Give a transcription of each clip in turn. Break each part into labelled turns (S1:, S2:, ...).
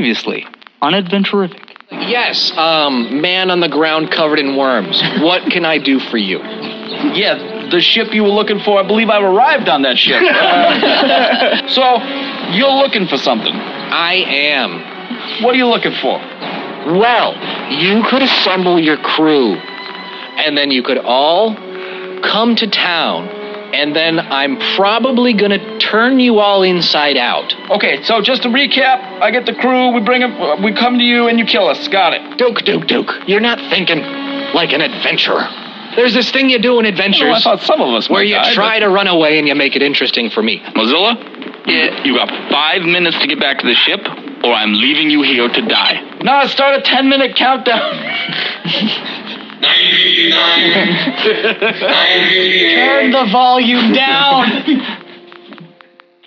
S1: Previously on Adventurific.
S2: Yes, um, man on the ground covered in worms. What can I do for you?
S3: Yeah, the ship you were looking for. I believe I've arrived on that ship. Uh, so, you're looking for something.
S2: I am.
S3: What are you looking for?
S2: Well, you could assemble your crew, and then you could all come to town, and then I'm probably gonna turn you all inside out.
S3: Okay, so just to recap, I get the crew. We bring them. We come to you, and you kill us. Got it.
S2: Duke, Duke, Duke, you're not thinking like an adventurer. There's this thing you do in
S3: Well, Oh, I
S2: adventures
S3: thought some of us.
S2: where
S3: might
S2: you
S3: die,
S2: try to run away and you make it interesting for me.
S4: Mozilla, yeah. you got five minutes to get back to the ship, or I'm leaving you here to die.
S3: but- No, start a ten-minute countdown.
S2: Turn the volume down.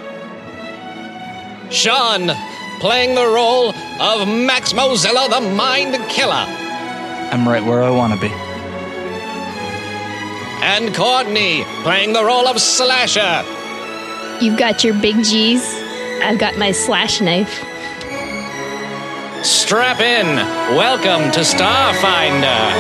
S5: Sean, playing the role of Max Mozilla, the Mind Killer.
S1: I'm right where I want to be.
S5: And Courtney, playing the role of Slasher.
S6: You've got your big G's. I've got my slash knife.
S5: Strap in. Welcome to Starfinder.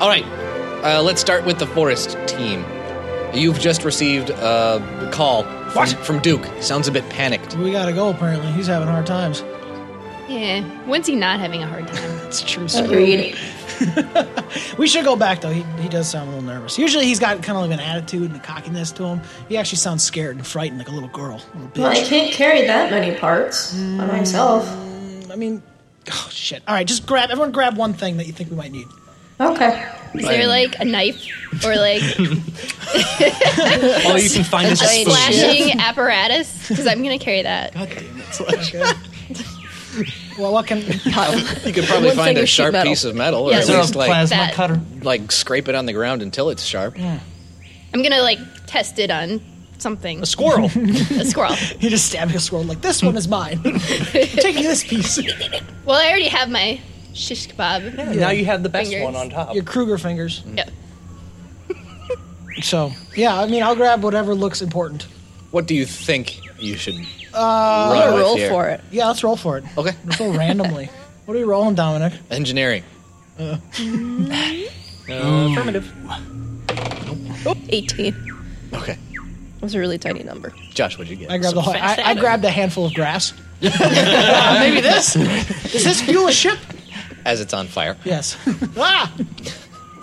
S5: All right, uh, let's start with the forest team. You've just received a call from, from Duke. Sounds a bit panicked.
S7: We gotta go, apparently. He's having hard times.
S6: Yeah. When's he not having a hard time?
S7: That's true.
S8: Agreed.
S7: We should go back, though. He, he does sound a little nervous. Usually he's got kind of like an attitude and a cockiness to him. He actually sounds scared and frightened like a little girl. a little
S8: Well, I
S7: bitch.
S8: can't carry that many parts by myself.
S7: I mean, oh, shit. All right, just grab, everyone grab one thing that you think we might need.
S8: Okay.
S6: Is there like a knife or like
S9: All you can find is
S6: a
S9: a spoon.
S6: slashing apparatus? Because I'm gonna carry that.
S7: God damn it, Slash. well, what can.
S2: You could
S5: probably
S10: One
S5: find a
S10: finger sheet
S5: sharp
S10: metal.
S5: piece of metal, or
S6: Yeah,
S5: at
S6: so-
S5: least like
S9: plasma
S6: that.
S9: cutter.
S5: like scrape it on the ground until it's sharp.
S6: I'm gonna like test it on something. A,
S7: Squirrel.
S6: squirrel.
S7: He just stabbing a squirrel like this one is mine. Taking this piece.
S6: Well, I already have my shish kebab.
S9: Now you have the best
S6: Fingers.
S9: one on top.
S7: Your Kruger fingers.
S6: Yep.
S7: So yeah, I mean, I'll grab whatever looks important.
S5: What do you think you should
S10: Uh, I'm
S5: run
S10: gonna
S5: with
S10: roll
S5: here?
S10: for it.
S7: Yeah, let's roll for it.
S5: Okay,
S7: Let's roll randomly. What are we rolling, Dominic?
S5: engineering.
S10: Mm-hmm.
S5: Uh,
S9: Affirmative.
S10: 18.
S5: Okay,
S10: It was a really tiny number.
S5: Josh, what'd you
S7: I
S5: get?
S7: grabbed the whole, I, I grabbed a handful of grass. Uh, maybe this is this fuel a ship?
S5: As it's on fire,
S7: Yes. ah,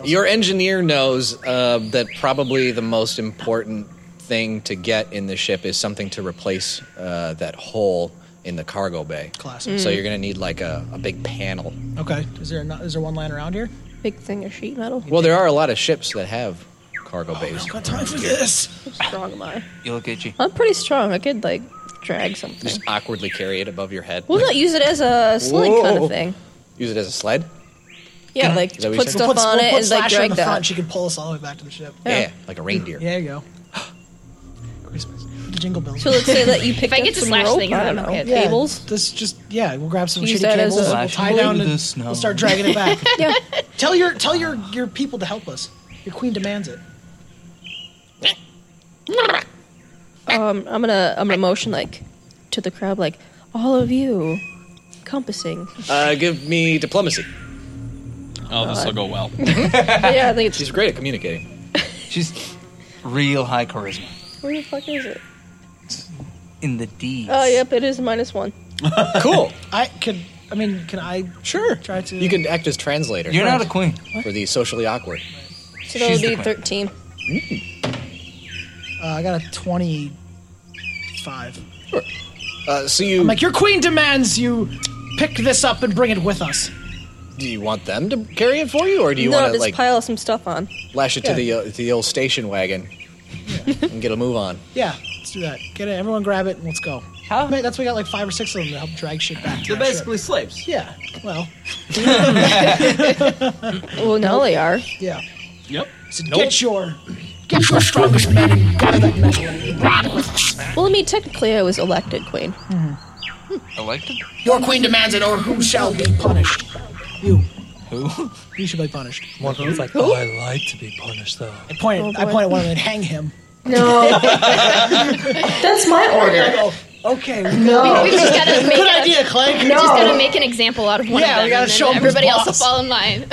S5: your engineer knows uh, that probably the most important thing to get in the ship is something to replace uh, that hole in the cargo bay.
S7: Classic.
S5: So you're gonna need like a, a big panel.
S7: okay. Is there not, is there one lying around here?
S10: Big thing of sheet metal.
S5: Well, there are a lot of ships that have cargo bays.
S7: Got time for this?
S10: How strong am I?
S9: You look itchy.
S10: I'm pretty strong. I could, like, drag something.
S5: Just awkwardly carry it above your head.
S10: We'll not use it as a sling kind of thing.
S5: Use it as a sled?
S10: Yeah, like
S5: Is that what you
S10: put
S5: said?
S10: stuff
S5: We'll put-
S10: on
S5: we'll
S10: it
S5: put
S10: and like
S5: Slasher in
S10: drag
S5: the
S10: that.
S5: front.
S7: She can pull us all the way back to the ship.
S5: Yeah, like a reindeer.
S7: There you go. Christmas. The jingle bells.
S10: So let's say that you picked
S6: I
S10: up
S6: get to
S10: some
S6: slash
S10: rope,
S6: things,
S10: I
S6: I'm
S10: don't know,
S6: okay.
S10: cables.
S7: This just yeah, we'll grab some
S10: Use
S7: shitty
S10: that as
S7: cables.
S10: a-
S7: We'll tie down and
S10: Into the
S7: we'll start dragging it back.
S10: yeah.
S7: Tell your tell your your people to help us. Your queen demands it.
S10: Um, I'm gonna I'm gonna motion like to the crowd like all of you compassing.
S5: Uh, give me diplomacy.
S3: Oh, this will go well.
S10: yeah, I think it's
S5: She's great at communicating.
S1: She's real high charisma.
S10: where the fuck is it?
S1: In the D's.
S10: Oh, yep, it is minus one.
S5: Cool.
S7: I could. I mean, can I
S5: Sure.
S7: try to?
S5: You can act as translator
S1: You're not a queen.
S5: for the socially awkward.
S10: So that'll
S1: She's the queen.
S10: be thirteen.
S7: Uh, I got a twenty-five.
S5: Uh, so you
S7: I'm like your queen demands you pick this up and bring it with us.
S5: do you want them to carry it for you, or do you
S10: no,
S5: want to
S10: just
S5: like
S10: pile some stuff on.
S5: lash it
S7: Yeah.
S5: to the uh, to the old station wagon and get a move on?
S7: Yeah, let's do that. Get it. Everyone grab it and let's go.
S9: Huh?
S7: Mate, That's why we got like five or six of them to help drag shit back. To
S9: They're
S7: our ship.
S9: basically slaves.
S7: Yeah. Well.
S10: Well, now they are.
S7: Yeah.
S3: Yep.
S7: So get your get your strongest man and gather that metal and
S10: Well, I mean, technically, I was elected queen.
S1: Elected?
S7: Your queen demands it, or who shall be punished? You. Who? You should be punished.
S11: One of them's like, oh, I like to be punished, though.
S7: I pointed. I pointed at one of them and hang him.
S8: No. That's my
S7: I
S8: order.
S7: go. Okay. we
S8: No.
S6: We've just got to make
S7: Good
S6: it a-
S7: idea, Clank.
S6: Just gotta
S8: No.
S6: make an example out of one
S7: Yeah,
S6: of them,
S7: we gotta
S6: and
S7: show 'em
S6: then
S7: who's
S6: everybody else will
S7: boss.
S6: fall in line.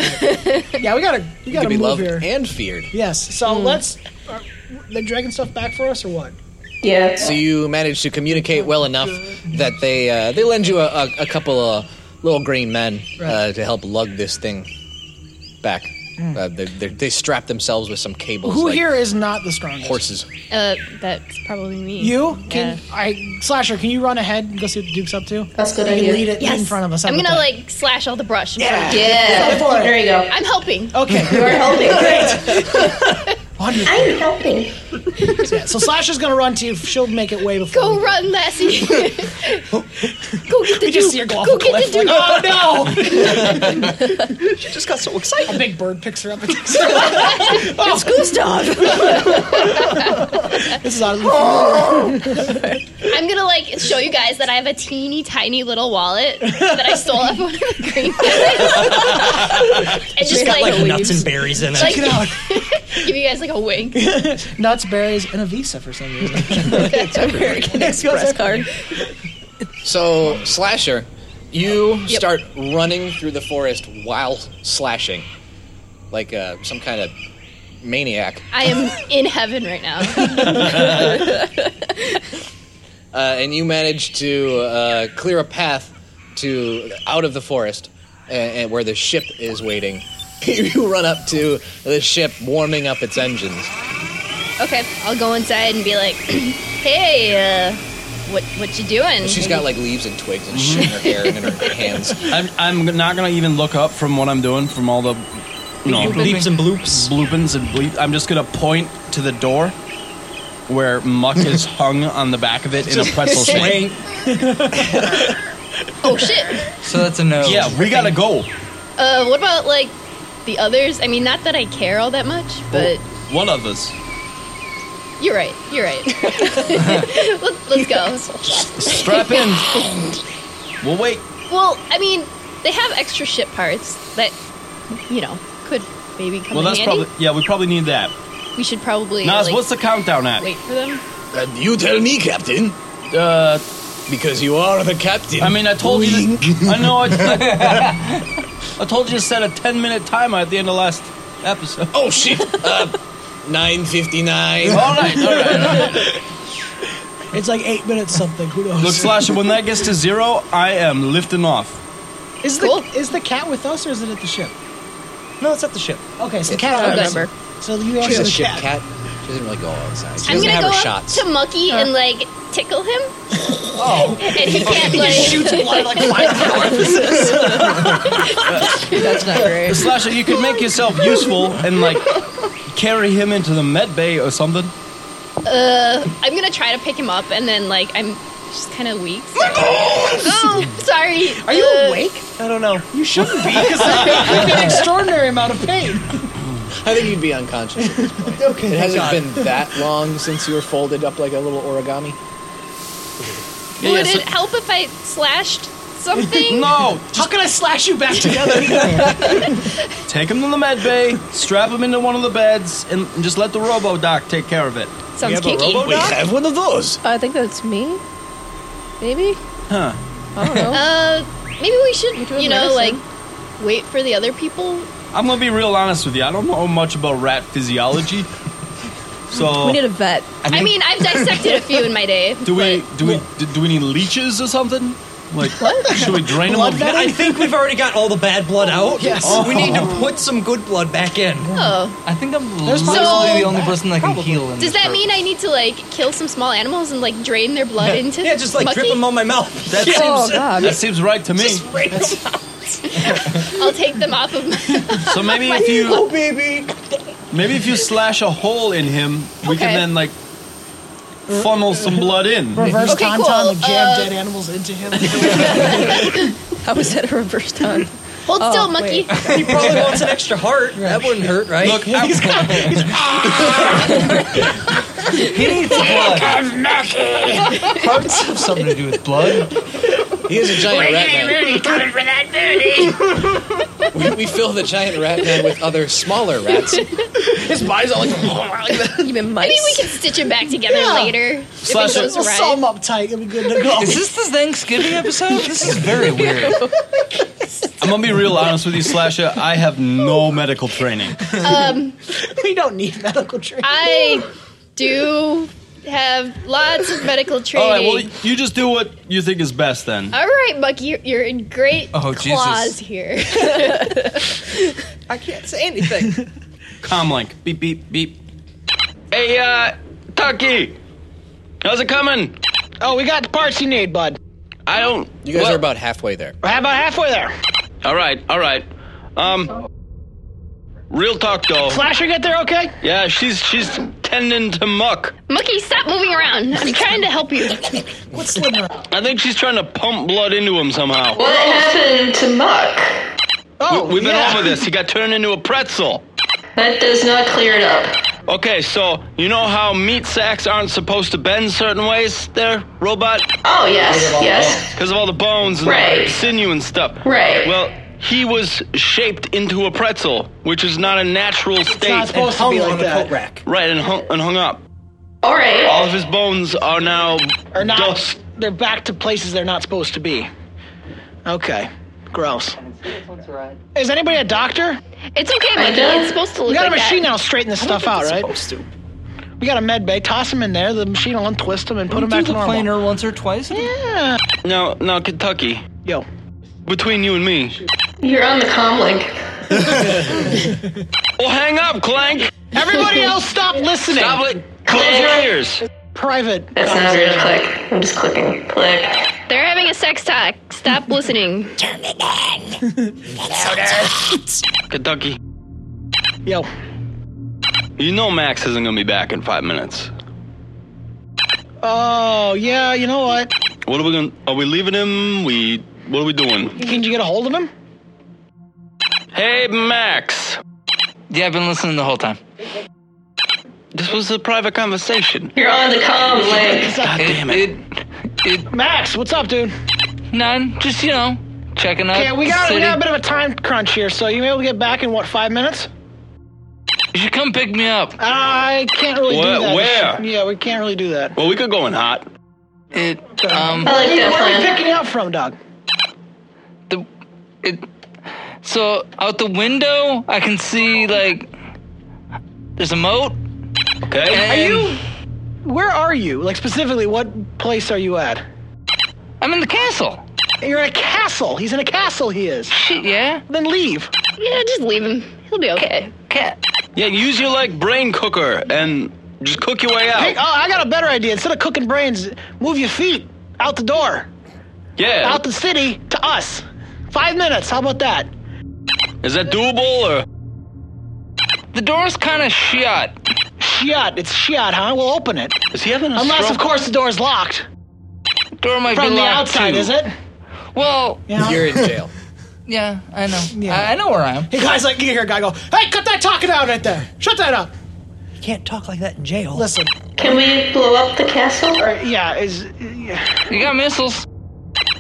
S7: Yeah, we gotta. We
S5: You
S7: gotta
S5: can be
S7: move
S5: loved
S7: here.
S5: and feared.
S7: Yes. So let's. Are, they're dragging stuff back for us, or what?
S8: Yeah.
S5: So you manage to communicate well enough that they uh, they lend you a, a, a couple of little green men uh,
S7: Right. Mm.
S5: to help lug this thing back. Uh, they, they, they strap themselves with some cables.
S7: Who
S5: like
S7: here is not the strongest?
S5: Horses.
S6: Uh, that's probably me.
S7: You can.
S6: Yeah.
S7: I slasher. Can you run ahead and go see what the Duke's up to?
S8: That's a good
S7: You can
S8: idea.
S7: lead it
S6: Yes.
S7: in front of us.
S6: I'm
S7: would
S6: gonna
S7: think.
S6: like slash all the brush. in front of you.
S8: Yeah.
S7: Go for it.
S8: There you go.
S6: I'm helping.
S7: Okay.
S8: You are helping.
S7: Wonderful.
S8: I'm helping.
S7: Yeah, so Slasher's gonna run to you. She'll make it way before.
S6: Go
S7: you.
S6: run, Lassie. go get the
S7: You just see her
S6: Duke.
S7: go off
S6: Go
S7: a
S6: get
S7: cliff. "Oh,
S6: the
S7: Like,
S6: Duke.
S7: oh no!
S9: She just got so excited.
S7: A big bird picks her up and takes her. oh, it's Gustav. this is out of the.
S6: I'm gonna like show you guys that I have a teeny tiny little wallet that I stole off one of the green guys. and just like,
S11: Like nuts and berries in it.
S6: Like-
S7: Get out.
S6: give you guys like a wink.
S7: Nuts, berries, and a visa for some reason.
S10: American Express card.
S5: So slasher, you
S6: Yep.
S5: start running through the forest while slashing, like uh, some kind of maniac.
S6: I am in heaven right now.
S5: uh, and you manage to uh, clear a path to out of the forest and, and where the ship is waiting. you run up to the ship, warming up its engines.
S6: Okay, I'll go inside and be like, "Hey, uh, what what you doing?"
S5: She's got like leaves and twigs and shit in her hair and in her hands.
S3: I'm, I'm not gonna even look up from what I'm doing from all the you know
S11: Bleeps and bloops.
S3: bloopins and bleep. I'm just gonna point to the door where muck is hung on the back of it in a pretzel shape.
S11: Wait,
S6: oh shit.
S11: so that's a no.
S3: Yeah, we gotta go.
S6: Uh, what about like the others? I mean, not that I care all that much, but
S3: One of us.
S6: you're right. You're right. Let, let's go.
S3: Strap in. We'll wait.
S6: Well, I mean, they have extra ship parts that you know could maybe come
S3: Well,
S6: in
S3: that's
S6: handy.
S3: probably yeah. We probably need that.
S6: we should probably
S3: Nas,
S6: like,
S3: what's the countdown at?
S6: wait for them.
S5: Uh, you tell me, Captain,
S3: Uh,
S5: because you are the captain.
S3: I mean, I told you. This, I know. I, I told you to set a ten-minute timer at the end of last episode.
S5: oh shit. Uh, 959.
S3: All right, all right.
S7: It's like eight minutes something. Who knows?
S3: Look, Slasher, when that gets to zero, I am lifting off.
S7: Is the
S6: Cool.
S7: is the cat with us or is it at the ship?
S11: No, it's at the ship.
S7: Okay, so the cat.
S6: I don't
S7: is-
S6: remember.
S7: So you
S5: She's
S7: answer
S5: a
S7: the
S5: ship
S7: cat.
S5: cat. She doesn't really go outside. She
S6: I'm
S5: doesn't
S6: gonna
S5: have
S6: go
S5: her
S6: up
S5: shots.
S6: to Monkey and like tickle him. and he can't like.
S10: That's not great.
S3: Slasher, you could make yourself useful and like carry him into the med bay or something.
S6: I'm gonna try to pick him up, and then like I'm She's kind of weak. Oh, sorry.
S12: Are you
S6: Uh,
S12: awake? I don't know. You shouldn't be because you're in an extraordinary amount of pain.
S5: I think you'd be unconscious. At this point.
S12: Okay,
S5: it hasn't
S12: God.
S5: been that long since you were folded up like a little origami. Yeah,
S6: Would
S5: yeah, so-
S6: it help if I slashed something?
S13: No.
S12: How can I slash you back
S13: together? Take him to the med bay, strap him into one of the beds, and, and just let the robo doc take care of it.
S10: Sounds kinky.
S13: one of those.
S10: I think that's me. Maybe.
S13: Huh.
S10: I don't know.
S6: Uh, maybe we should,
S10: with
S6: you know,
S10: medicine.
S6: like wait for the other people.
S13: I'm gonna be real honest with you. I don't know much about rat physiology,
S6: Oh.
S13: so
S10: we need a vet.
S13: I
S6: I
S13: think-
S6: mean, I've dissected a few in my day.
S13: do we do we do, do we need leeches or something? Like, should we drain them? of-
S9: I think we've already got all the bad blood
S7: Oh,
S9: out.
S13: Yes.
S9: We need to put some good blood back in.
S6: Oh.
S14: I think I'm
S9: There's
S14: literally
S9: probably-
S14: the only person that can heal. In
S6: Does
S14: this
S6: that
S14: group.
S6: mean I need to like kill some small animals and like drain their blood into?
S9: Yeah, just like
S6: Mucky?
S9: drip them on my mouth.
S13: That
S9: Yeah.
S10: Oh,
S13: seems that seems right to me.
S6: I'll take them off of my.
S13: So maybe if you-
S6: Oh,
S9: baby.
S13: Maybe if you slash a hole in him, we
S6: Okay.
S13: can then like funnel some blood in.
S12: Reverse
S10: Okay,
S12: tauntaun,
S10: cool.
S12: like jab
S10: Uh,
S12: dead animals into him.
S10: How was that a reverse time?
S6: Hold
S10: Oh,
S6: still, monkey.
S9: He probably wants an extra heart. That wouldn't hurt, right? Look,
S14: He needs blood.
S5: Hearts have something to do with blood. He is a giant rat man.
S15: coming for that booty.
S5: We, we fill the giant rat man with other smaller rats. His body's all like.
S10: you been mice?
S6: I mean, we can stitch it back together
S12: Yeah.
S6: later.
S5: Slash
S6: if it
S5: it.
S6: goes
S12: We'll
S6: right.
S12: sew him up tight. It'll be good to
S7: Oh.
S12: go.
S14: Is this the Thanksgiving episode? This is very weird.
S13: I'm gonna be real honest with you, Slasher. I have no medical training.
S6: Um,
S12: we don't need medical training.
S6: I do have lots of medical
S13: All
S6: training.
S13: right, well, you just do what you think is best then.
S6: All right, Bucky, you're, you're in great
S13: Oh, Jesus.
S6: claws here.
S13: I can't say anything. Comlink, beep beep beep.
S16: Hey, uh, Tucky, how's it coming?
S7: Oh, we got the parts you need, bud.
S16: I don't.
S5: You guys are about halfway there.
S7: How about halfway there?
S16: All right, all right. Um, real talk though.
S7: Slasher get there okay?
S16: Yeah, she's she's tending to muck.
S6: Mookie, stop moving around. I'm trying to help you.
S12: What's slipping around?
S16: I think she's trying to pump blood into him somehow.
S8: What happened to Muck?
S16: Oh, we, have been
S8: yeah.
S16: over this. He got turned into a pretzel.
S8: That does not clear it up.
S16: Okay, so you know how meat sacks aren't supposed to bend certain ways there, robot?
S8: Oh, yes, yes.
S16: Because of all the bones and
S8: Right.
S16: the sinew and stuff.
S8: Right.
S16: Well, he was shaped into a pretzel, which is not a natural state.
S7: supposed to be like that.
S16: Right, and hung, and hung up.
S8: All right.
S16: All of his bones are now
S7: Or not.
S16: dust.
S7: They're back to places they're not supposed to be. Okay. Gross. Is anybody a doctor?
S6: It's okay, Monkey. It's supposed to look
S7: We got
S6: like
S7: a machine
S6: that.
S7: that'll straighten this stuff out, right? We got a med bay. Toss them in there. The machine will untwist them and put them back to normal.
S14: planer once or twice.
S7: Yeah.
S16: Now, now, Kentucky.
S7: Yo.
S16: Between you and me.
S8: You're on the comm link.
S16: Well, hang up, Clank.
S7: Everybody else, stop listening.
S16: Stop it. Close your ears.
S7: Private.
S8: That's not real click. I'm just clicking. Click.
S6: They're having a sex talk. Stop listening. Turn it on.
S16: Kentucky.
S7: Yo.
S16: You know Max isn't gonna be back in five minutes.
S7: Oh yeah. You know what?
S16: What are we gonna? Are we leaving him? We. What are we doing?
S7: Can you get a hold of him?
S16: Hey, Max.
S14: Yeah, I've been listening the whole time.
S16: This was a private conversation.
S8: You're on the comm link.
S16: God damn it.
S7: Max, what's up, dude?
S14: None. Just you know, checking out.
S7: Okay, we got
S14: the
S7: we
S14: city.
S7: got a bit of a time crunch here, so you may be able to get back in what five minutes?
S14: You should come pick me up.
S7: I can't really
S16: Where-
S7: do that.
S16: where?
S7: Yeah, we can't really do that.
S16: Well, we could go in hot.
S14: It. Um.
S7: Where are we picking you up from, dog?
S14: So out the window, I can see like there's a moat.
S16: Okay.
S7: Are you? Where are you? Like specifically, what place are you at?
S14: I'm in the castle.
S7: You're in a castle. He's in a castle. He is.
S14: Shit, yeah.
S7: Then leave.
S6: Yeah, just leave him. He'll be okay.
S16: Yeah, use your like brain cooker and just cook your way
S7: Hey, oh,
S16: out.
S7: I got a better idea. Instead of cooking brains, move your feet out the door,
S16: Yeah.
S7: out the city to us. Five minutes. How about that?
S16: Is that doable or?
S14: The door's kind of shut.
S7: Shut. It's shut, huh? We'll open it.
S16: Is he having a
S7: Unless,
S16: stroke?
S7: of course, the door's locked.
S1: Door might
S7: From
S1: be
S7: the
S1: locked,
S7: outside,
S1: too.
S7: is it?
S1: Well,
S5: You're in jail.
S1: Yeah, I know. I, I know where I am.
S7: Hey, guys, like, you hear a guy go, hey, cut that talking out right there. Shut that up.
S11: You can't talk like that in jail.
S7: Listen.
S8: Can we blow up the castle?
S7: yeah, is.
S1: You got missiles.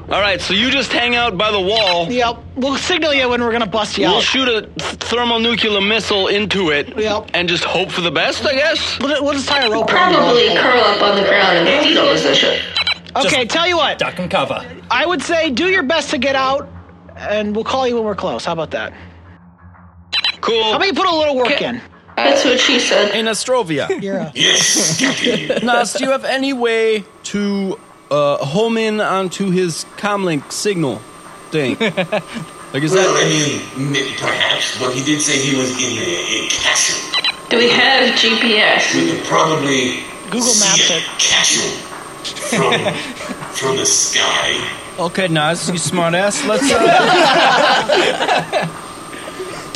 S17: All right, so you just hang out by the wall.
S7: Yep. We'll signal you when we're gonna bust you
S17: We'll
S7: out.
S17: shoot a th- thermonuclear missile into it.
S7: Yep.
S17: And just hope for the best, I guess.
S7: We'll, we'll just tie a rope.
S8: Probably curl up on the ground in the fetal position.
S7: Okay, tell you what.
S11: Duck and cover.
S7: I would say do your best to get out, and we'll call you when we're close. How about that?
S17: Cool.
S7: How about you put a little work in?
S8: That's what she said.
S9: In Astrovia.
S7: You're a-
S9: yes. Nas, do you have any way to uh, home in onto his comlink signal thing? like is
S16: well,
S9: that?
S16: I mean, m- perhaps, but he did say he was in a, a castle.
S8: Do we have GPS?
S16: We could probably
S7: Google Maps it.
S16: Castle from from the sky.
S9: Okay, Nas, you smartass. Let's. Uh,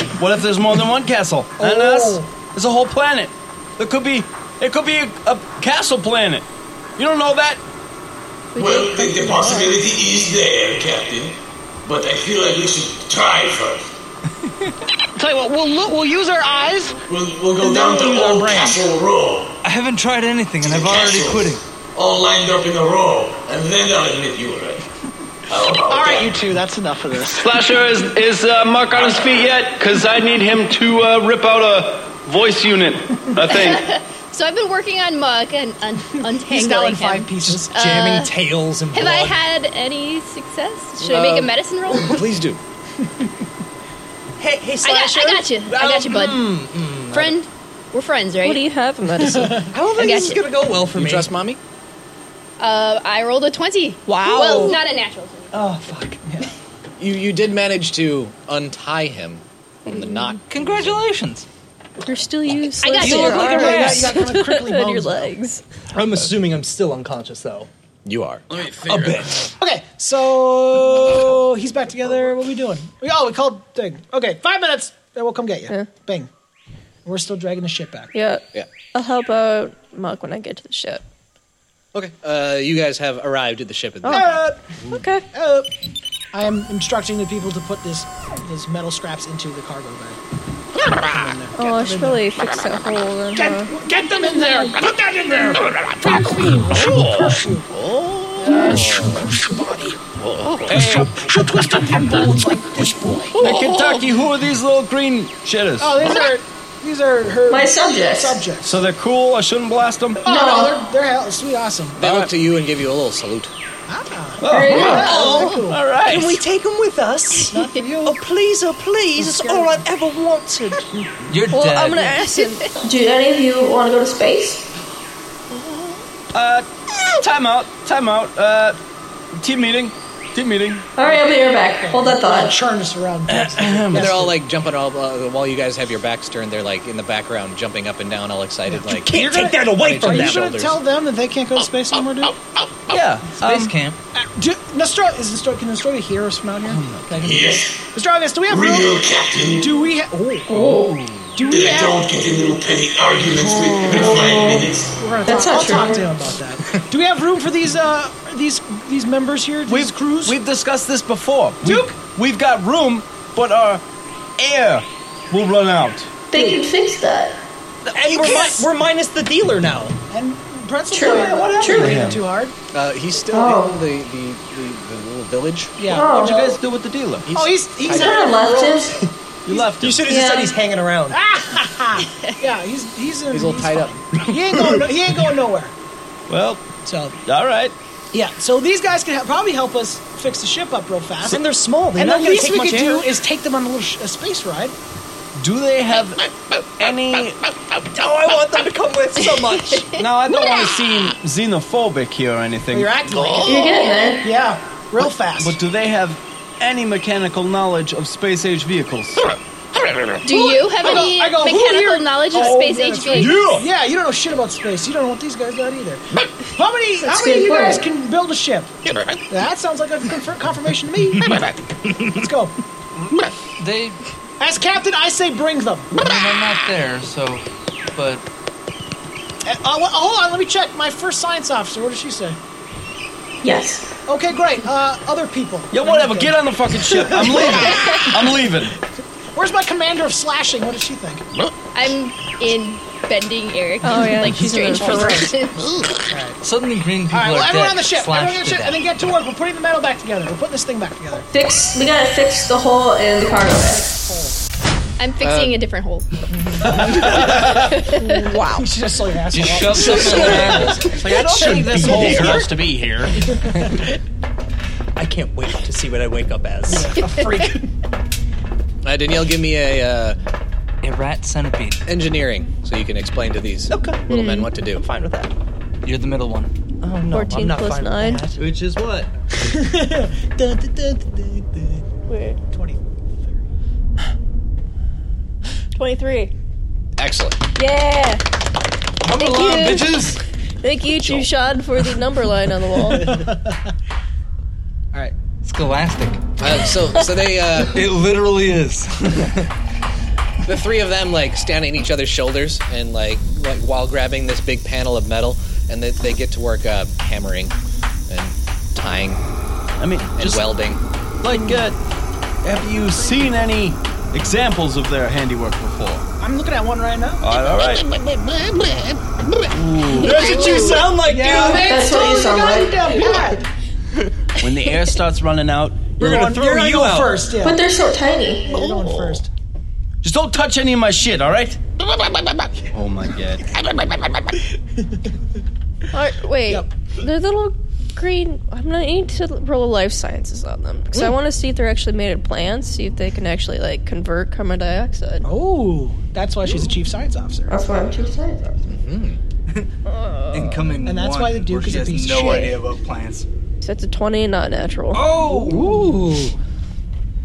S9: Oh. what if there's more than one castle? And us, there's a whole planet. There could be. It could be a, a castle planet. You don't know that.
S16: Well, the, the possibility is there, Captain. But I feel like we should try first.
S7: Tell you what, we'll look, we'll use our eyes.
S16: We'll, we'll go down to Old Castle Row.
S17: I haven't tried anything, and I've
S16: Castles, All lined up in a row, and then I'll admit you were right.
S7: All right, you two, that's enough of this.
S17: Slasher is is uh, Mark on his feet yet? Because I need him to uh, rip out a voice unit. I think.
S6: so I've been working on Muck and un- untangling
S11: He's now in
S6: him.
S11: five pieces, jamming
S6: Uh,
S11: tails and
S6: Have
S11: blood.
S6: I had any success? Should I
S13: Uh,
S6: make a
S11: Um,
S6: medicine roll?
S5: Please do.
S11: Hey, hey,
S6: I got, I got you. I got you, bud.
S13: Mm,
S6: Friend, we're friends, right?
S10: What do you have in medicine?
S6: I
S11: don't think
S6: got
S11: this is
S6: you.
S11: gonna go well for
S5: you
S11: me.
S5: trust mommy?
S6: Uh, I rolled a twenty.
S5: Wow.
S6: Well, not a natural.
S11: Oh fuck.
S5: You you did manage to untie him from the knot.
S1: Congratulations.
S10: You're still useless.
S6: I got
S10: You
S6: you.
S10: look
S6: You
S10: like a
S6: got- you
S10: rat.
S6: got kind of crickly
S10: And your
S6: bones.
S10: legs.
S11: I'm assuming I'm still unconscious though.
S5: You are.
S11: Let me figure a bit.
S7: Okay, so he's back together. What are we doing? We, oh, we called thing. Okay, five minutes, then we'll come get you. Bang. We're still dragging the shit back.
S10: Yeah.
S5: Yeah.
S10: I'll help out Mug when I get to the ship.
S5: Okay. Uh, you guys have arrived at the ship. At the
S7: Up.
S10: Okay.
S7: Up. I am instructing the people to put this these metal scraps into the cargo bay.
S10: Oh, I should probably fix that hole then. huh?
S7: Get them in there. Put that in there.
S9: She'll twist up your bones like this boy. Hey, Kentucky, who are these little green shitters?
S7: Oh, these are these are her
S9: My
S5: subjects.
S7: Subjects.
S9: So they're cool. I shouldn't blast them.
S7: Oh no, they're they're hell, sweet awesome. Ah.
S5: They look to you and give you a little salute.
S11: Oh,
S9: all right.
S11: Can we take him with us? oh, please, oh, please. It's all I've ever wanted.
S8: You're
S11: Well, dead. I'm gonna
S10: ask him.
S8: Do any of you want to go to space?
S9: Uh, time out. Time out. Uh, team meeting. Team meeting.
S8: All right, I'll be right back. Hold that thought.
S7: Churn us around.
S5: And they're all like jumping all uh, while you guys have your backs turned. They're like in the background, jumping up and down, all excited. Like
S7: You're gonna-
S5: on each
S7: Are
S5: other's
S7: you gonna
S5: shoulders.
S7: tell them that they can't go to space anymore,
S16: Oh,
S7: dude?
S9: Yeah, um,
S5: space camp.
S7: Do, Nostro, is Nostro, can Nostro hear us from out here?
S16: Yes.
S7: Nostrovis, do we have
S16: Real
S7: room?
S16: captain.
S7: Do we have? Oh, do we
S16: Then I
S7: have?
S16: don't get in little petty arguments with with five minutes.
S7: We're gonna
S16: That's
S7: talk,
S16: not
S7: I'll talk to
S16: true.
S7: him about that. do we have room for these uh these these members here? These
S9: We've
S7: crews.
S9: We've discussed this before. Duke, we've got room, but our air will run out.
S8: They can fix that.
S11: Hey, we're, mi- we're minus the dealer now.
S7: And Pretzel,
S11: True.
S7: what what happened?
S11: True.
S7: Hit
S11: Yeah.
S7: him too hard.
S5: Uh, he's still
S7: Oh.
S5: in the, the, the, the little village.
S7: Yeah. Oh. What'd you guys
S9: do with the dealer?
S7: oh, he's he's
S5: I kinda
S11: left
S7: him.
S9: You left him.
S11: You should have just
S7: Yeah.
S11: said he's hanging around.
S7: yeah, he's he's in,
S5: He's all tied up.
S7: up. He ain't going. No, he ain't going nowhere.
S9: Well,
S7: so
S9: all right.
S7: Yeah, so these guys can help, probably help us fix the ship up real fast.
S11: And they're small, they're
S7: and
S11: not
S7: the
S11: gonna
S7: least
S11: take
S7: we
S11: much
S7: could do
S11: air.
S7: is take them on a little sh- a space ride.
S9: Do they have any?
S11: Oh, I want them to come with so much.
S9: No, I don't want to seem xenophobic here or anything.
S7: You're acting like it.
S8: You're getting there.
S7: Yeah, real fast.
S9: But do they have any mechanical knowledge of space age vehicles?
S6: Do you have
S7: I go-
S6: any
S7: I go, who
S6: mechanical
S7: here-
S6: knowledge of
S7: Oh,
S6: space
S7: yeah,
S6: HP?
S7: that's right. Yeah, you don't know shit about space. You don't know what these guys got either. How many?
S6: That's
S7: how many of
S6: good
S7: you guys
S6: point.
S7: can build a ship? That sounds like a confir- confirmation to me. Let's go.
S1: They
S7: As captain, I say bring them.
S1: they're not there, so. But
S7: Uh, uh, wh- hold on, let me check. My first science officer. What did she say?
S8: Yes.
S7: Okay, great. Uh, other people.
S9: Yeah, whatever. Get on the fucking ship. I'm leaving. I'm leaving.
S7: Where's my commander of slashing? What does she think?
S6: I'm in bending Eric.
S7: Oh, yeah,
S6: like
S7: she's
S6: strange
S7: in a ferret.
S6: positions.
S1: Suddenly, green people
S7: All right, well,
S1: are
S7: everyone
S1: dead,
S7: on the ship.
S1: slashed
S7: Everyone on the
S1: to
S7: ship,
S1: death.
S7: and then get to work. We're putting the metal back together. We're putting this thing back together.
S8: Fix. We gotta fix the hole in the cargo bay.
S6: I'm fixing a different hole.
S7: wow. She just saw your ass.
S14: Just
S7: off.
S14: shove something in there. It's like, I don't think this whole
S7: here.
S14: supposed to be here.
S5: I can't wait to see what I wake up as.
S7: A freak.
S5: Uh, Danielle, give me a uh, a rat centipede. Engineering, so you can explain to these little men what to do. I'm fine with that. You're the middle one.
S10: Oh,
S5: no, I'm
S10: 14
S5: not
S10: plus
S5: fine with
S10: 9.
S5: that.
S10: Which is what?
S7: Dun, dun, dun, dun, dun.
S10: Wait.
S7: 20.
S10: 23.
S5: Excellent.
S10: Yeah!
S5: Come
S10: Thank
S5: along,
S10: you.
S5: bitches.
S10: Thank you, Chushad, for the number line on the wall.
S5: All right. Scholastic. Uh, so, so they. Uh,
S1: It literally is.
S5: the three of them like stand on each other's shoulders and like like while grabbing this big panel of metal, and they, they get to work uh, hammering and tying. I
S9: mean,
S5: and
S9: just-
S5: welding.
S9: Like, uh, have you seen any examples of their handiwork before?
S7: I'm looking at one right now.
S9: All right.
S7: That's what you sound like, Yeah, dude. that's what you sound like.
S9: When the air starts running out,
S7: We're
S9: you're
S7: gonna
S9: on-
S7: throw
S9: you're gonna
S7: you
S9: go
S7: out.
S9: first.
S7: yeah.
S8: But they're so tiny.
S7: You're going first.
S9: Just don't touch any of my shit, all right? Oh my god.
S10: Alright, Uh, wait. They're little green. I'm gonna need to roll life sciences on them because I
S7: Mm.
S10: want to see if they're actually made of plants. See if they can actually like convert carbon dioxide.
S7: Oh, that's why she's a chief science officer.
S8: That's why I'm chief science officer.
S14: Incoming.
S10: And that's
S14: one,
S10: why the Duke
S14: where
S10: is
S14: she
S10: a
S14: has
S10: piece of
S14: no
S10: shit.
S14: idea about plants.
S10: So that's a twenty, not natural.
S5: Oh.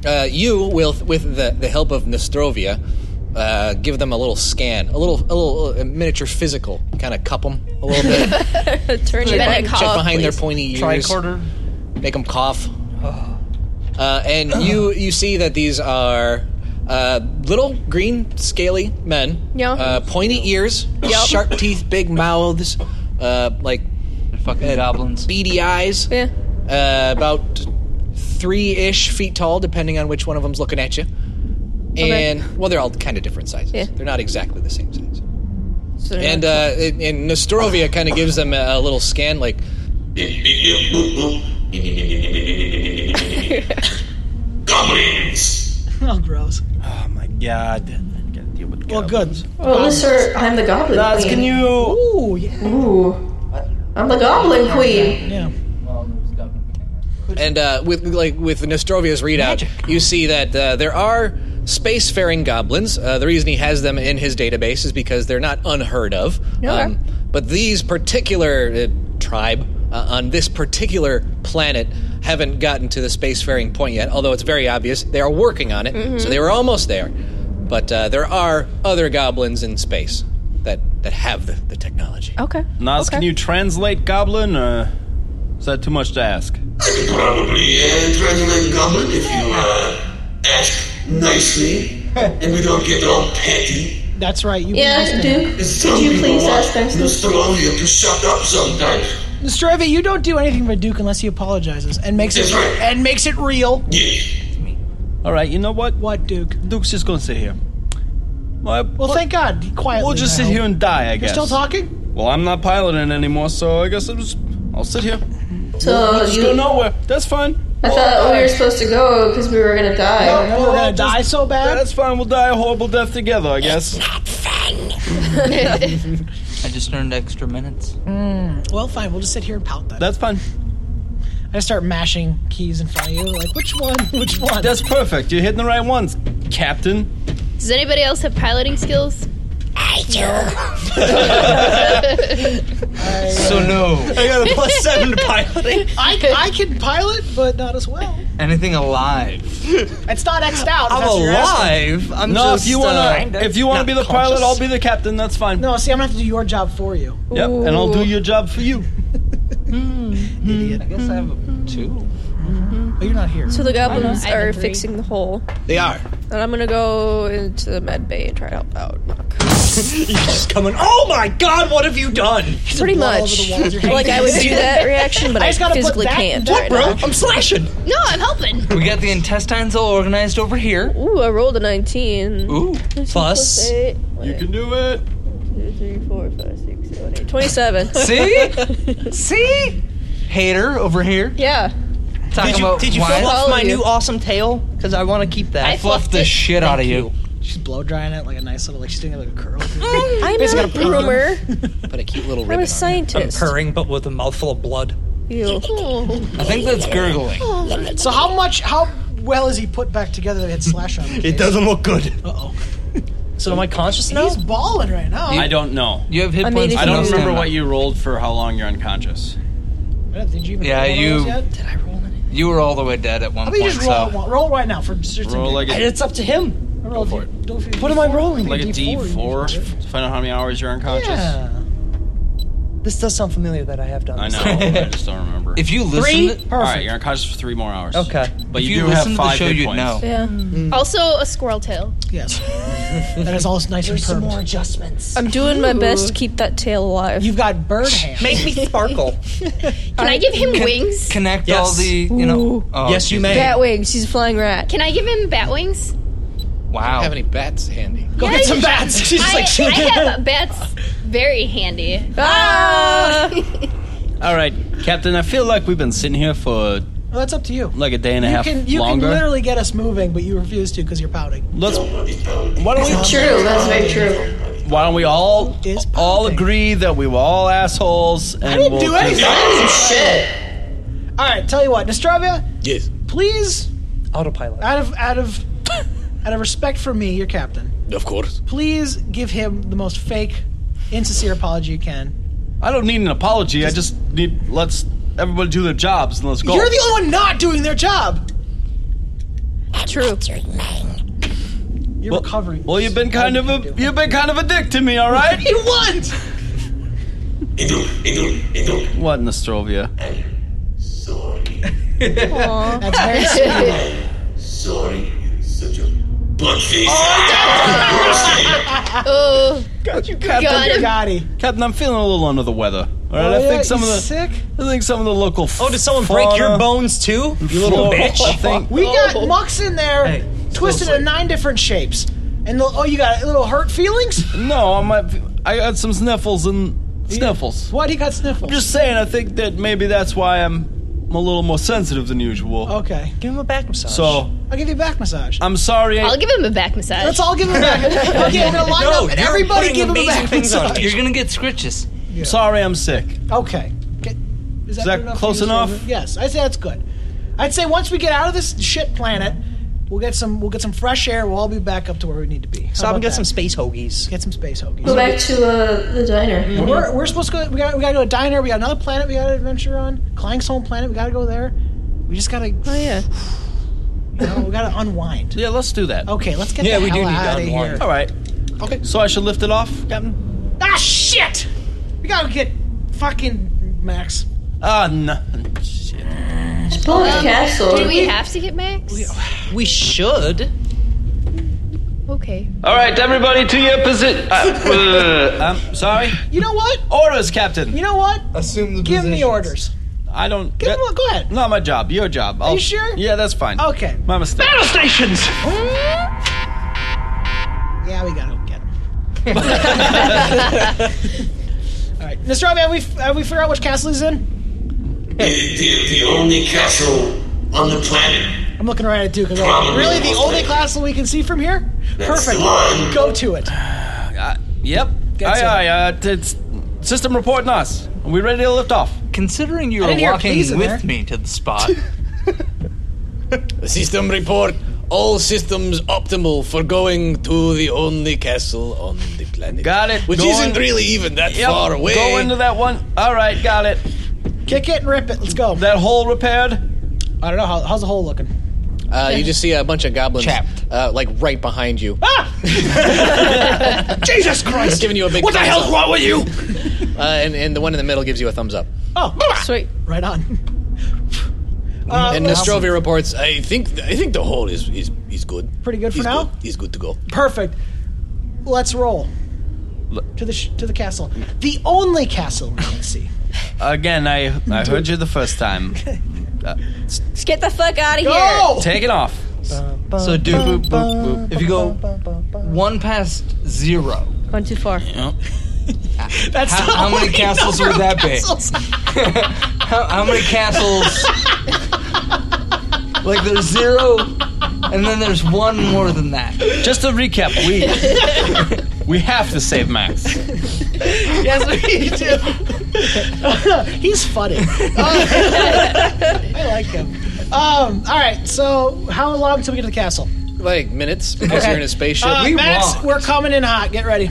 S5: Uh, you will, with the, the help of Nostrovia, uh, give them a little scan, a little, a little uh miniature physical, kind of cup them a little bit.
S10: Turn
S5: check
S10: your
S5: behind,
S10: head.
S5: check behind their pointy ears.
S14: Tricorder.
S5: Make them cough. Uh, and you you see that these are uh, little green scaly men.
S10: Yeah.
S5: Uh, pointy ears, sharp teeth, big mouths, uh, like fucking goblins. Beady eyes.
S10: Yeah.
S5: Uh, about three ish feet tall, depending on which one of them's looking at you.
S10: Okay.
S5: And well, they're all kind of different sizes.
S10: Yeah.
S5: They're not exactly the same size.
S10: So they're
S5: And
S10: not-
S5: uh, and and Nestorovia kind of gives them a, a little scan, like
S16: Goblins!
S7: Oh, gross.
S9: Oh my god. Gotta deal with
S7: Well, good.
S8: Well, at least sir, I'm the goblin
S9: Lars,
S8: queen.
S9: can you?
S7: Ooh, yeah.
S8: Ooh. I'm the goblin queen.
S7: Yeah.
S5: And uh, with like with Nostrovia's readout, you see that uh, there are spacefaring goblins. Uh, the reason he has them in his database is because they're not unheard of. Um,
S10: Okay.
S5: but these particular uh, tribe uh, on this particular planet haven't gotten to the spacefaring point yet. Although it's very obvious they are working on it,
S18: Mm-hmm.
S10: Mhm.
S5: so they were almost there. But uh, there are other goblins in space that that have the, the technology.
S18: Oh.
S10: Okay.
S9: Nas, can you translate goblin? Or is that too much to ask?
S16: Probably uh, translate goblin if you uh, ask nicely and we don't get all petty.
S7: That's right. You
S8: Yeah,
S7: missed it.
S8: Duke.
S16: Some
S8: Could you
S16: people
S8: please
S16: want
S8: ask them
S16: Nostrovia to shut up sometimes.
S7: Nostrovia, you don't do anything for Duke unless he apologizes and makes it
S16: That's right.
S7: and makes it real.
S9: All right, you know what?
S7: What, Duke?
S9: Duke's just gonna sit here. Well,
S7: Well, thank God. he Quietly.
S9: we'll just
S7: now.
S9: sit here and die, I
S7: You're
S9: guess.
S7: still talking?
S9: Well, I'm not piloting anymore, so I guess I'm just, I'll sit here.
S8: So
S9: We'll just
S8: you-
S9: go nowhere. That's fine.
S8: I thought we were supposed to go because we were gonna die.
S7: we were gonna die so bad.
S9: That's fine. We'll die a horrible death together, I guess.
S1: I just earned extra minutes.
S7: Mm, well, fine. We'll just sit here and pout then.
S9: That's fine.
S7: I just start mashing keys in front of you. Like, which one? Which one?
S9: That's perfect. You're hitting the right ones, Captain.
S6: Does anybody else have piloting skills? I
S14: So no.
S9: I got a plus seven to
S14: piloting.
S7: I, I can pilot, but not as well.
S14: Anything alive.
S7: It's not xed out. if
S14: I'm
S7: that's what you're asking.
S14: alive. I'm
S9: no,
S14: just.
S9: if you wanna,
S14: uh,
S9: if you wanna be the pilot, I'll be the captain. That's fine.
S7: No, see, I'm gonna have to do your job for you.
S9: Yep, and I'll do your job for you.
S7: Idiot. I guess I have
S14: two.
S7: Oh, you're not here.
S10: So the goblins
S6: I have a
S10: are
S6: three.
S10: fixing the hole.
S5: They are.
S10: And I'm gonna go into the med bay and try to help out.
S18: He's just coming. Oh my God! What have you done?
S10: Pretty much. like I would do that reaction, but I, physically can't.
S18: Look,
S10: right
S18: bro,
S10: now.
S18: I'm slashing.
S10: No, I'm helping.
S14: We got the intestines all organized over here.
S10: Ooh, I rolled a 19.
S14: Ooh.
S10: Plus,
S14: Plus.
S10: eight.
S14: You
S10: can
S9: do it.
S10: Two, three, four, five, six, seven, eight. 27.
S14: See? See? Hater over here.
S10: Yeah.
S14: Talking
S18: did you,
S14: about
S18: did you
S14: wine.
S18: fluff off my
S14: Follow you.
S18: new awesome tail? Because I want to keep that.
S14: I fluffed the shit out of you.
S7: She's blow drying it like a nice little, like she's doing it like a curl.
S10: I'm
S7: Basically got
S10: not a
S7: perm.
S10: groomer.
S5: Put a cute little
S10: I'm a
S5: ribbon.
S10: scientist.
S18: purring, but with a mouthful of blood.
S10: Ew.
S5: I think that's gurgling.
S7: So how much? How well is he put back together? That had slash on. him?
S18: It doesn't look good.
S7: Uh oh.
S18: So am I conscious now?
S7: He's balling right now.
S9: I don't know.
S14: You have hit
S7: I mean, points if
S9: I
S7: you
S9: don't
S7: roll
S9: remember
S7: stamina.
S9: what you rolled for how long you're unconscious.
S7: Did you even roll
S14: Yeah,
S7: one of
S14: you-
S7: those Yet? Did I roll?
S14: You were all the way dead at
S7: How
S14: one
S7: about
S14: point.
S7: you just roll?
S14: so.
S7: one- Roll right now for just
S9: Roll like a-
S18: It's up to him.
S7: I rolled
S9: for it.
S7: Don't
S18: What am I rolling?
S9: Like a D4 to find out how many hours you're unconscious.
S18: Yeah. This does sound familiar that I have done.
S9: I
S18: this.
S9: know. I just don't remember.
S14: If you listen,
S18: Three?
S14: to-
S9: All right, you're unconscious for three more hours.
S18: Okay.
S9: But
S14: If
S9: you,
S14: you
S9: do have
S14: listen to the
S9: five
S14: show,
S9: hit
S14: you'd
S9: points.
S14: know.
S10: Yeah. Also, a squirrel tail.
S7: Yes. that is all nice and permed. more
S18: adjustments.
S10: I'm doing my best to keep that tail alive.
S7: You've got bird hands.
S18: Make me sparkle.
S6: Can I give him wings?
S14: connect
S18: Yes.
S14: all the, you know. Oh,
S18: Yes, you
S14: geez.
S18: may.
S10: Bat wings. He's a flying rat.
S6: Can I give him bat wings?
S14: Wow.
S5: Have any bats handy?
S6: Go
S18: get some bats. She's
S6: I,
S18: like, she'll
S6: I
S18: get
S6: have bats very handy.
S10: Ah!
S9: All right, Captain. I feel like we've been sitting here for
S7: Well, that's up to you.
S9: like a day and a
S7: you
S9: half
S7: can you
S9: longer.
S7: can literally get us moving, but you refuse to because you're pouting.
S9: Let's. Why don't we?
S8: True, that's very true.
S9: Why don't we all
S7: Is
S9: all agree that we were all assholes and
S7: I didn't
S9: we'll
S7: do anything.
S8: Shit.
S7: All right, tell you what, Nostravia,
S5: Yes.
S7: please,
S18: Autopilot.
S7: out of out of out of respect for me, your captain,
S5: Of course.
S7: please give him the most fake, insincere apology you can.
S9: I don't need an apology. I just need let's everybody do their jobs and let's go.
S7: You're the only one not doing their job.
S10: True.
S7: You're
S9: Well-
S7: recovering.
S9: well, you've been kind of a you've been kind of a dick to me, all right?
S7: You won.
S9: what, Nostrovia?
S7: That's very sweet.
S16: Sorry, you're such a butt face.
S6: Oh,
S9: Got you,
S6: Got him.
S7: Gotti.
S9: Captain, I'm feeling a little under the weather. All right,
S7: Oh,
S9: I
S7: yeah,
S9: think some of
S7: he's
S9: the
S7: sick.
S9: I think some of the local. F-
S18: Oh, did someone break your
S9: fauna-
S18: bones too? You
S9: flora,
S18: little
S9: I
S18: bitch.
S9: think Oh,
S7: We got mucks in there,
S18: Hey,
S7: twisted in nine different shapes, and the, oh, you got a little hurt feelings.
S9: no. I might. I got some sniffles and sniffles.
S7: Why do you got sniffles?
S9: I'm just saying. I think that maybe that's why I'm a little more sensitive than
S7: Oh,
S9: usual.
S7: okay.
S18: Give him a back massage.
S9: So
S7: I'll give you a back massage.
S9: I'm sorry.
S6: I'll give him a back massage.
S7: Let's all give him a back. Okay, we're gonna line
S18: No,
S7: up and
S18: you're
S7: everybody
S18: putting
S7: give him a
S18: amazing
S7: back
S18: things on
S7: massage.
S14: You're gonna get scritches.
S9: I'm sorry. I'm sick.
S7: Okay. Get, is
S9: that
S7: good enough
S9: close
S7: for you,
S9: enough?
S7: Sylvan? Yes, I say that's good. I'd say once we get out of this shit planet, we'll get some we'll get some fresh air. We'll all be back up to where we need to be. How
S18: Stop
S7: about
S18: and get
S7: that?
S18: some space hoagies.
S7: get some space hoagies.
S8: Go back to uh, the diner.
S7: We're, we're supposed to go. We got we got to go to a diner. We got another planet. We got to adventure on Clang's home planet. We got to go there. We just gotta. Oh
S10: yeah.
S7: You know, we gotta unwind.
S9: Yeah, let's do that.
S7: Okay, let's get
S5: Yeah,
S7: the
S5: we do
S7: hell
S5: need to
S7: outta
S5: unwind.
S7: here.
S9: All right.
S7: Okay.
S9: So I should lift it off, Captain.
S7: Ah shit! We gotta get fucking Max.
S9: Ah, no. Shit.
S8: Just pull up the castle.
S6: Do we have to get Max?
S18: We should.
S6: Okay.
S9: All right, everybody, to your position. Uh, I'm sorry.
S7: You know what?
S9: Orders, Captain.
S7: You know what?
S5: Assume the
S7: Give me
S5: positions.
S7: orders.
S9: I don't.
S7: Give them. Go ahead.
S9: Not my job. Your job. I'll-
S7: you sure?
S9: Yeah, that's fine.
S7: Okay.
S9: My mistake.
S19: stations!
S7: Yeah, we gotta go get him. All right, Nostrovia, have we have we figured out which castle he's in?
S16: the, the, the only castle on the planet.
S7: I'm looking right at Duke. and going,
S16: Probably
S7: really, the
S16: most
S7: only
S16: likely.
S7: castle we can see from here?
S16: That's
S7: Perfect.
S16: the one.
S7: Go to it.
S9: Uh, Yep.
S7: That's
S9: aye, aye, uh, t- it's system reporting us. Are we ready to lift off?
S14: Considering you
S7: I
S14: were
S7: didn't hear a please
S14: walking
S7: in
S14: with
S7: there.
S14: me to the spot,
S5: System report. All systems optimal for going to the only castle on the planet.
S9: Got it.
S5: Which
S9: Go
S5: isn't
S9: in-
S5: really even that
S9: Yep.
S5: far away.
S9: Go into that one. All right, got it.
S7: Kick it and rip it. Let's go.
S9: That hole repaired.
S7: I don't know how, how's the hole looking.
S5: Uh, you just see a bunch of goblins,
S14: Chapped.
S5: uh, like right behind you.
S7: Ah!
S19: Jesus Christ!
S5: It's giving you a big.
S19: What the
S5: thumbs
S19: hell's
S5: up.
S19: wrong with you?
S5: Uh, and, and the one in the middle gives you a thumbs up.
S7: Oh,
S10: Sweet.
S7: right on. Uh, Oh,
S5: and Nostrovia reports, I think I think the hole is is, is He's good.
S7: Pretty good for
S5: He's
S7: now?
S5: Good. He's good to go.
S7: Perfect. Let's roll to the sh- to the castle. The only castle we can see.
S9: Again, I I heard you the first time. Uh, s-
S10: Just get the fuck out of
S7: Go!
S10: here.
S9: take it off.
S14: So, dude, if you go one past zero,
S10: Gone too far.
S14: That's how,
S10: the
S14: how many
S10: only
S14: castles
S10: number
S14: would that
S10: of castles.
S14: be? how, how many castles? like there's zero, and then there's one more than that.
S9: Just to recap, we we have to save Max.
S7: yes, we do. Oh. He's funny. Uh, I like him. Um, all right, so how long till we get to the castle?
S5: Like minutes because
S7: Okay.
S5: you're in a spaceship.
S7: Uh, Max, we're coming in hot. Get ready.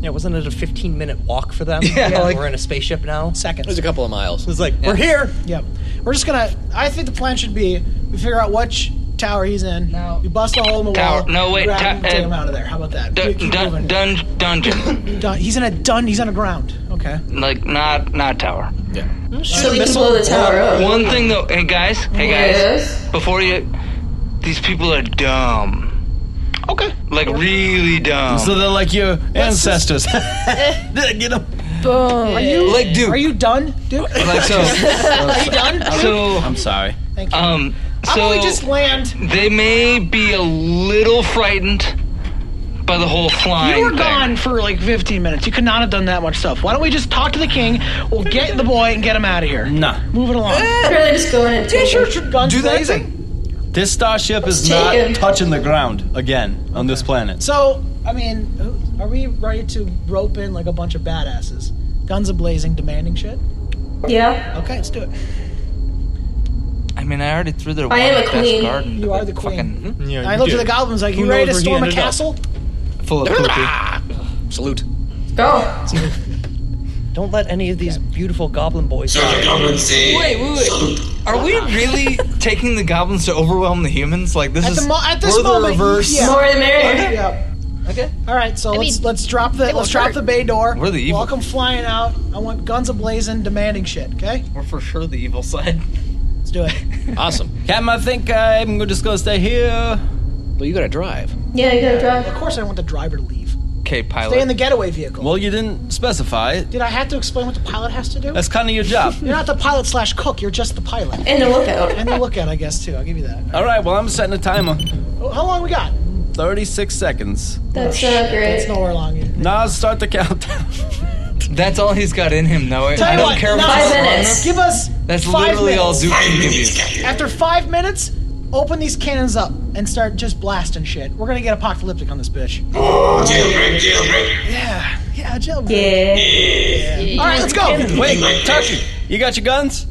S20: Yeah, wasn't it a 15 minute walk for them?
S7: Yeah, like-
S20: we're in a spaceship now.
S7: Seconds.
S5: There's a couple of miles.
S20: It's like
S7: We're here. Yep. We're just gonna. I think the plan should be we figure out which tower he's in. No. We bust a hole in the
S14: Tower.
S7: wall.
S14: No wait.
S7: grab him,
S14: Ta-
S7: take
S14: uh,
S7: him out of there. How about that?
S14: Dun- dun- dun- dungeon.
S7: Dun- he's in a dun. He's on a ground. Okay.
S14: Like not not tower. Yeah.
S7: So we can blow the tower up.
S14: One thing though, hey guys, hey guys,
S7: Yes?
S14: before you, these people are dumb. Okay. Like really dumb.
S9: So they're like your ancestors.
S14: Get them.
S10: Boom.
S7: Are you
S14: Like, dude.
S7: Are you done, dude?
S14: Like so.
S7: are you done?
S14: So
S9: I'm sorry.
S7: Thank
S14: you. Um. So
S7: I'm only just land.
S14: they may be a little frightened by the whole flying
S7: You were
S14: thing.
S7: gone for like 15 minutes. You could not have done that much stuff. Why don't we just talk to the king? We'll get the boy and get him out of here.
S9: Nah.
S7: Move it along.
S8: I'd rather just go in and take
S7: Sure,
S8: it.
S7: sure, guns
S9: Do that
S7: blazing.
S9: This starship is
S7: Let's
S9: not
S7: take him.
S9: touching the ground again on this planet.
S7: So, I mean, who- are we ready to rope in like a bunch of badasses? Guns ablazing, demanding shit?
S8: Yeah.
S7: Okay, let's do it.
S14: I mean, I already threw their
S7: I am
S14: one
S7: a
S14: best
S7: queen.
S14: garden.
S7: You are the queen.
S14: Yeah,
S7: I
S14: you
S7: looked
S14: do.
S7: at the goblins like,
S14: Who
S7: you ready to
S14: knows where he
S7: storm a
S14: ended up?"
S7: castle? Hmm?
S14: Full of
S5: Salute.
S20: Go. Don't let any of these beautiful goblin boys.
S14: Wait, wait, wait. Are we really taking the goblins to overwhelm the humans? Like this
S7: At,
S14: is
S7: the mo- at this
S14: we're
S7: moment,
S14: the reverse.
S7: yeah.
S14: Okay.
S7: Yeah.
S14: Okay.
S7: All right, so
S14: I
S7: let's
S14: mean,
S7: let's drop
S14: it
S7: the
S14: won't
S7: let's drop
S14: hurt.
S7: the bay door.
S14: We're the evil.
S7: Welcome flying out. I want guns ablazing, demanding shit. Okay,
S14: we're for sure the evil side.
S7: Let's do it.
S5: Awesome.
S9: Cam, I think I'm just gonna stay here.
S5: Well, you gotta drive.
S7: Yeah, you gotta drive. Of course, I want the driver to leave.
S14: Okay,
S7: Stay in the getaway vehicle.
S9: Well, you didn't specify.
S7: Did I have to explain what the pilot has to do?
S9: That's kind of your job.
S7: You're not the pilot slash cook. You're just the pilot.
S9: And the lookout.
S7: And the lookout, I guess too. I'll give you that.
S9: All right. Well, I'm setting a timer.
S7: Oh, How long we got?
S9: 36 seconds.
S7: That's not great. That's nowhere long.
S9: Nas, start the countdown.
S14: That's all he's got in him, though. I-
S7: Tell
S14: I
S7: you
S14: don't
S7: what,
S14: care if
S7: Nas,
S14: it's run
S7: Give us
S14: That's
S7: five
S14: literally all
S7: minutes.
S14: Zook can give you.
S7: After five minutes, open these cannons up and start just blasting shit. We're gonna get apocalyptic on this bitch.
S16: Oh, jailbreak, jailbreak.
S7: Yeah, yeah, Jill.
S16: Yeah.
S7: All right, let's go.
S9: Wait, Tucky, you got your guns?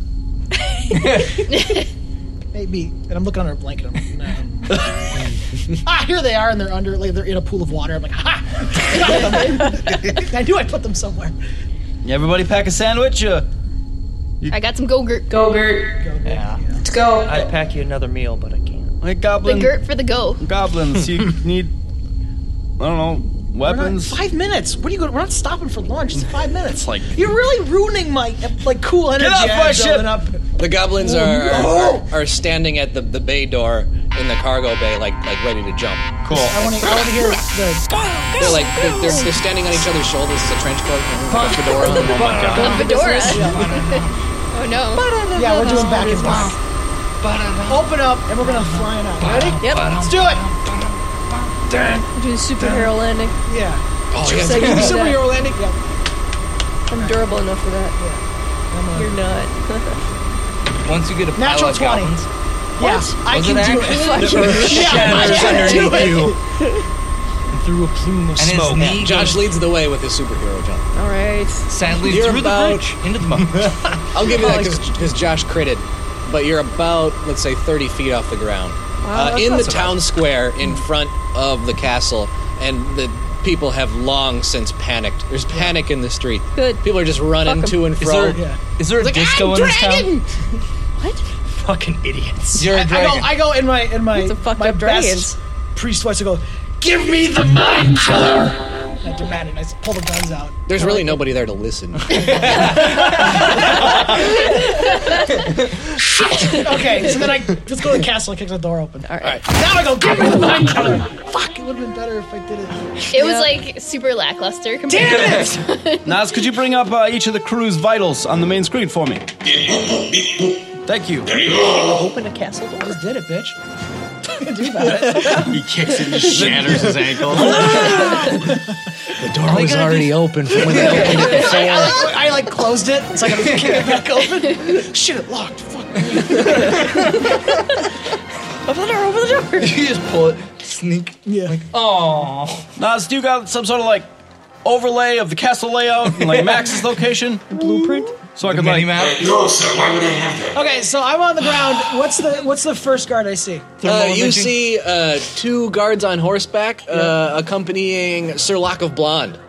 S7: Maybe. And I'm looking under a blanket. I'm like, no. ah, here they are, and they're under. Like, they're in a pool of water. I'm like, ha! I knew I put them somewhere.
S9: Everybody pack a sandwich? Uh,
S6: I got some Go-Gurt.
S20: Yeah.
S6: Let's go.
S20: I'd pack you another meal, but I can't.
S9: hey,
S6: The
S9: goblin,
S6: Gurt for the go.
S9: goblins, you need, I don't know,
S7: We're not-
S9: weapons?
S7: five minutes. What are you going? We're not stopping for lunch. It's five minutes.
S9: like-
S7: you're really ruining my like cool energy.
S5: Get off
S7: I
S5: my
S7: had
S5: ship!
S7: building Up.
S5: The goblins
S7: Oh,
S5: are, are,
S7: no.
S5: are standing at the, the bay door in the cargo bay, like like ready to jump.
S9: Cool.
S7: I want to. I want to hear the.
S5: They're like they're, they're, they're standing on each other's shoulders as a trench coat and a fedora.
S7: Oh my God.
S6: A fedora. oh no.
S7: Yeah, we're doing back and forth. Open up, and we're gonna fly it out. Ready?
S10: Yep.
S7: Let's do it.
S10: I'm doing superhero landing.
S7: Yeah.
S5: Oh,
S7: yeah.
S10: I can do that.
S7: Superhero landing. Yeah.
S10: I'm durable enough for that. You're not.
S14: Once you get a pile
S7: Natural
S14: of
S7: 20.
S14: goblins,
S7: Yes, I
S14: Was
S7: can
S14: it
S7: do
S14: actually-
S7: it.
S14: The earth
S7: Yeah, I
S14: shatters
S7: can do
S14: underneath
S7: it.
S14: you.
S20: Through a plume of
S14: And his
S20: smoke.
S14: knee
S5: Josh leads the way with his superhero jump.
S10: All right.
S14: sadly
S5: You're
S14: through
S5: about-
S14: the bridge into the moat.
S5: I'll give you that because Josh critted, but you're about let's say 30 feet off the ground
S14: Wow,
S5: uh,
S14: that's
S5: in
S14: not
S5: the
S14: so bad.
S5: town square in front of the castle, and the people have long since panicked. There's panic in the street.
S10: Good.
S5: People are just
S10: Fuck
S5: running
S10: 'em.
S5: to and
S10: Is
S5: fro.
S10: there- yeah.
S14: Is there a
S5: Like,
S14: disco
S5: "I'm
S14: in this town?
S5: dragon!"
S20: Fucking idiots.
S14: You're a
S7: I go,
S14: dragon.
S7: I go in my in my
S10: It's a fucked
S7: my best
S10: up dragons.
S7: priest voice. I go, "Give me the mind killer." And I demand it. And I s- pull the guns out.
S5: There's really nobody there to listen.
S7: okay, so then I let's go to the castle and kick the door open. All right. Now I go give me the wine counter. Fuck, it would have been better if I did it.
S6: It was like super lackluster compared
S9: Damn
S6: to the first one.
S9: Nas, could you bring up uh, each of the crew's vitals on the main screen for me? Thank you.
S7: Open a castle door. Just did it, bitch. Do that.
S14: He kicks it and shatters his ankle.
S5: The door was already open from when they opened it before.
S7: I, I like closed it, so I gotta kick it back open. Shit, it locked.
S9: Open the door, open the door. you just pull it, sneak. Yeah. Like, oh. Nas, do you got some sort of like overlay of the castle layout and like Max's location? The blueprint? So I can like.
S16: No, sir, why would I have that?
S7: Okay, so I'm on the ground. What's the what's the first guard I see?
S5: Uh, you see uh, two guards on horseback uh, accompanying Sir Lock of Blonde,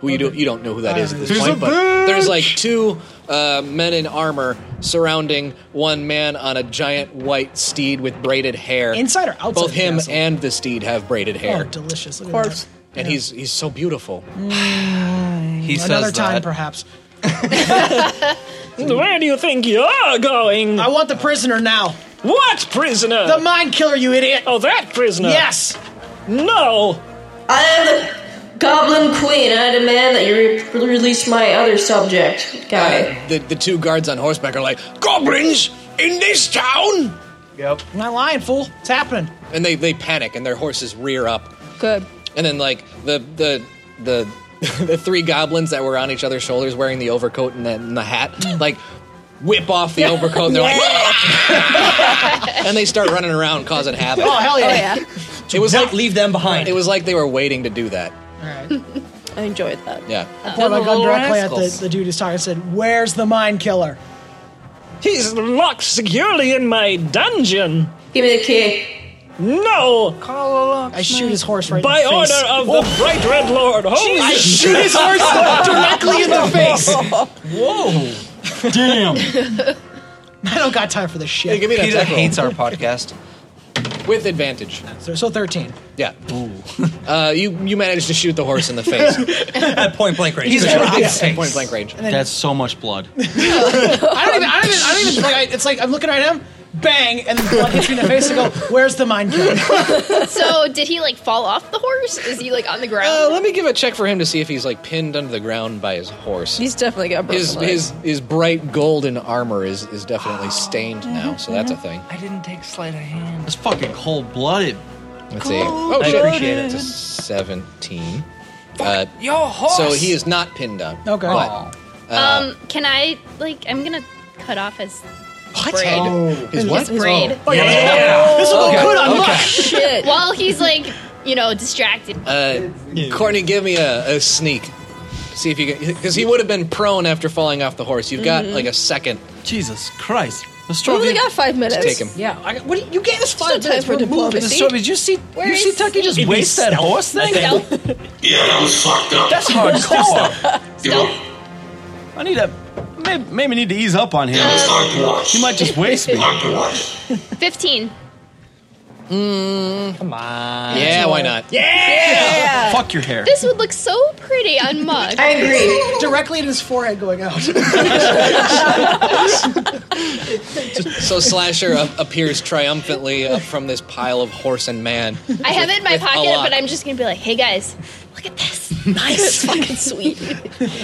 S5: who you, do, you don't know who that is at this
S7: She's a
S5: point, but there's like two uh, men in armor surrounding one man on a giant white steed with braided hair.
S7: Inside or outside
S5: Both
S7: the
S5: him
S7: castle?
S5: and the steed have braided hair.
S7: Oh, delicious. Look
S5: course. And he's he's so beautiful.
S7: he
S5: says
S7: Another time,
S5: that.
S7: perhaps. Where do you think you're going? I want the prisoner now. What
S5: Uh.
S7: prisoner? The mind killer, you idiot! Oh, that prisoner. Yes. No.
S8: I am the Goblin Queen, and I demand that you re- release my other subject guy.
S5: The, the two guards on horseback are like, Goblins in this town?
S7: Yep. I'm not lying, fool. It's happening.
S5: And they, they panic and their horses rear up.
S10: Good.
S5: And then like the the the the three goblins that were on each other's shoulders wearing the overcoat and the, and the hat, like whip off the overcoat and they're like and they start running around causing havoc.
S7: Oh, hell yeah. Oh, yeah.
S5: It was like leave them behind. It was like they were waiting to do that.
S10: I enjoyed that.
S5: Yeah.
S7: I pointed my gun
S10: Double
S7: directly at the,
S10: rascals.
S7: the dude who's talking and said, Where's the mind killer?
S21: He's locked securely in my dungeon.
S8: Give me the key.
S21: No.
S7: I shoot his horse right
S21: By
S7: in the
S21: order
S7: face.
S21: of the Bright Red Lord. Holy
S7: I shoot his horse Oh, directly in the face.
S14: Whoa. Damn.
S7: I don't got time for this shit.
S5: Hey, give me that
S14: Peter
S5: tech roll.
S14: hates our podcast.
S5: With advantage.
S7: So, so 13.
S5: Yeah. Uh, you you managed to shoot the horse in the face.
S14: At point blank range.
S5: He's
S14: Good
S5: a
S14: job.
S5: rock.
S14: Yeah.
S5: Face. Point blank range. And then-
S17: That's so much blood.
S7: I don't even, I don't even, I don't even like, I, it's like I'm looking right at him, bang, and the blood hits me in the face and go, where's the mind killer?
S6: so did he like fall off the horse? Is he like on the ground?
S5: Uh, let me give a check for him to see if he's like pinned under the ground by his horse.
S10: He's definitely got broken
S5: His
S10: legs.
S5: his his bright golden armor is is definitely stained now, so that's a thing.
S1: I didn't take sleight of hand.
S5: That's fucking cold blooded. Let's see. Oh
S1: I
S5: shit!
S1: appreciate it.
S5: It's a seventeen. Uh,
S1: your horse!
S5: So he is not pinned down.
S7: Okay.
S5: But, uh,
S6: um, can I like I'm gonna cut off his
S5: What?
S6: braid.
S5: Oh. His what?
S6: His braid.
S5: Oh, yeah.
S7: This
S10: Oh,
S7: will go
S5: Okay.
S7: good on
S5: Okay.
S7: luck.
S6: Shit. While he's like, you know, distracted.
S5: Uh, Courtney, give me a, a sneak. See if you can, because he would have been prone after falling off the horse. You've got
S10: Mhm.
S5: like a second. Jesus Christ!
S10: We only got five minutes.
S5: Just take him.
S10: Yeah.
S7: I, what do you, you gave us five
S10: time
S7: minutes
S10: for
S7: we're moving.
S10: diplomacy.
S9: So did you see?
S10: Where
S9: you see
S10: is
S9: Tucky just
S10: Steve?
S9: waste that horse thing?
S16: Yeah, that was fucked up.
S9: That's hardcore.
S16: You know,
S9: I need a maybe, maybe need to ease up on him.
S16: it's hard to watch.
S9: He might just waste me.
S16: Hard to watch.
S6: Fifteen.
S5: Come on. Yeah, why not?
S6: Yeah.
S9: Fuck your hair.
S6: This would look so pretty on Mug.
S7: I agree. Directly at his forehead going out.
S5: So Slasher uh, appears triumphantly up from this pile of horse and man.
S6: I have it in my
S5: With a
S6: pocket,
S5: lot.
S6: but I'm just gonna be like, hey guys, look at this. Nice. fucking sweet.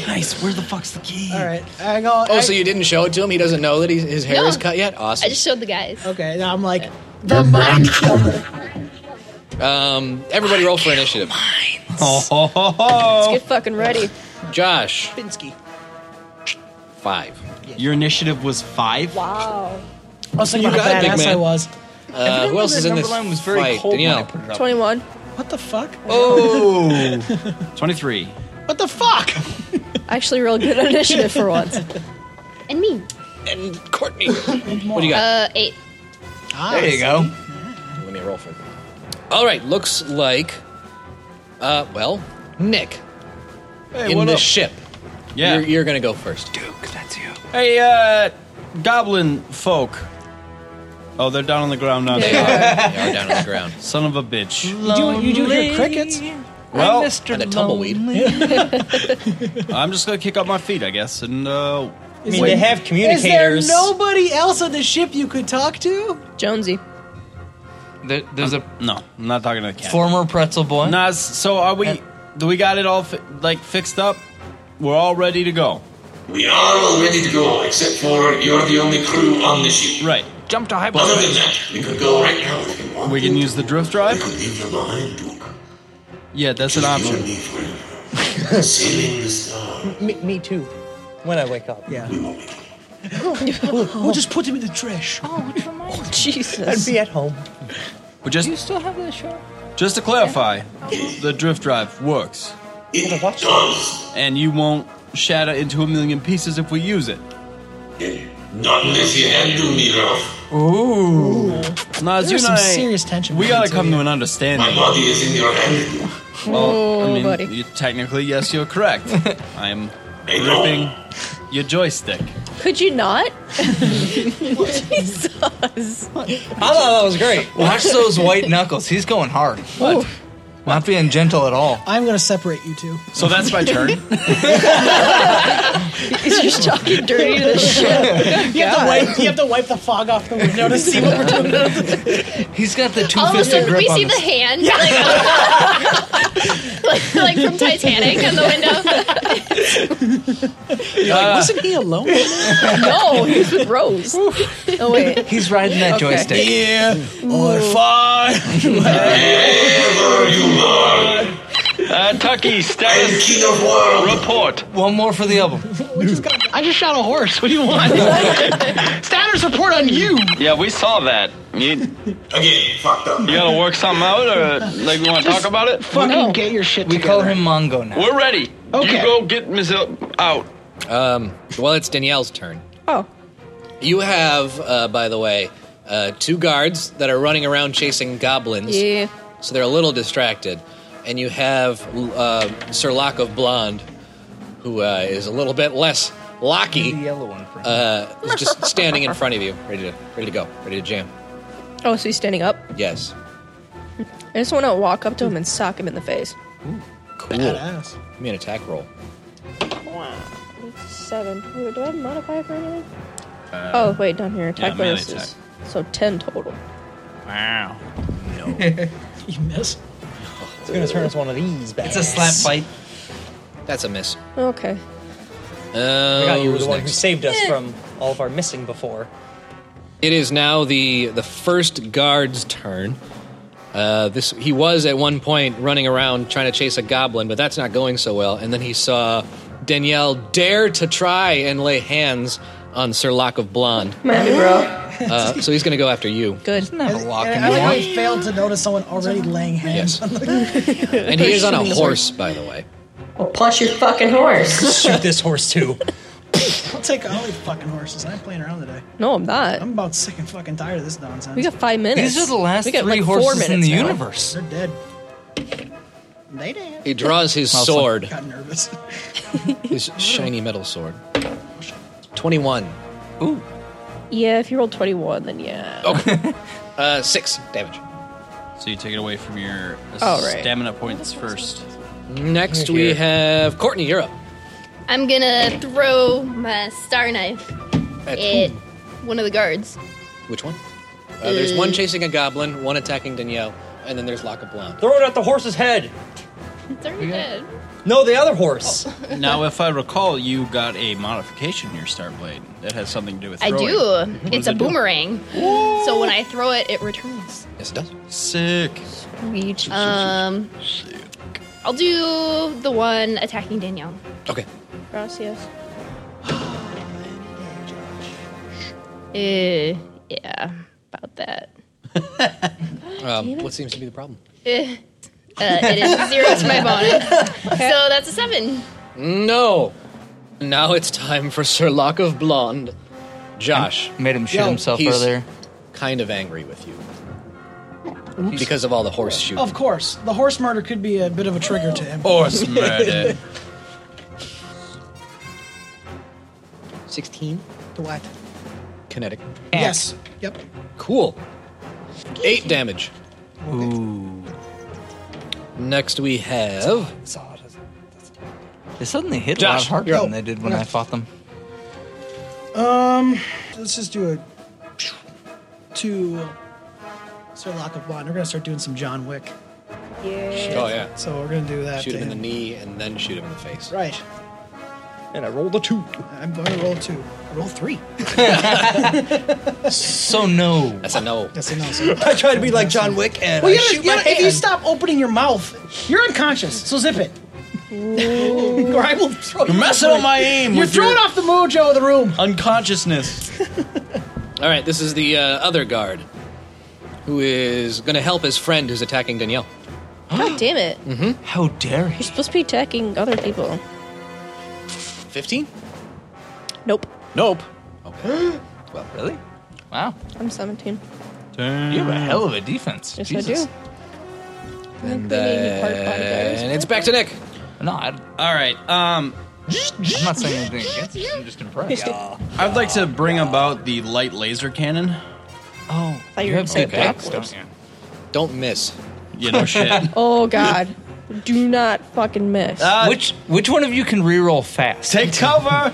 S5: Nice. Where the fuck's the key?
S7: All right. I go,
S5: Oh, so you didn't show it to him? He doesn't know that he's, his hair
S6: No.
S5: is cut yet. Awesome.
S6: I just showed the guys.
S7: Okay, now I'm like, the mind killer.
S5: um, everybody, roll for initiative. Oh,
S10: Let's get fucking ready.
S5: Josh,
S7: Binsky.
S5: five.
S17: Your initiative was five.
S10: Wow.
S7: Also, you
S5: Oh, You got
S7: got
S5: it, big
S7: badass
S5: man.
S7: I was.
S5: Uh, who else is in this fight? Danielle.
S10: 21.
S7: What the fuck?
S17: Oh. 23.
S7: What the fuck?
S10: Actually, real good at initiative for once.
S6: And me.
S5: And Courtney. what do you got?
S6: Uh, eight.
S5: there you go.
S6: Uh,
S5: Let me roll for it. All right. Looks like, uh, well, Nick
S9: Hey,
S5: in
S9: what
S5: the
S9: up?
S5: ship.
S9: Yeah.
S5: you're, you're gonna go first.
S9: Hey, uh, goblin folk. Oh, they're down on the ground now.
S5: They are. They are down on the ground.
S9: Son of a bitch.
S7: You do, you do hear crickets?
S9: Well,
S5: and a tumbleweed.
S9: I'm just gonna kick up my feet, I guess, and uh.
S14: I mean, they have
S7: Is there nobody else on the ship you could talk to?
S10: Jonesy.
S9: there's a no. I'm not talking to the cat.
S14: Former pretzel boy.
S9: Nah, s- so are we? Do we got it all fi- like fixed up? We're all ready to go.
S16: We are all ready to go, except for you're the only crew on the ship.
S9: Right. Jump to
S16: Other than that, we could go right now if you want.
S9: We can use the drift drive.
S16: Leave her behind, Duke.
S9: Yeah, that's an
S16: Just you
S9: option.
S16: and me forever. Sailing the stars.
S22: Me, me too. When I wake up. Yeah.
S7: we'll, we'll just put him in the trash.
S10: Oh, Jesus.
S22: I'd be at home.
S9: But just
S10: still have that show?
S9: just to clarify, the drift drive works,
S16: It does.
S9: and you won't shatter into a million pieces if we use it.
S16: Not unless you handle me, Ralph.
S9: Ooh. Nas,
S7: There's
S9: you and
S7: some
S9: I,
S7: serious tension
S9: We
S7: between
S9: gotta
S7: the
S9: come
S7: two
S9: to an understanding.
S16: My body is in your hand.
S9: Well, I
S10: Oh,
S9: mean,
S10: buddy.
S9: You, technically, yes, you're correct. I'm ripping your joystick.
S10: Could you not? Jesus.
S14: I
S5: Oh,
S14: thought that was great. Watch those white knuckles. He's going hard. What? Not being gentle at all.
S7: I'm gonna separate you two.
S9: So that's my turn.
S10: He's just talking dirty to the ship.
S7: You have, to wipe, you have to wipe the fog off the window to see what we're doing.
S14: He's got the
S6: All of a
S14: two-fisted
S6: sudden, Oh, we
S14: grip on
S6: see the
S14: this.
S6: hand, like, like, like from Titanic on the window.
S7: You're like, wasn't he alone?
S10: no, he's with Rose. Oh, wait.
S14: He's riding that
S10: Okay.
S14: joystick.
S9: Yeah, or far.
S17: Uh, Tucky, status report.
S14: One more for the album.
S23: I just shot a horse. What do you want? Status report on you.
S17: Yeah, we saw that. You,
S16: Again, fucked up.
S17: you gotta work something out, or like we want to talk about it?
S23: Fucking get your shit
S14: We
S23: together.
S14: call him Mongo now.
S17: We're ready.
S23: Okay.
S17: You go get Mizil out.
S5: Um, well, it's Danielle's turn.
S10: Oh.
S5: You have, uh, by the way, uh, two guards that are running around chasing goblins.
S10: Yeah.
S5: So they're a little distracted. And you have uh, Sir Lock of Blonde, who uh, is a little bit less locky. The
S14: yellow one.
S5: Uh, is just standing in front of you, ready to ready to go, ready to jam.
S10: Oh, so he's standing up.
S5: Yes.
S10: I just want to walk up to him and sock him in the face.
S5: Cool. Give me an attack roll.
S10: Seven. Wait, Do I have a modifier for anything? oh, wait, down here. Attack
S7: yeah, melee
S10: bonuses. So 10 total.
S9: Wow.
S7: you miss.
S22: It's gonna turn us one of these back.
S14: It's a slap fight.
S5: That's a miss.
S10: Okay.
S22: I
S5: Uh,
S22: got you were the
S5: who's
S22: one who
S5: next?
S22: saved us from all of our missing before.
S5: It is now the the first guard's turn. Uh, this he was at one point running around trying to chase a goblin, but that's not going so well. And then he saw Danielle dare to try and lay hands on Sir Lock of Blonde.
S10: Mammy, bro.
S5: Uh, so he's going to go after you,
S10: Good.
S7: I like how he failed to notice someone already laying hands.
S5: and he is on a horse, by the way.
S8: Well, punch your fucking horse.
S22: Shoot this horse too.
S7: I'll take all these fucking horses. I'm playing around today.
S10: No, I'm not.
S7: I'm about sick and fucking tired of this nonsense.
S10: We got five minutes.
S14: These are the last
S10: we got
S14: three
S10: like four
S14: horses
S10: minutes
S14: in the
S10: now.
S14: universe.
S7: They're dead. They dead.
S5: He draws his
S14: Mouthful.
S5: sword,
S7: Got nervous.
S5: his shiny metal sword. Twenty-one,
S10: Yeah, if you roll 21, then yeah.
S14: Oh.
S5: uh, six damage.
S9: So you take it away from your
S10: Oh, right.
S9: stamina points first.
S5: Next we have Courtney. You're up.
S6: I'm gonna throw my star knife
S5: At
S6: at
S10: Hmm.
S6: one of the guards.
S5: Which one? Uh, there's
S6: Uh,
S5: one chasing a goblin, one attacking Danielle, and then there's Lock of Blonde.
S22: Throw it at the horse's head.
S6: They're dead.
S22: No, the other horse.
S9: Now, if I recall, you got a modification in your star blade that has something to do with
S6: I
S9: throwing.
S6: do.
S9: What does
S6: It's a
S9: it do?
S6: boomerang. So when I throw it, it returns.
S5: Yes, it does.
S9: Sick.
S10: Sweet.
S6: Um, I'll do the one attacking Danielle.
S5: Okay.
S10: Gracias.
S6: Uh, yeah, about that.
S5: Um, what seems to be the problem?
S6: Eh, uh, it is zero to my bonus. So that's a seven.
S5: No. Now it's time for Sir Lock of Blonde. Josh
S14: Made him shit
S5: Yo,
S14: himself
S5: he's-
S14: earlier.
S5: kind of angry with you because of all the horse shooting.
S7: Of course, the horse murder could be a bit of a trigger to him.
S5: Horse murder. Sixteen
S7: To what?
S5: kinetic.
S7: Yes. Yep.
S5: Cool. Eight damage.
S14: Ooh.
S5: Next we have.
S14: They suddenly hit a lot
S5: Josh,
S14: harder
S5: you're
S14: than
S5: up.
S14: they did when
S5: Yeah.
S14: I fought them.
S7: Um,
S11: let's just do a
S7: to Sir Lock of Bond. We're gonna start doing some John Wick.
S5: Shit. Oh, yeah.
S7: So we're gonna do that.
S5: Shoot
S7: to
S5: him in the
S7: him.
S5: knee and then shoot him in the face.
S7: Right.
S5: And I rolled a two.
S7: I'm going to roll two. I roll three.
S14: so no. That's
S5: a no.
S7: That's a no.
S22: I tried to be like John Wick and I
S7: well, you gotta,
S22: shoot
S7: you
S22: my
S7: gotta- if you
S22: hand.
S7: stop opening your mouth, you're unconscious. So zip it. or I will throw
S9: You're
S7: you
S9: messing
S7: off
S9: up
S7: the-
S9: my aim
S7: You're
S9: with
S7: throwing
S9: your-
S7: off the mojo of the room.
S9: Unconsciousness.
S5: All right, this is the uh, other guard who is going to help his friend who's attacking Danielle.
S10: God damn it.
S14: Mm.
S5: Mm-hmm.
S14: How dare
S10: You're supposed to be attacking other people.
S5: 15?
S10: Nope.
S5: Nope.
S14: Well, really? Wow.
S10: I'm 17.
S14: You have a hell of a defense.
S10: Yes, I
S14: Jesus.
S10: do.
S5: And,
S10: need part bodyguards.
S5: then it's back to Nick.
S14: No, I'd,
S9: all right. Um,
S14: I'm not saying anything against it. I'm just impressed.
S9: I'd like to bring about the light laser cannon.
S14: Oh,
S10: you were gonna say backwards.
S5: Don't miss.
S9: You know shit.
S10: Oh god. Do not fucking miss.
S14: which which one of you can reroll fast?
S9: Take cover.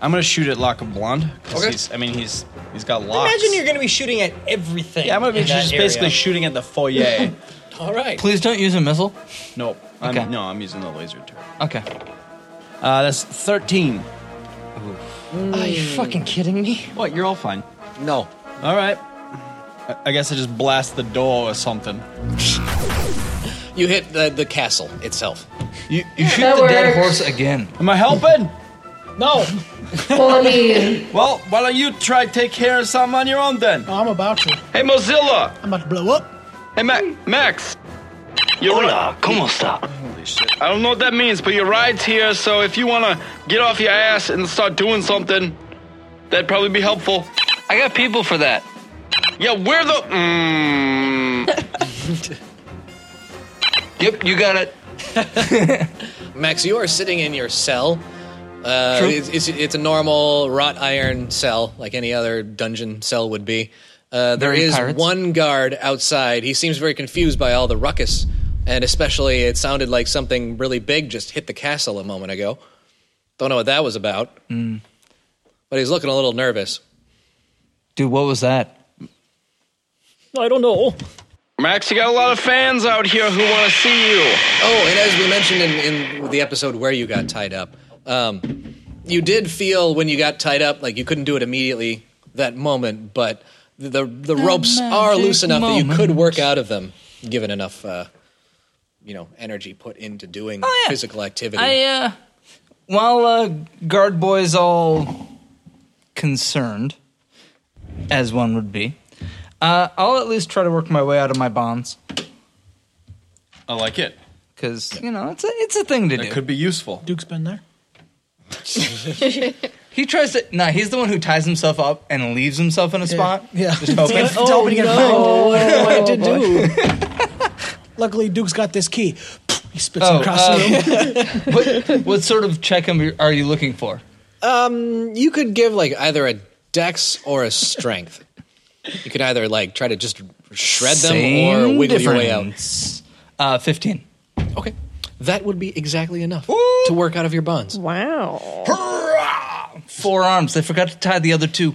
S9: I'm gonna shoot at Lock of Blonde. 'cause
S22: Okay.
S9: he's- I mean, he's he's got locks.
S22: Imagine you're going to be shooting at everything.
S9: Yeah, I'm gonna be
S22: in that
S9: just
S22: area.
S9: basically shooting at the foyer.
S22: All right.
S14: Please don't use a missile.
S9: Nope. I'm,
S14: Okay.
S9: No, I'm using the laser turret.
S14: Okay.
S9: Uh, that's 13.
S22: Are you fucking kidding me?
S9: What? You're all fine.
S5: No.
S9: All right. I, I guess I just blast the door or something.
S5: You hit the, the castle itself.
S14: You, you shoot
S5: That
S14: the dead
S5: works.
S14: horse again.
S9: Am I helping?
S7: no.
S8: Well, I mean-
S9: Well, why don't you try to take care of something on your own then?
S7: I'm about to.
S17: Hey, Mozilla.
S7: I'm about to blow up.
S17: Hey, Ma- Max. You're Hola, ¿cómo está? Holy shit. I don't know what that means, but your ride's here, so if you want to get off your ass and start doing something, that'd probably be helpful.
S1: I got people for that.
S17: Yeah, where the. Mm.
S1: Yep, you got it.
S5: Max, you are sitting in your cell. Uh,
S14: True.
S5: It's, it's, it's a normal wrought iron cell, like any other dungeon cell would be. Uh, there
S14: Very
S5: is
S14: pirates.
S5: one guard outside. He seems very confused by all the ruckus, and especially it sounded like something really big just hit the castle a moment ago. Don't know what that was about,
S14: Mm.
S5: but he's looking a little nervous.
S14: Dude, what was that?
S21: I don't know.
S17: Max, you got a lot of fans out here who want to see you.
S5: Oh, and as we mentioned in, in the episode where you got tied up, um, you did feel when you got tied up, like you couldn't do it immediately that moment, but the the ropes are loose
S14: magic
S5: enough that you could
S14: moment.
S5: work out of them, given enough, uh, you know, energy put into doing physical activity.
S14: Oh, I uh, while uh, guard boys all concerned, as one would be, uh, I'll at least try to work my way out of my bonds
S9: I like it.
S14: because you know it's a it's a thing to
S9: That
S14: do.
S9: could be useful.
S7: Duke's been there.
S14: He tries to. No, he's the one who ties himself up and leaves himself in a spot.
S7: Yeah.
S14: just hoping.
S7: Just hoping to get
S14: Oh,
S7: found.
S14: no.
S7: What did you do? Luckily, Duke's got this key. He spits
S14: Oh,
S7: across the room.
S14: um, what, what sort of check am- are you looking for?
S5: Um, you could give like either a dex or a strength. you could either like try to just shred them or
S14: Same
S5: wiggle your way out.
S14: difference. Uh, Fifteen.
S5: Okay, that would be exactly enough to work out of your bonds.
S10: Wow.
S14: Four arms. They forgot to tie the other two.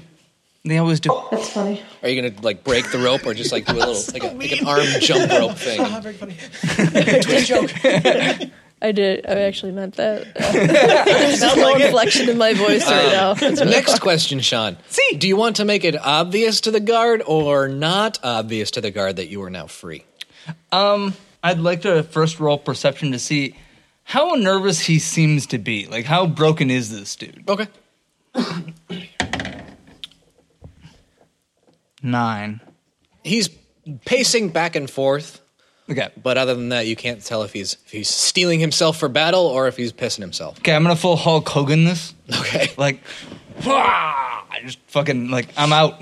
S14: They always do.
S8: That's funny.
S5: Are you gonna like break the rope or just like do a little like, a, like an arm jump rope thing?
S7: very funny.
S10: I did. I actually meant that. There's just no inflection in my voice right now.
S5: Um,
S14: Uh.
S5: next question, Sean. See, do you want to make it obvious to the guard or not obvious to the guard that you are now free?
S14: Um, I'd like to first roll perception to see how nervous he seems to be. Like, how broken is this dude?
S5: Okay.
S14: Nine.
S5: He's pacing back and forth.
S14: Okay.
S5: But other than that, you can't tell if he's if he's stealing himself for battle or if he's pissing himself.
S14: Okay, I'm gonna full Hulk Hogan this.
S5: Okay.
S14: Like, "Wah!" I just fucking like I'm out.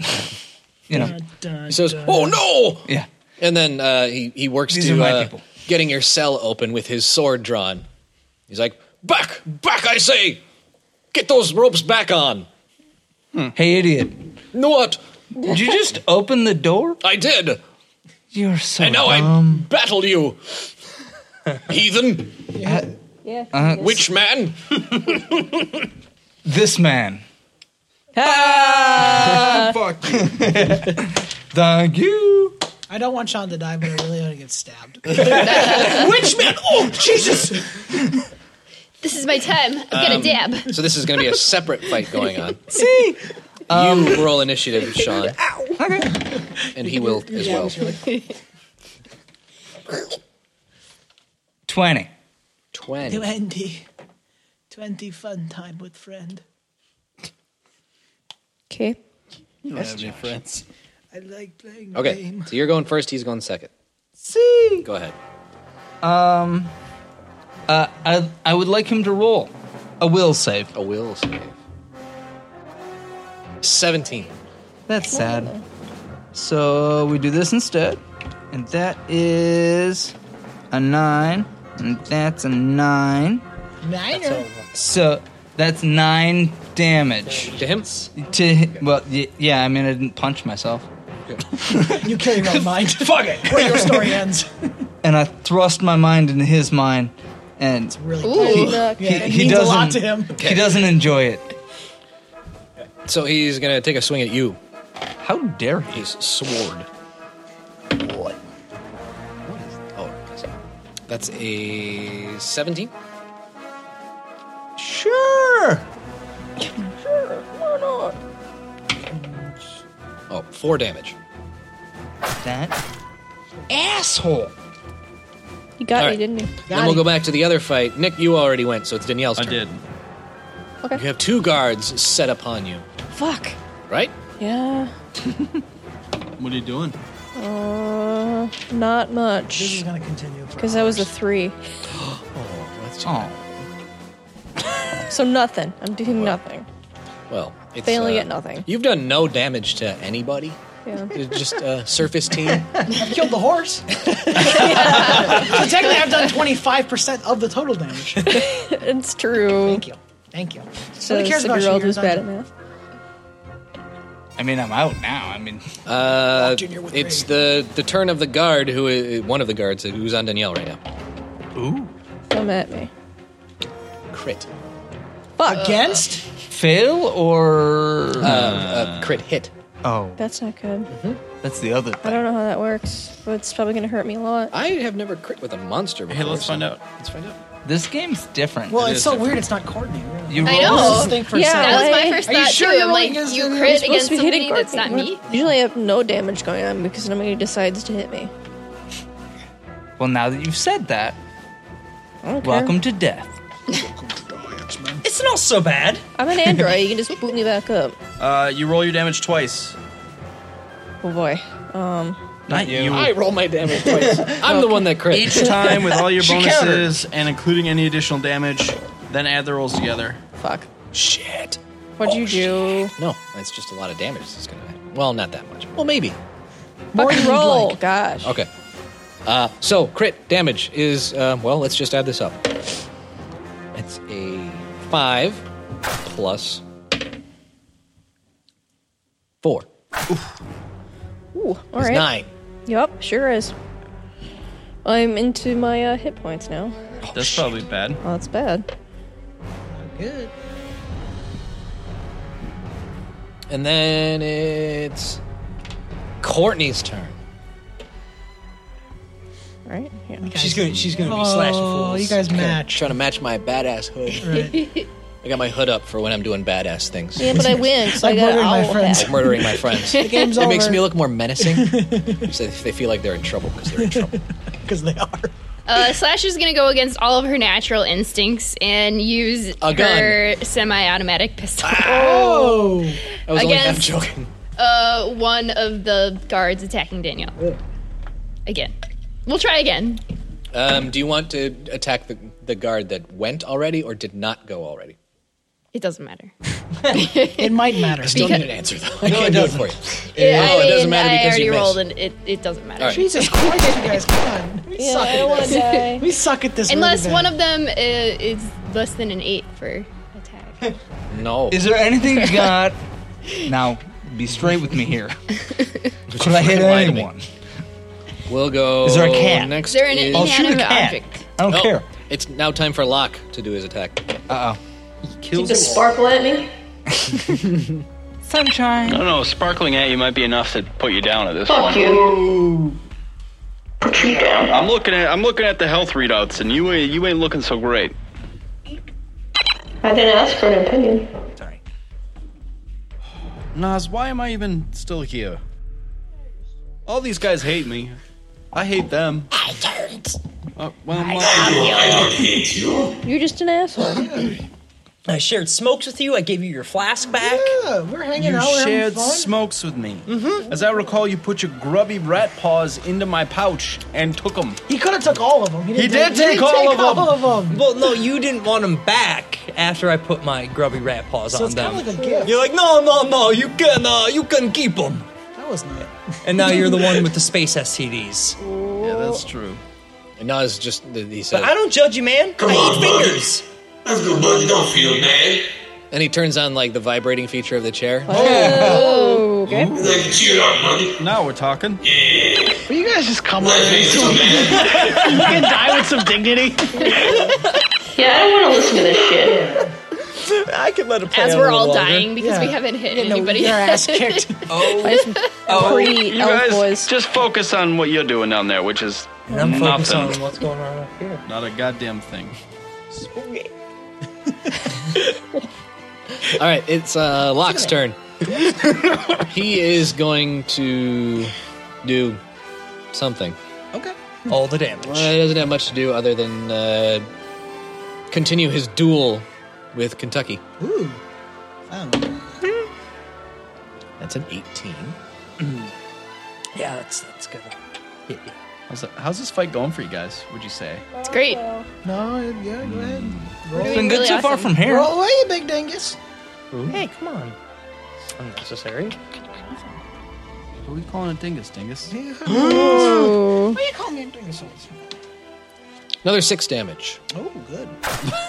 S14: you know.
S5: He says, "Oh no!"
S14: Yeah.
S5: And then uh, he he works
S14: These are
S5: to
S14: my
S5: uh,
S14: people.
S5: getting your cell open with his sword drawn. He's like, "Back, back! I say, get those ropes back on."
S14: Hey, idiot!
S5: Know what?
S14: Did you just open the door?
S5: I did.
S14: You're so
S5: and now
S14: dumb.
S5: I battle you.
S24: Heathen?
S10: Yeah.
S14: Uh-huh.
S24: Uh, Witch man?
S14: This man. Ah!
S10: Fuck.
S14: Thank you.
S7: I don't want Sean to die, but I really want to get stabbed.
S6: Witch
S7: man! Oh, Jesus!
S6: This is my time. I'm gonna
S5: Um,
S6: dab.
S10: Oh,
S5: So this is going to be a separate fight going on.
S6: See?
S5: you roll initiative, Sean. And he will as well.
S14: 20.
S5: 20.
S7: 20. 20 fun time with friend.
S10: Okay.
S5: You don't have any friends.
S7: I like playing
S5: Okay, so you're going first, he's going second.
S14: See?
S5: Go ahead.
S14: Um, uh, I, I would like him to roll a will save.
S5: A will save. 17.
S14: That's sad. So we do this instead. And that is a 9. And that's a 9.
S7: Niner.
S14: So that's 9 damage.
S5: To him?
S14: To, hi- well, y- yeah, I mean, I didn't punch myself.
S7: you kill your own mind. Fuck it. Where your story ends.
S14: And I thrust my mind into his mind. And
S7: Really
S14: Ooh.
S7: cool.
S14: He-
S7: Yeah,
S14: he,
S7: it
S14: he
S7: means
S14: doesn't,
S7: a lot to him.
S14: He doesn't enjoy it.
S5: So he's going to take a swing at you.
S14: How dare he?
S5: His sword. What? What is. Oh, that's a 17?
S14: Sure.
S10: Sure. Why not?
S5: Oh, four damage.
S14: That asshole.
S10: You got
S5: All
S10: me,
S5: right.
S10: didn't you?
S5: then we'll go back to the other fight. Nick, you already went, so it's Danielle's turn. I did.
S10: Okay.
S5: You have two guards set upon you,
S10: Fuck.
S5: right?
S10: Yeah.
S9: What are you doing?
S10: Uh, not much. This is
S7: gonna continue.
S10: Because that was a three.
S14: Oh.
S10: So nothing. I'm doing nothing.
S5: Well, it's. uh,
S10: They only get nothing.
S5: You've done no damage to anybody.
S10: Yeah.
S5: It's just a surface team.
S7: I've killed the horse. so technically, I've done 25% of the total damage.
S10: it's true. Thank
S7: you. Thank you.
S10: So
S7: Nobody cares about you,
S10: Sigurd
S7: you're
S10: was bad at
S7: done.
S10: math.
S14: I mean, I'm out now. I mean,
S5: Uh, it's the the turn of the guard who is one of the guards who's on Danielle right now.
S14: Ooh.
S10: Come at me.
S5: Crit.
S10: Fuck.
S7: Against?
S14: fail or
S5: uh, crit hit.
S14: Oh,
S10: That's not good.
S14: that's the other.
S10: I don't know how that works, but it's probably gonna hurt me a lot.
S5: I have never crit with a monster. Before,
S14: let's find out.
S5: Let's find out.
S14: This game's different.
S7: Well, it's so weird it's not coordinated. Really.
S14: You
S6: I
S14: roll-
S6: know.
S7: This is the thing for
S10: Yeah,
S7: Saturday.
S6: Oh, that was my
S10: I-
S6: first
S10: Are you
S6: thought
S10: sure
S6: too.
S10: you're
S6: I'm like,
S10: rolling against
S6: you
S10: the-
S6: crit
S10: you're supposed
S6: against
S10: to be
S6: somebody
S10: hitting
S6: that's not
S10: guard-
S6: me.
S10: Usually I have no damage going on because nobody decides to hit me.
S14: Well, now that you've said that,
S10: I don't care.
S14: welcome to death.
S22: It's not so bad.
S10: I'm an android. You can just boot me back up.
S9: Uh, you roll your damage twice.
S10: Oh boy. Um.
S9: Not you.
S5: I roll my damage twice. I'm the one that crits.
S9: Each time with all your
S5: She
S9: bonuses and including any additional damage, then add the rolls together.
S10: Fuck.
S5: Shit.
S10: What'd you do?
S5: No, it's just a lot of damage. It's gonna. Well, not that much. Well, maybe.
S10: More roll. Gosh.
S5: Okay. Uh, so crit damage is uh, well. Let's just add this up. It's a five plus four.
S10: Ooh. All right.
S5: It's nine.
S10: Yep. Sure is. I'm into my uh, hit points now.
S9: That's probably bad.
S10: Well, that's bad.
S7: Good.
S5: And then it's Courtney's turn.
S10: Right? Yeah.
S5: She's gonna she's
S7: gonna be Oh, slashing fools. you guys match.
S5: Trying to match my badass hood. I got my hood up for when I'm doing badass things.
S10: Yeah, but I win, so I
S7: Like
S10: got an
S7: murdering my
S10: owl
S7: friends.
S10: hat.
S5: Like murdering my friends.
S10: The game's
S5: it makes
S10: over.
S5: me look more menacing. so they feel like they're in trouble because they're in trouble.
S7: Because they are.
S6: Uh, Slash is gonna go against all of her natural instincts and use
S5: A gun.
S6: her semi-automatic pistol.
S5: Oh! I was only half
S6: Against-
S5: joking.
S6: Uh, one of the guards attacking Danielle. Again, we'll try again.
S5: Um, do you want to attack the, the guard that went already or did not go already?
S6: It doesn't matter.
S7: It might matter.
S5: I still need an answer though. I can't do it for you.
S6: Yeah,
S5: oh,
S6: I
S5: it doesn't
S6: mean,
S5: matter
S6: I
S5: because
S6: already
S5: you missed.
S6: rolled, and it, it doesn't matter.
S5: All right. Jesus
S7: Christ, you guys, come on. We
S6: Yeah,
S7: suck
S6: I
S7: at
S6: don't wanna
S7: this.
S6: die.
S7: We suck at this. really
S6: Unless
S7: bad.
S6: one of them uh, is less than an eight for attack.
S5: No.
S14: Is there anything you got? now, be straight with me here. Could I hit
S5: Lie to me.
S14: anyone?
S5: We'll go.
S14: Is there a cat?
S5: Next
S6: Is there an
S5: is-
S6: inanimate object?
S25: I don't
S5: Oh,
S25: care.
S5: It's now time for Locke to do his attack.
S25: Uh oh.
S8: Keep the sparkle at me.
S25: Sunshine.
S26: I don't know. Sparkling at you might be enough to put you down at this
S8: Fuck
S26: point.
S8: you.
S26: I'm looking at I'm looking at the health readouts, and you ain't you ain't looking so great.
S8: I didn't ask for an opinion.
S27: Nas, why am I even still here? All these guys hate me. I hate them. I don't. Uh, well, my-
S10: You're just an asshole.
S14: I shared smokes with you. I gave you your flask back.
S7: Yeah, we're hanging
S14: You
S7: out. we're having
S14: shared
S7: fun.
S9: smokes with me.
S10: Mm-hmm.
S9: As I recall, you put your grubby rat paws into my pouch and took them.
S7: He could have took all of them. He,
S9: did
S7: didn't
S9: take, all, of them.
S14: Well, no, you didn't want them back after I put my grubby rat paws
S7: So
S14: on
S7: it's
S14: them.
S7: kinda like a gift.
S14: You're like, no, no, no, you can, uh, you can keep them.
S7: That was not.
S14: And now you're the one with the space STDs.
S5: Yeah,
S14: that's
S5: true. And now it's just the, he says.
S14: But I don't judge you, man.
S5: Come
S14: I
S5: on,
S14: eat
S5: buddy.
S14: fingers.
S5: That's
S16: good, buddy. Don't feel bad.
S5: And he turns on like the vibrating feature of the chair.
S10: Oh,
S5: okay.
S16: Cheer up, buddy.
S9: Now we're talking.
S7: Will you guys just come on?
S16: Hey,
S7: you can die with some dignity.
S8: Yeah, I don't want to listen to this shit.
S14: I could let it play
S6: As
S14: out a
S6: we're
S14: little
S6: all
S14: longer.
S6: dying because we haven't hit anybody.
S7: your ass kicked.
S6: oh.
S26: Oh,
S10: Pretty
S26: you
S10: elf
S26: guys
S10: boys.
S26: just focus on what you're doing down there, which is
S14: And I'm focused
S26: nothing.
S14: on what's going on up here.
S26: Not a goddamn thing.
S5: All right, it's uh, Locke's turn. he is going to do something.
S14: All the damage.
S5: Well, he doesn't have much to do other than uh, continue his duel with Kentucky.
S7: Ooh. Fun.
S5: That's an 18.
S14: Yeah, that's that's good.
S27: How's, that, how's this fight going for you guys? Would you say?
S6: It's great.
S7: No, yeah, go ahead. Roll.
S25: It's been good so far from here.
S7: Roll away, you big dingus.
S14: Hey, come on. Unnecessary.
S27: What are we calling a dingus, dingus?
S7: Why you call me a dingus?
S5: Another six damage.
S7: Oh, good.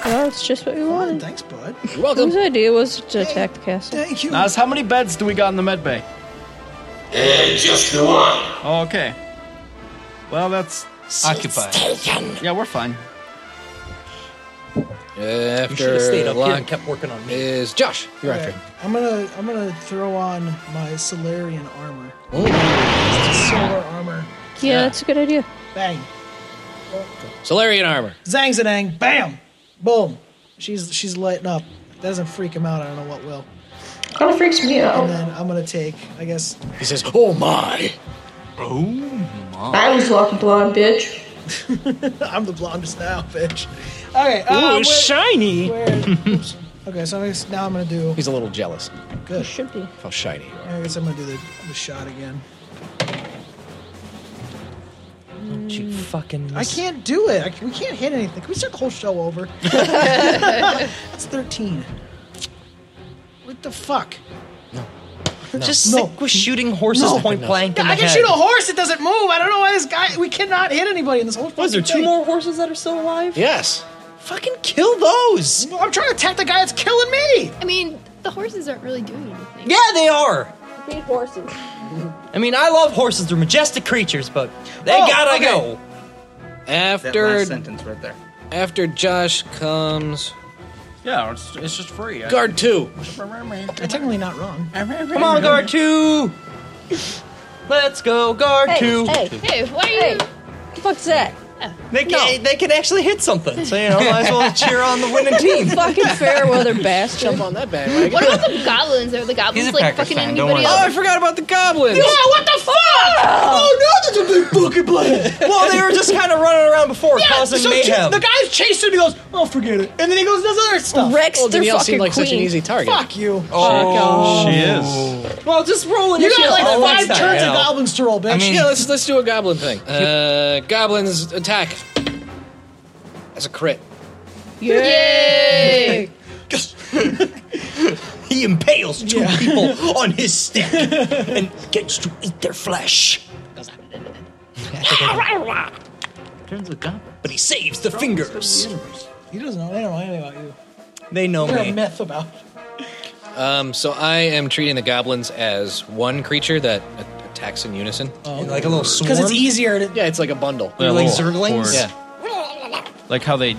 S10: Well, it's just what we wanted.
S7: Thanks, bud.
S5: You're welcome.
S10: Whose idea was to attack the castle?
S7: Thank you.
S9: Nas, how many beds do we got in the med bay?
S16: Eh, just the one.
S9: Oh, okay. Well, that's
S25: Occupied.
S9: Yeah, we're fine.
S14: You should have stayed
S5: After
S14: up here and
S5: Locke
S14: kept working on me.
S5: is Josh. You're
S7: Okay,
S5: after him.
S7: I'm gonna I'm gonna throw on my Solarian armor. It's solar armor.
S10: Yeah, that's a good idea.
S7: Bang.
S5: Solarian armor.
S7: Zang zadang. Bam. Boom. She's she's lighting up. That doesn't freak him out. I don't know what will.
S8: Kind of freaks me
S7: And
S8: out.
S7: then I'm gonna take. I guess.
S5: He says, "Oh my."
S25: Oh
S8: I was walking blonde, bitch.
S7: I'm the blondest now, bitch. Okay. uh,
S28: Ooh,
S7: where-
S28: shiny.
S7: where- oops. Okay, so I guess now I'm gonna do.
S5: He's a little jealous.
S7: Good.
S10: should be.
S5: How shiny you are.
S7: I guess I'm gonna do the, the shot again.
S14: Don't you fucking.
S7: I can't do it. I c we can't hit anything. Can we start the whole show over? That's 13. What the fuck?
S14: Just
S7: No.
S14: stick with shooting horses
S7: No.
S14: point blank.
S7: Yeah,
S14: in
S7: I
S14: the
S7: can
S14: head.
S7: shoot a horse. It doesn't move. I don't know why this guy. We cannot hit anybody in this whole.
S14: Was there
S7: fucking
S14: two
S7: thing.
S14: more horses that are still alive?
S5: Yes.
S14: Fucking kill those!
S7: I'm trying to attack the guy that's killing me.
S6: I mean, the horses aren't really doing anything.
S14: Yeah, they are.
S8: Need horses.
S14: I mean, I love horses. They're majestic creatures, but they
S5: Oh,
S14: gotta
S5: okay.
S14: go.
S5: After
S25: sentence right there.
S5: after Josh comes
S9: Yeah, it's, it's just free. I-
S5: guard two.
S7: I'm technically not wrong.
S14: Come on, guard two. Let's go, guard
S10: Hey,
S14: two.
S10: hey,
S6: Hey, why are you?
S10: hey, fuck's that?
S14: They can they can actually hit something, so you know, might as well cheer on the winning
S10: You
S14: team.
S10: fucking fair weather bastard. Jump
S5: on that bandwagon.
S6: What about the goblins? Are the goblins
S25: He's a
S6: like
S25: Packers
S6: fucking
S25: fan, don't
S6: anybody
S25: worry.
S5: Oh, I
S6: else?
S5: forgot about the goblins.
S6: Yeah, what the fuck?
S5: Oh no, that's a big fucking plan.
S14: Well, they were just kind of running around before,
S7: Yeah,
S14: causing
S7: so ch-
S14: mayhem.
S7: the guy's chasing me. He goes, "Oh, forget it," and then he goes, and "Does other stuff."
S10: Rex
S5: Well,
S10: their
S5: Danielle
S10: fucking
S5: seemed like
S10: queen.
S5: such an easy target.
S7: Fuck you.
S14: oh,
S27: She is.
S14: well, just rolling.
S7: You got like five turns of goblins to roll, bitch.
S25: I mean-
S5: yeah, let's let's do a goblin thing. Uh, goblins attack. That's a crit.
S6: Yay!
S14: He impales two
S7: Yeah.
S14: people on his stick and gets to eat their flesh. But he saves the fingers.
S7: He doesn't know. They don't know anything about you.
S14: They know
S7: You're a
S14: me.
S7: myth about.
S5: Um, so I am treating the goblins as one creature that a- attacks in unison.
S7: Oh,
S14: Like a little swarm.
S7: Because it's easier to.
S5: Yeah, it's like a bundle.
S14: They're like zerglings.
S5: Yeah.
S3: Like how they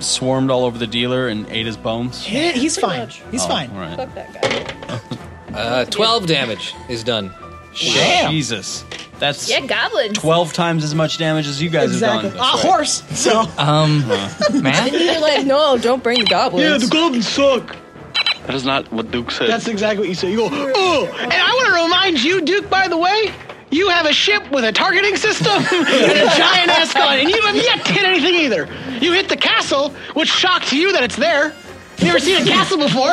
S3: swarmed all over the dealer and ate his bones?
S7: He- he's fine. He's
S3: Oh,
S7: fine.
S3: all right. Fuck
S7: that guy.
S5: Uh, 12 damage is done.
S3: Wow. Jesus. That's
S6: Yeah, goblins.
S3: 12 times as much damage as you guys
S7: Exactly.
S3: have done.
S7: Ah, horse. So.
S14: Um,
S10: And you're like, no, don't bring the goblins.
S23: Yeah, the goblins suck.
S4: That is not what Duke said.
S23: That's exactly what you say. You go, oh, and I want to remind you, Duke. By the way, you have a ship with a targeting system and a giant ass gun, and you have yet to hit anything either. You hit the castle, which shocks you that it's there. You never seen a castle before.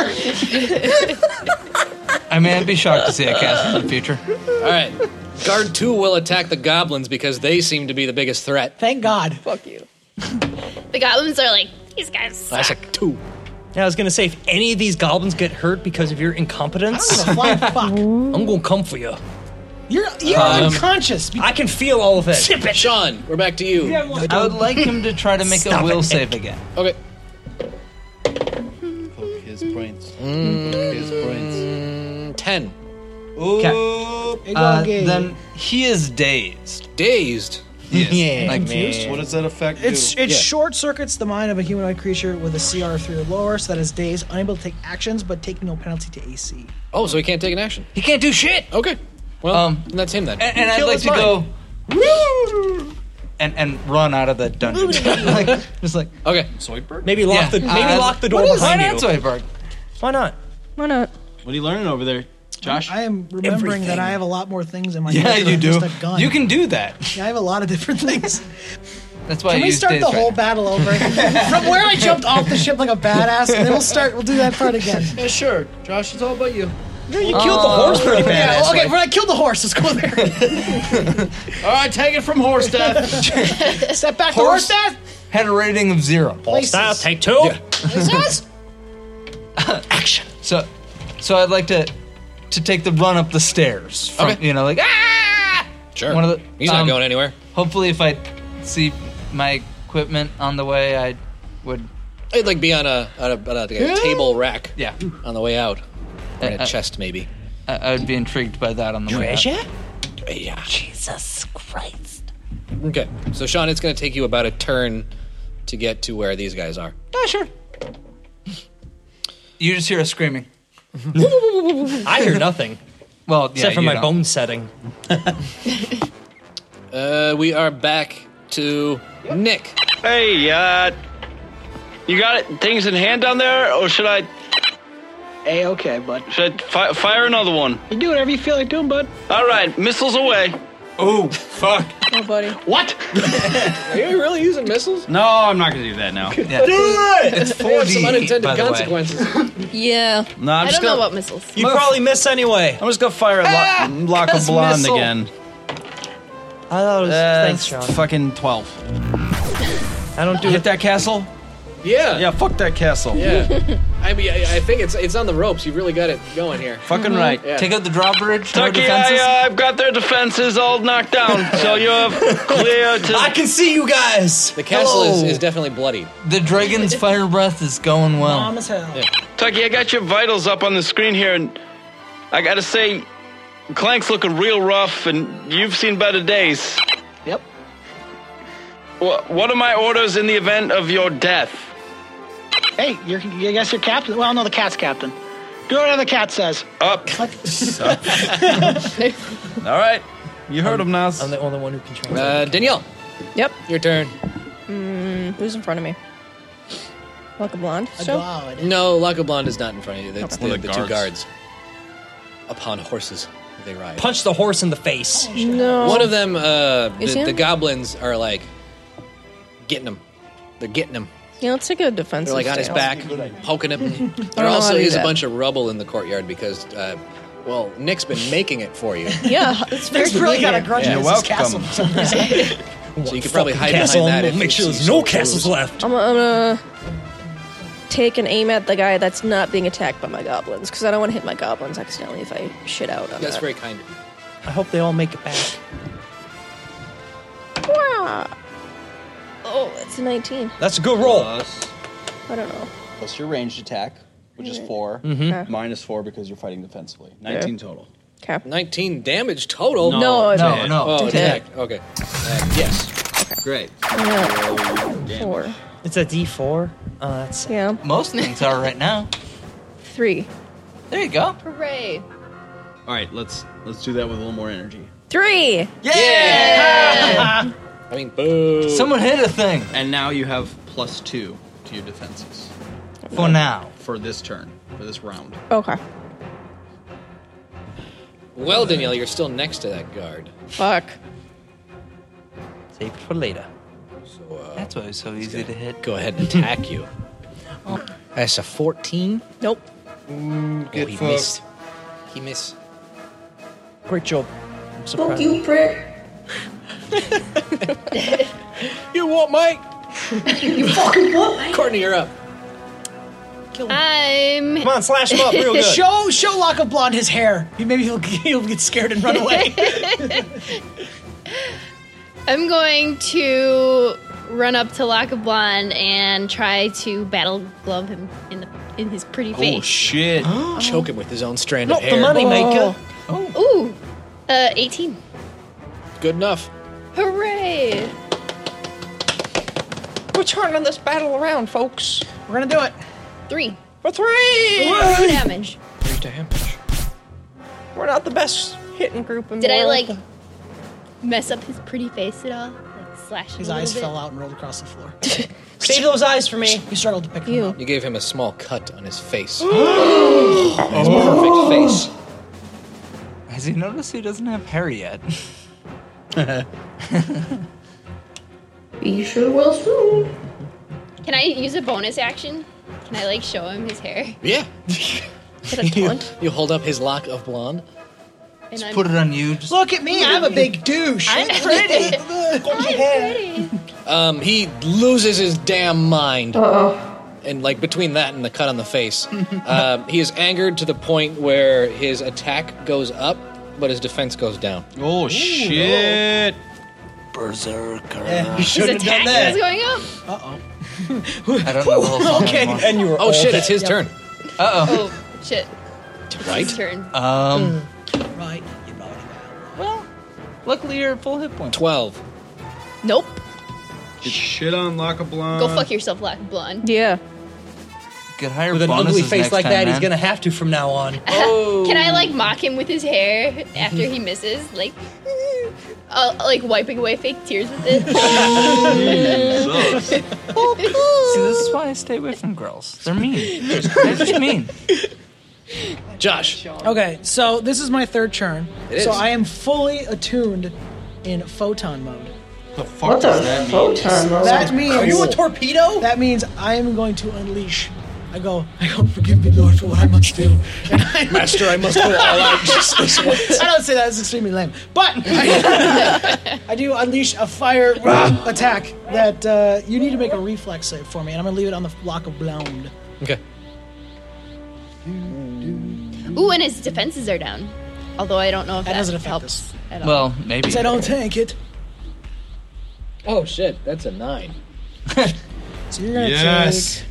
S14: I mean, I'd be shocked to see a castle in the future.
S5: All right. Guard 2 will attack the goblins because they seem to be the biggest threat.
S7: Thank God.
S10: Fuck you.
S6: The goblins are like, these guys suck.
S5: That's a 2.
S22: Yeah, I was gonna say if any of these goblins get hurt because of your incompetence,
S7: I'm gonna fly fuck.
S22: I'm gonna come for you.
S7: You're you're
S22: Um,
S7: unconscious.
S22: I can feel all of it.
S7: Sip it.
S5: Sean, we're back to you.
S7: Uh,
S14: I would like him to try to make
S5: Stop
S14: a will
S5: it.
S14: save again.
S5: Okay.
S3: Poke his brains.
S5: Mm,
S3: His brains.
S5: 10.
S14: Ooh. Uh, then he is dazed.
S5: Dazed?
S14: Yes.
S7: Yeah,
S14: Like,
S7: confused? What
S3: does that affect
S7: It's it short circuits the mind of a humanoid creature with a CR three or lower, so that is days unable to take actions but taking no penalty to AC.
S5: Oh, so he can't take an action.
S14: He can't do shit.
S5: Okay. Well,
S14: um,
S5: that's him then.
S14: and, and I'd like to go and and run out of the dungeon. like, just like
S5: okay,
S3: Zoidberg.
S22: Maybe lock the maybe
S14: uh,
S22: lock the door
S14: what is-
S22: behind
S14: why
S22: you.
S14: Not Zoidberg?
S22: Why not?
S10: Why not?
S3: What are you learning over there, Josh?
S7: I am remembering that
S3: Everything.
S7: I have a lot more things in my
S3: Yeah,
S7: head
S3: you
S7: than
S3: do.
S7: Just a gun.
S14: You can do that.
S7: Yeah, I have a lot of different things.
S14: That's why
S7: Can
S14: I
S7: we
S14: use
S7: start
S14: daze
S7: the
S14: right
S7: whole battle over from where I jumped off the ship like a badass? And then we'll start. We'll do that part again.
S5: Yeah, sure. Josh, it's all about you.
S7: Yeah, you
S5: Oh.
S7: killed the horse pretty
S5: Yeah,
S7: bad.
S5: okay,
S7: okay, well, I killed the horse. Let's go there.
S3: All right, take it from horse death.
S7: Step back.
S14: Horse
S7: to horse death.
S14: Had a rating of zero.
S7: Places. style,
S14: take two. Action. So, so I'd like to to take the run up the stairs. From,
S5: Okay.
S14: You know, like ah.
S5: Sure.
S14: One of the,
S5: He's not
S14: um,
S5: going anywhere.
S14: Hopefully, if I see my equipment on the way, I would.
S5: It'd like be on a on a, on a, like a
S14: Yeah.
S5: table rack.
S14: Yeah.
S5: On the way out, or in
S14: Uh,
S5: a
S14: uh,
S5: chest maybe.
S14: I, I would be intrigued by that on the way. out.
S5: Yeah. Jesus Christ. Okay, so Sean, it's going to take you about a turn to get to where these guys are.
S14: Ah, sure. You just hear us screaming.
S22: I hear nothing.
S14: Well, yeah,
S22: except for
S14: you
S22: my
S14: don't.
S22: bone setting.
S5: Uh, we are back to Nick.
S4: Hey, uh, you got it, things in hand down there, or should I?
S23: Hey, okay, bud.
S4: Should I fi- fire another one?
S23: You do whatever you feel like doing, bud.
S4: All right, missiles away.
S14: Oh, fuck.
S10: Oh, buddy.
S23: What?
S5: Are you really using missiles?
S3: No, I'm not going to do that now.
S14: Yeah.
S5: It's
S14: They have some 4D, unintended by the way.
S10: Yeah.
S3: No, I'm
S10: I
S3: just
S10: don't know
S3: gonna-
S10: about missiles.
S22: You probably miss anyway.
S3: I'm just going to fire a lo-
S9: Ah,
S3: lock of
S14: cuss
S3: blonde
S14: missile.
S3: again.
S22: I thought it was thanks,
S3: That's
S22: Sean.
S3: fucking 12.
S22: I don't do
S3: Hit that castle?
S5: Yeah.
S3: Yeah, fuck that castle.
S5: Yeah. I mean, I, I think it's it's on the ropes. You really got it going here.
S3: Fucking right.
S5: Yeah.
S14: Take out the drawbridge. No
S4: Tucky,
S14: defenses.
S4: I, uh, I've got their defenses all knocked down, so you're clear to.
S22: I can see you guys.
S5: The castle is,
S14: Hello.
S5: is definitely bloody.
S14: The dragon's fire breath is going
S22: Oh.
S14: well.
S7: Mom as hell.
S4: Tucky, I got your vitals up on the screen here, and I gotta say, Clank's looking real rough, and you've seen better days.
S23: Yep.
S4: Wha what are my orders in the event of your death?
S23: Hey, you're, I guess you're captain. Well, no, the cat's captain. Do whatever the cat says.
S4: Up.
S3: All right. You heard him, Nas.
S22: I'm the only one who can try.
S5: Uh, Danielle,
S10: Yep.
S5: your turn.
S10: Mm, who's in front of me? Like a blonde. So
S7: Wow, it is.
S5: No, Laco Blonde is not in front of you. That's
S3: One
S5: the,
S3: of the
S5: the two guards. Upon horses, they ride.
S22: Punch the horse in the face.
S10: no.
S5: One of them, uh,
S10: Is
S5: the,
S10: him?
S5: the goblins are like getting him. They're getting him.
S10: Yeah, let's take a defensive.
S5: They're like on his
S10: stance.
S5: back, poking him.
S10: I don't
S5: there
S10: know how
S5: also
S10: to do
S5: is a
S10: that.
S5: bunch of rubble in the courtyard because, uh, well, Nick's been making it for you,
S10: Yeah, it's very
S7: Nick's really got a grudge
S3: You're
S7: against his castle
S3: welcome.
S7: for some reason.
S5: so you could probably hide
S22: Castle.
S5: behind that.
S22: We'll
S5: if
S22: make
S5: you
S22: sure
S5: see
S22: there's no
S5: some
S22: castles
S5: clues.
S22: left.
S10: I'm, I'm gonna take an aim at the guy that's not being attacked by my goblins because I don't want to hit my goblins accidentally if I shit out on
S5: That's
S10: that.
S5: very kind of you.
S22: I hope they all make it back.
S10: Oh, it's a 19.
S22: That's a good roll.
S10: I don't know.
S3: Plus your ranged attack, which is 4
S14: Mm-hmm.
S10: Okay.
S3: minus four because you're fighting defensively. 19 total.
S10: Okay.
S5: 19 damage total.
S10: No,
S14: No, no.
S5: Oh,
S10: Did it.
S5: attack. Okay. Uh, yes.
S10: Okay.
S3: Great.
S10: Yeah. Four.
S22: It's a D4. Uh, that's
S10: yeah.
S14: Most things are right now.
S10: Three.
S14: There you go.
S6: Hooray.
S3: All right, let's let's do that with a little more energy.
S10: Three.
S14: Yeah.
S3: I mean, boo.
S14: Someone hit a thing.
S3: And now you have plus two to your defenses.
S14: For now.
S3: For this turn. For this round.
S10: Okay.
S5: Well, Danielle, you're still next to that guard.
S10: Fuck.
S22: Saved for later.
S14: That's why it's so easy to hit.
S5: uh, Go ahead and attack you. That's a 14.
S10: Nope.
S5: Oh,
S14: good
S5: he
S14: fuck.
S5: missed. He missed.
S22: Great job. I'm
S8: Fuck
S22: surprised.
S8: you, prick.
S5: You what, mate?
S8: you fucking what, mate?
S5: Courtney, you're up.
S6: I'm.
S22: Come on, slash him up real good.
S7: Show show lock of blonde his hair. He- Maybe he'll he'll get scared and run away.
S6: I'm going to run up to Lockablan and try to battle glove him in the in his pretty
S3: Oh,
S6: face.
S5: shit. Choke him with his own strand
S22: Not
S5: of hair. Oh.
S22: the money maker.
S6: Ooh, uh, 18.
S5: Good enough.
S6: Hooray!
S11: We're turning this battle around, folks.
S7: We're gonna do it.
S6: Three.
S11: For three!
S6: Four damage.
S22: Three damage.
S11: We're not the best hitting group in
S6: Did I
S11: Moreland.
S6: like mess up his pretty face at all? Like slash.
S7: His eyes fell out and rolled across the floor.
S11: Save those eyes for me.
S7: You struggled to pick them up.
S5: You gave him a small cut on his face. his perfect face.
S14: Has he noticed he doesn't have hair yet?
S8: Be sure will soon.
S6: Can I use a bonus action? Can I like show him his hair?
S5: Yeah.
S6: a taunt?
S5: you hold up his lock of blonde.
S6: And I'm-
S14: Put it on you. Just
S7: Look at me, I'm a big douche.
S6: I'm pretty. I'm pretty.
S5: Um, he loses his damn mind.
S8: Uh-oh.
S5: And like between that and the cut on the face, um, he is angered to the point where his attack goes up, but his defense goes down.
S3: Oh shit!
S14: Berserker.
S22: You
S6: His
S22: shouldn't have done
S6: attack
S22: that.
S6: is going up.
S14: I don't know. the whole song
S22: okay.
S14: anymore.
S22: And you were
S5: Oh
S22: all
S5: shit!
S22: dead.
S5: It's his
S6: Yep.
S5: turn.
S14: Uh
S6: Oh shit! His
S5: Right.
S6: turn.
S14: oh. Um.
S7: Right. You know
S14: Well, luckily you're at full hit points.
S5: Twelve.
S6: Nope.
S3: Get shit on Lockablon.
S6: Go fuck yourself, Black Blonde.
S10: Yeah.
S14: Get higher
S22: With an
S14: bonuses
S22: ugly face
S14: next
S22: like
S14: time,
S22: that,
S14: man.
S22: he's gonna have to from now on.
S6: Can I like mock him with his hair after he misses? Like, uh, like wiping away fake tears with it.
S14: See, this is why I stay away from girls. They're mean. They're just mean.
S5: Josh.
S7: Okay, so this is my third turn.
S5: It
S7: so
S5: is.
S7: I am fully attuned in photon mode.
S3: the fuck
S8: What the
S3: does that mean?
S8: photon?
S7: That means
S22: Are you a torpedo?
S7: That means I am going to unleash. I go, I go, forgive me, Lord, for what I must do. And I-
S5: Master, I must go all out just this once.
S7: I don't say that, it's extremely lame. But I, I do unleash a fire
S22: Ah.
S7: attack that uh, you need to make a reflex save for me, and I'm going to leave it on the block of blonde.
S5: Okay.
S6: Ooh, and his defenses are down. Although I don't know if
S7: That
S6: that,
S7: doesn't affect
S6: helps at all.
S14: Well, maybe.
S7: Because I don't tank it.
S5: Oh shit! That's a nine.
S7: So you're going to
S3: Yes.
S7: take.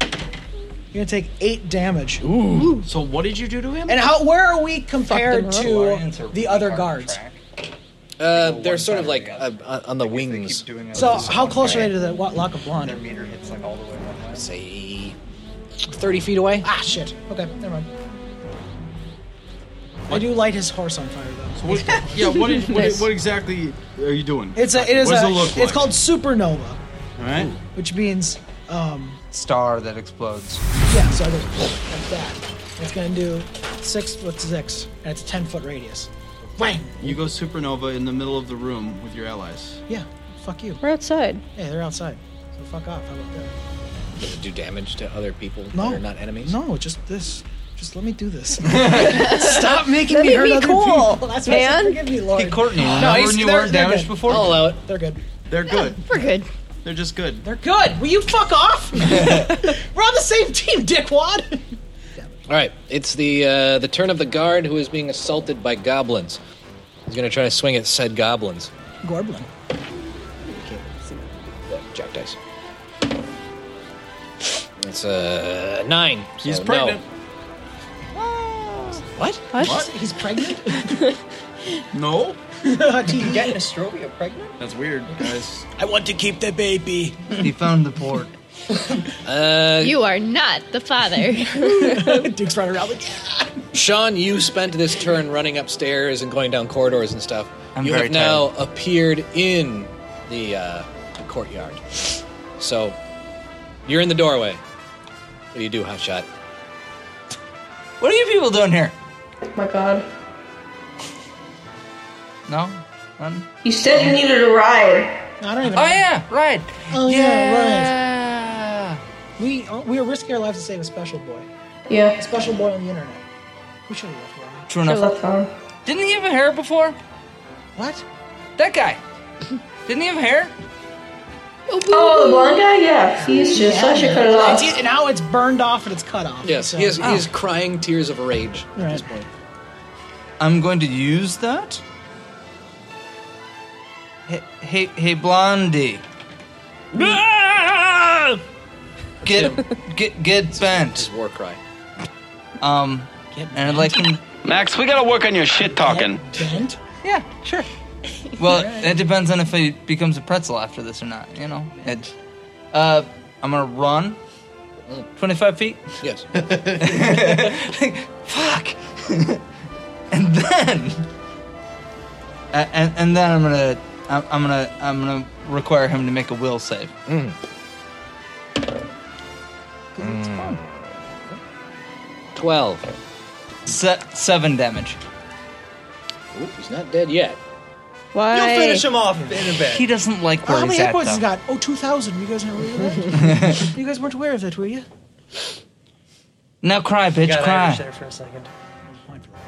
S7: You're gonna take eight damage.
S3: So what did you do to him?
S7: And how? Where are we compared
S14: Fucking Lions are
S7: to the other
S14: hard to
S7: guards?
S14: track.
S5: Uh, they're sort of like uh, uh, on the wings.
S7: So how close are they to the wa- lock of blonde?
S5: Say, thirty feet away.
S7: Ah, shit. Okay, never mind. I do light his horse on fire though.
S3: What, yeah. What, is, what, what exactly are you doing?
S7: It's a. It is
S3: What does
S7: a.
S3: it look
S7: It's
S3: like?
S7: called supernova,
S3: All right.
S7: which means, um,
S14: Star that explodes.
S7: yeah. So I go like that. It's gonna do six foot six, and it's a ten foot radius. Whang!
S3: You go supernova in the middle of the room with your allies.
S7: Yeah. Fuck you.
S10: We're outside.
S7: Hey, they're outside. So fuck off. How about that?
S5: Does it do damage to other people
S7: No.
S5: that are not enemies?
S7: No, just this. Just let me do this. Stop making
S10: Let
S7: me
S10: me
S7: hurt
S10: be
S7: other
S10: cool,
S7: people. That's what I said,
S10: man.
S7: Forgive me, Lord.
S14: Hey, Courtney,
S7: No,
S14: remember
S7: he's-
S14: when you
S7: they're-
S14: weren't
S7: they're
S14: damaged
S7: good.
S14: before?
S5: I'll allow it.
S7: They're good.
S3: They're good.
S6: We're good.
S3: They're just good.
S7: They're good. Will you fuck off? We're on the same team, dickwad.
S5: All right, it's the uh, the turn of the guard who is being assaulted by goblins. He's gonna try to swing at said goblins.
S7: Gorblin.
S5: Uh, Jack dice. It's a uh, nine. so
S3: He's pregnant.
S5: No. What?
S7: He's pregnant?
S3: No.
S7: Do you
S22: get Nostrovia pregnant?
S3: That's weird, guys.
S22: I want to keep the baby.
S14: He found the port.
S5: Uh,
S6: You are not the father.
S7: Duke's running around like,
S5: Sean, you spent this turn running upstairs and going down corridors and stuff.
S14: I'm
S5: you
S14: very
S5: have now appeared in the uh, courtyard. So you're in the doorway. What do you do, Hotshot?
S14: What are you people doing here?
S8: my god.
S14: No? None?
S8: You said you needed a ride.
S7: I don't even
S14: Oh, yeah, right.
S7: Oh, yeah,
S14: yeah,
S7: right. We, uh, we were risking our lives to save a special boy.
S8: Yeah.
S7: A special boy on the internet. We should have left Ron.
S14: True enough. Didn't he have a hair before?
S7: What?
S14: That guy. Didn't he have hair?
S8: Oh, the blonde guy? Yeah. He's just such a cut it off.
S7: It's, now it's burned off and it's cut off.
S5: Yes, he, is, he is crying tears of rage at this point.
S14: I'm going to use that. Hey, hey, hey Blondie. Ah! Get, get, get bent.
S5: war cry.
S14: Um, and I'd like him.
S4: Max, we gotta work on your shit talking.
S7: Bent?
S14: Yeah, sure. Well, it depends on if he becomes a pretzel after this or not. You know. It, uh, I'm gonna run. uh, Twenty-five feet.
S5: Yes.
S14: Fuck. and then, a- and and then I'm gonna I'm, I'm gonna I'm gonna require him to make a will save.
S5: Twelve.
S14: Se- seven damage.
S5: Oop, he's not dead yet.
S14: Why?
S22: You'll finish him off in a bit.
S14: He doesn't like where
S7: How many
S14: he's
S7: hit
S14: at,
S7: points
S14: though.
S7: has he got? Oh, 2,000. You guys know where that? you guys weren't aware of that, were you?
S14: Now cry, bitch,
S22: Got
S14: cry.
S22: Irish there for a second.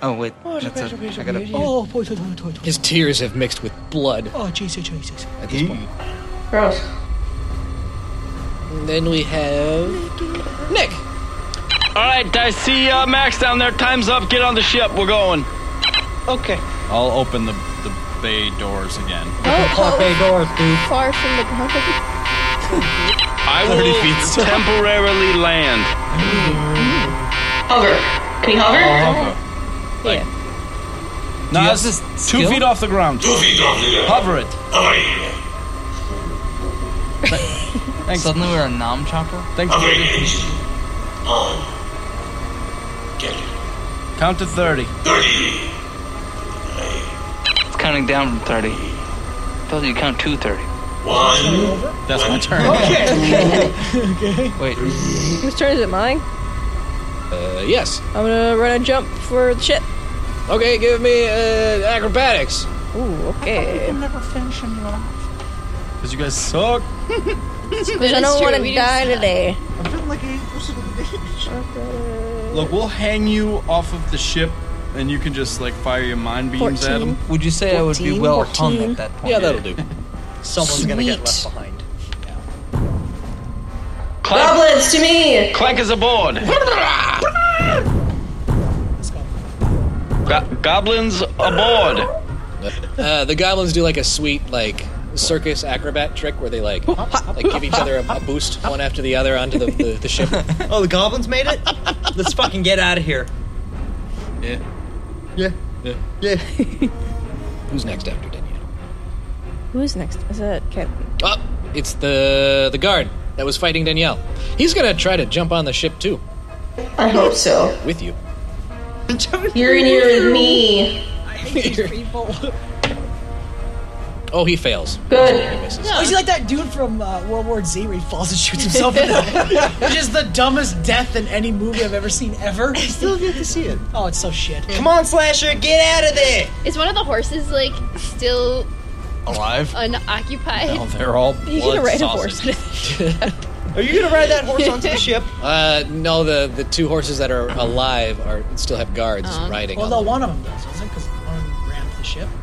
S14: Oh wait,
S7: Oh,
S14: that's a, I gotta,
S7: oh, boy, boy, boy, boy, boy.
S5: His tears have mixed with blood
S7: Oh, Jesus, Jesus.
S5: at this point.
S8: Gross.
S5: Then we have Nick.
S4: All right, I see uh, Max down there. Time's up. Get on the ship. We're going.
S22: Okay.
S3: I'll open the, the bay doors again.
S22: Bay doors, dude.
S10: Far from the ground.
S4: I will temporarily land.
S8: Hover. Can you
S3: Oh,
S8: hover?
S10: Yeah.
S3: No, that's just two feet off the ground.
S16: Two feet off the ground.
S3: Hover it.
S16: Hover it.
S14: Suddenly we're a nom chopper.
S3: Thanks,
S16: Hover
S3: baby.
S16: it. Engine on. Get it.
S3: Count to 30.
S16: 30.
S1: It's counting down from 30. Told you count to 30.
S16: One.
S3: That's my turn.
S14: Wait,
S10: Whose turn is it? Mine.
S5: Uh, yes.
S10: I'm gonna run and jump for the shit.
S5: Okay, give me uh, acrobatics.
S10: Ooh, okay.
S7: never finish him, Ron.
S3: Because you guys suck.
S10: Because I don't want to die today.
S7: I'm feeling like 80% of the day.
S3: Look, we'll hang you off of the ship and you can just like fire your mind beams at him.
S14: would you say I would be
S10: 14,
S14: well
S10: 14?
S14: hung at that point?
S5: Yeah, that'll do.
S22: Someone's gonna get left
S10: Sweet.
S22: behind.
S8: Goblins to me!
S4: Clank is aboard. Go- goblins aboard.
S5: Uh, the goblins do like a sweet like circus acrobat trick where they like like give each other a, a boost one after the other onto the, the, the ship.
S22: Oh, the goblins made it? Let's fucking get out of here.
S3: Yeah.
S22: Yeah.
S3: Yeah.
S22: Yeah.
S5: Who's next after Daniel?
S10: Who's next? Is that Captain?
S5: Oh, it's the the guard that was fighting Danielle. He's gonna try to jump on the ship too
S8: I hope so.
S5: with you.
S7: Oh,
S8: You're in here with me.
S7: I hate these people.
S5: Oh, he fails. He
S8: Good.
S5: misses.
S7: No, he's like that dude from uh, World War Z where he falls and shoots himself in the head, which is the dumbest death in any movie I've ever seen ever. I still get to see it. Oh, it's so shit.
S22: Come on, Slasher, get out of there!
S6: Is one of the horses like still
S3: Alive?
S6: unoccupied?
S3: Oh, they're all
S10: You can
S3: blood
S10: ride a
S3: sausage.
S10: horse.
S22: Are you gonna ride that horse onto the ship?
S5: Uh, no, the the two horses that are alive are still have guards
S6: Um,
S5: riding.
S7: Well,
S5: on
S7: no,
S5: them.
S7: one of them does, doesn't it? Because one of them rammed the ship.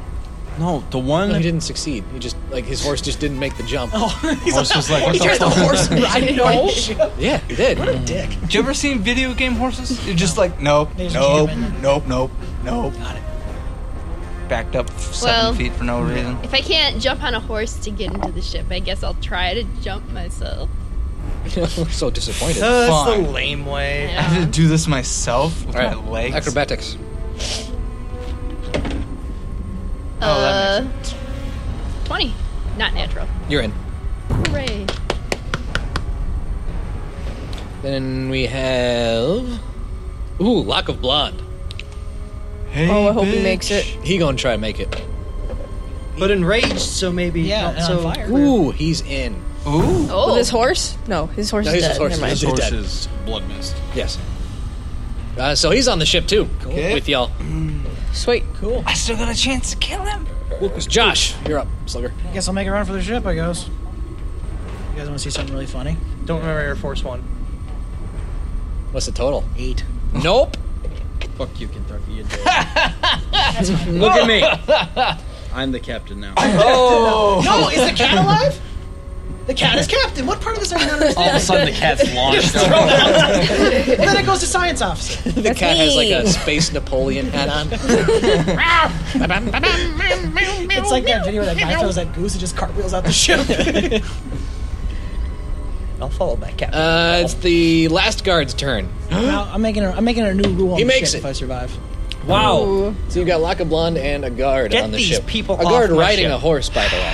S3: No, the one
S5: No, he didn't succeed. He just like his horse just didn't make the jump.
S7: Oh, he's
S3: horse
S7: like,
S3: was like, what
S7: he
S3: the
S7: tried the
S3: fuck?
S7: horse riding on the ship.
S5: Yeah, he did.
S7: What a dick.
S14: Did you ever seen video game horses? You're just like, nope,
S7: They just
S14: nope,
S7: keep it.
S14: nope, nope, nope.
S7: Got it.
S14: Backed up seven
S6: Well-
S14: feet for no reason.
S6: If I can't jump on a horse to get into the ship, I guess I'll try to jump myself.
S5: I'm so disappointed.
S22: Uh, that's
S14: Fine.
S22: the lame way.
S14: I have to do this myself with
S5: All right,
S14: my legs.
S5: Acrobatics.
S22: Oh,
S6: uh, 20. Uh, Not natural.
S5: You're in.
S6: Hooray.
S5: Then we have. Ooh, Lock of Blonde.
S10: oh, I hope he makes it.
S5: He gonna try and make it.
S22: But enraged, so maybe
S10: Yeah,
S22: not
S10: and on
S22: so.
S10: fire.
S5: Ooh, he's in.
S10: Ooh. With Oh, his horse? No, his horse
S5: No,
S10: is
S5: he's
S10: dead.
S5: his horse
S10: Never mind.
S5: is dead.
S3: blood mist.
S5: Yes. Uh, so he's on the ship too,
S10: Okay.
S5: with y'all.
S10: Sweet.
S14: Cool. I still got a chance to kill him.
S5: Josh, you're up, Slugger.
S7: I guess I'll make a run for the ship, I guess. You guys want to see something really funny?
S22: Don't remember Air Force One.
S5: What's the total?
S7: Eight.
S5: Nope.
S3: Fuck you, Kentucky. You
S9: Look at me.
S3: I'm the captain now.
S9: Oh.
S7: No, is the cat alive? The cat is captain. What part of this are you not understanding?
S9: All of a sudden, the cat's launched.
S7: and then it goes to science officer.
S5: the cat has like a space Napoleon hat on.
S7: It's like that video where that guy throws that goose and just cartwheels out the ship.
S22: I'll follow back out.
S5: Uh, it's the last guard's turn.
S7: Well, I'm making a, I'm making a new rule. On
S5: He
S7: the
S5: makes it.
S7: ship if I survive.
S5: Wow. So you've got Lock of Blonde and a guard
S7: Get
S5: on the
S7: these
S5: ship.
S7: people
S5: a guard
S7: off my
S5: riding
S7: ship.
S5: a horse, by the way.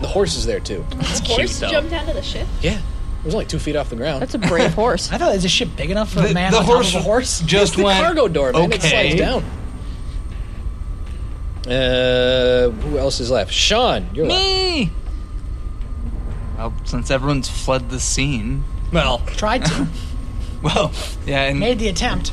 S5: The horse is there too. It's
S6: Horse jumped out of the ship.
S5: Yeah. It was only two feet off the ground.
S10: That's a brave horse.
S7: I thought is a ship big enough for a man on top of a horse?
S5: It's the cargo door, man. It
S7: okay.
S5: slides down. Uh, who else is left? Sean, you're
S14: Me. Well, since everyone's fled the scene.
S5: Well,
S7: tried to.
S14: well, yeah, and
S7: Made the attempt.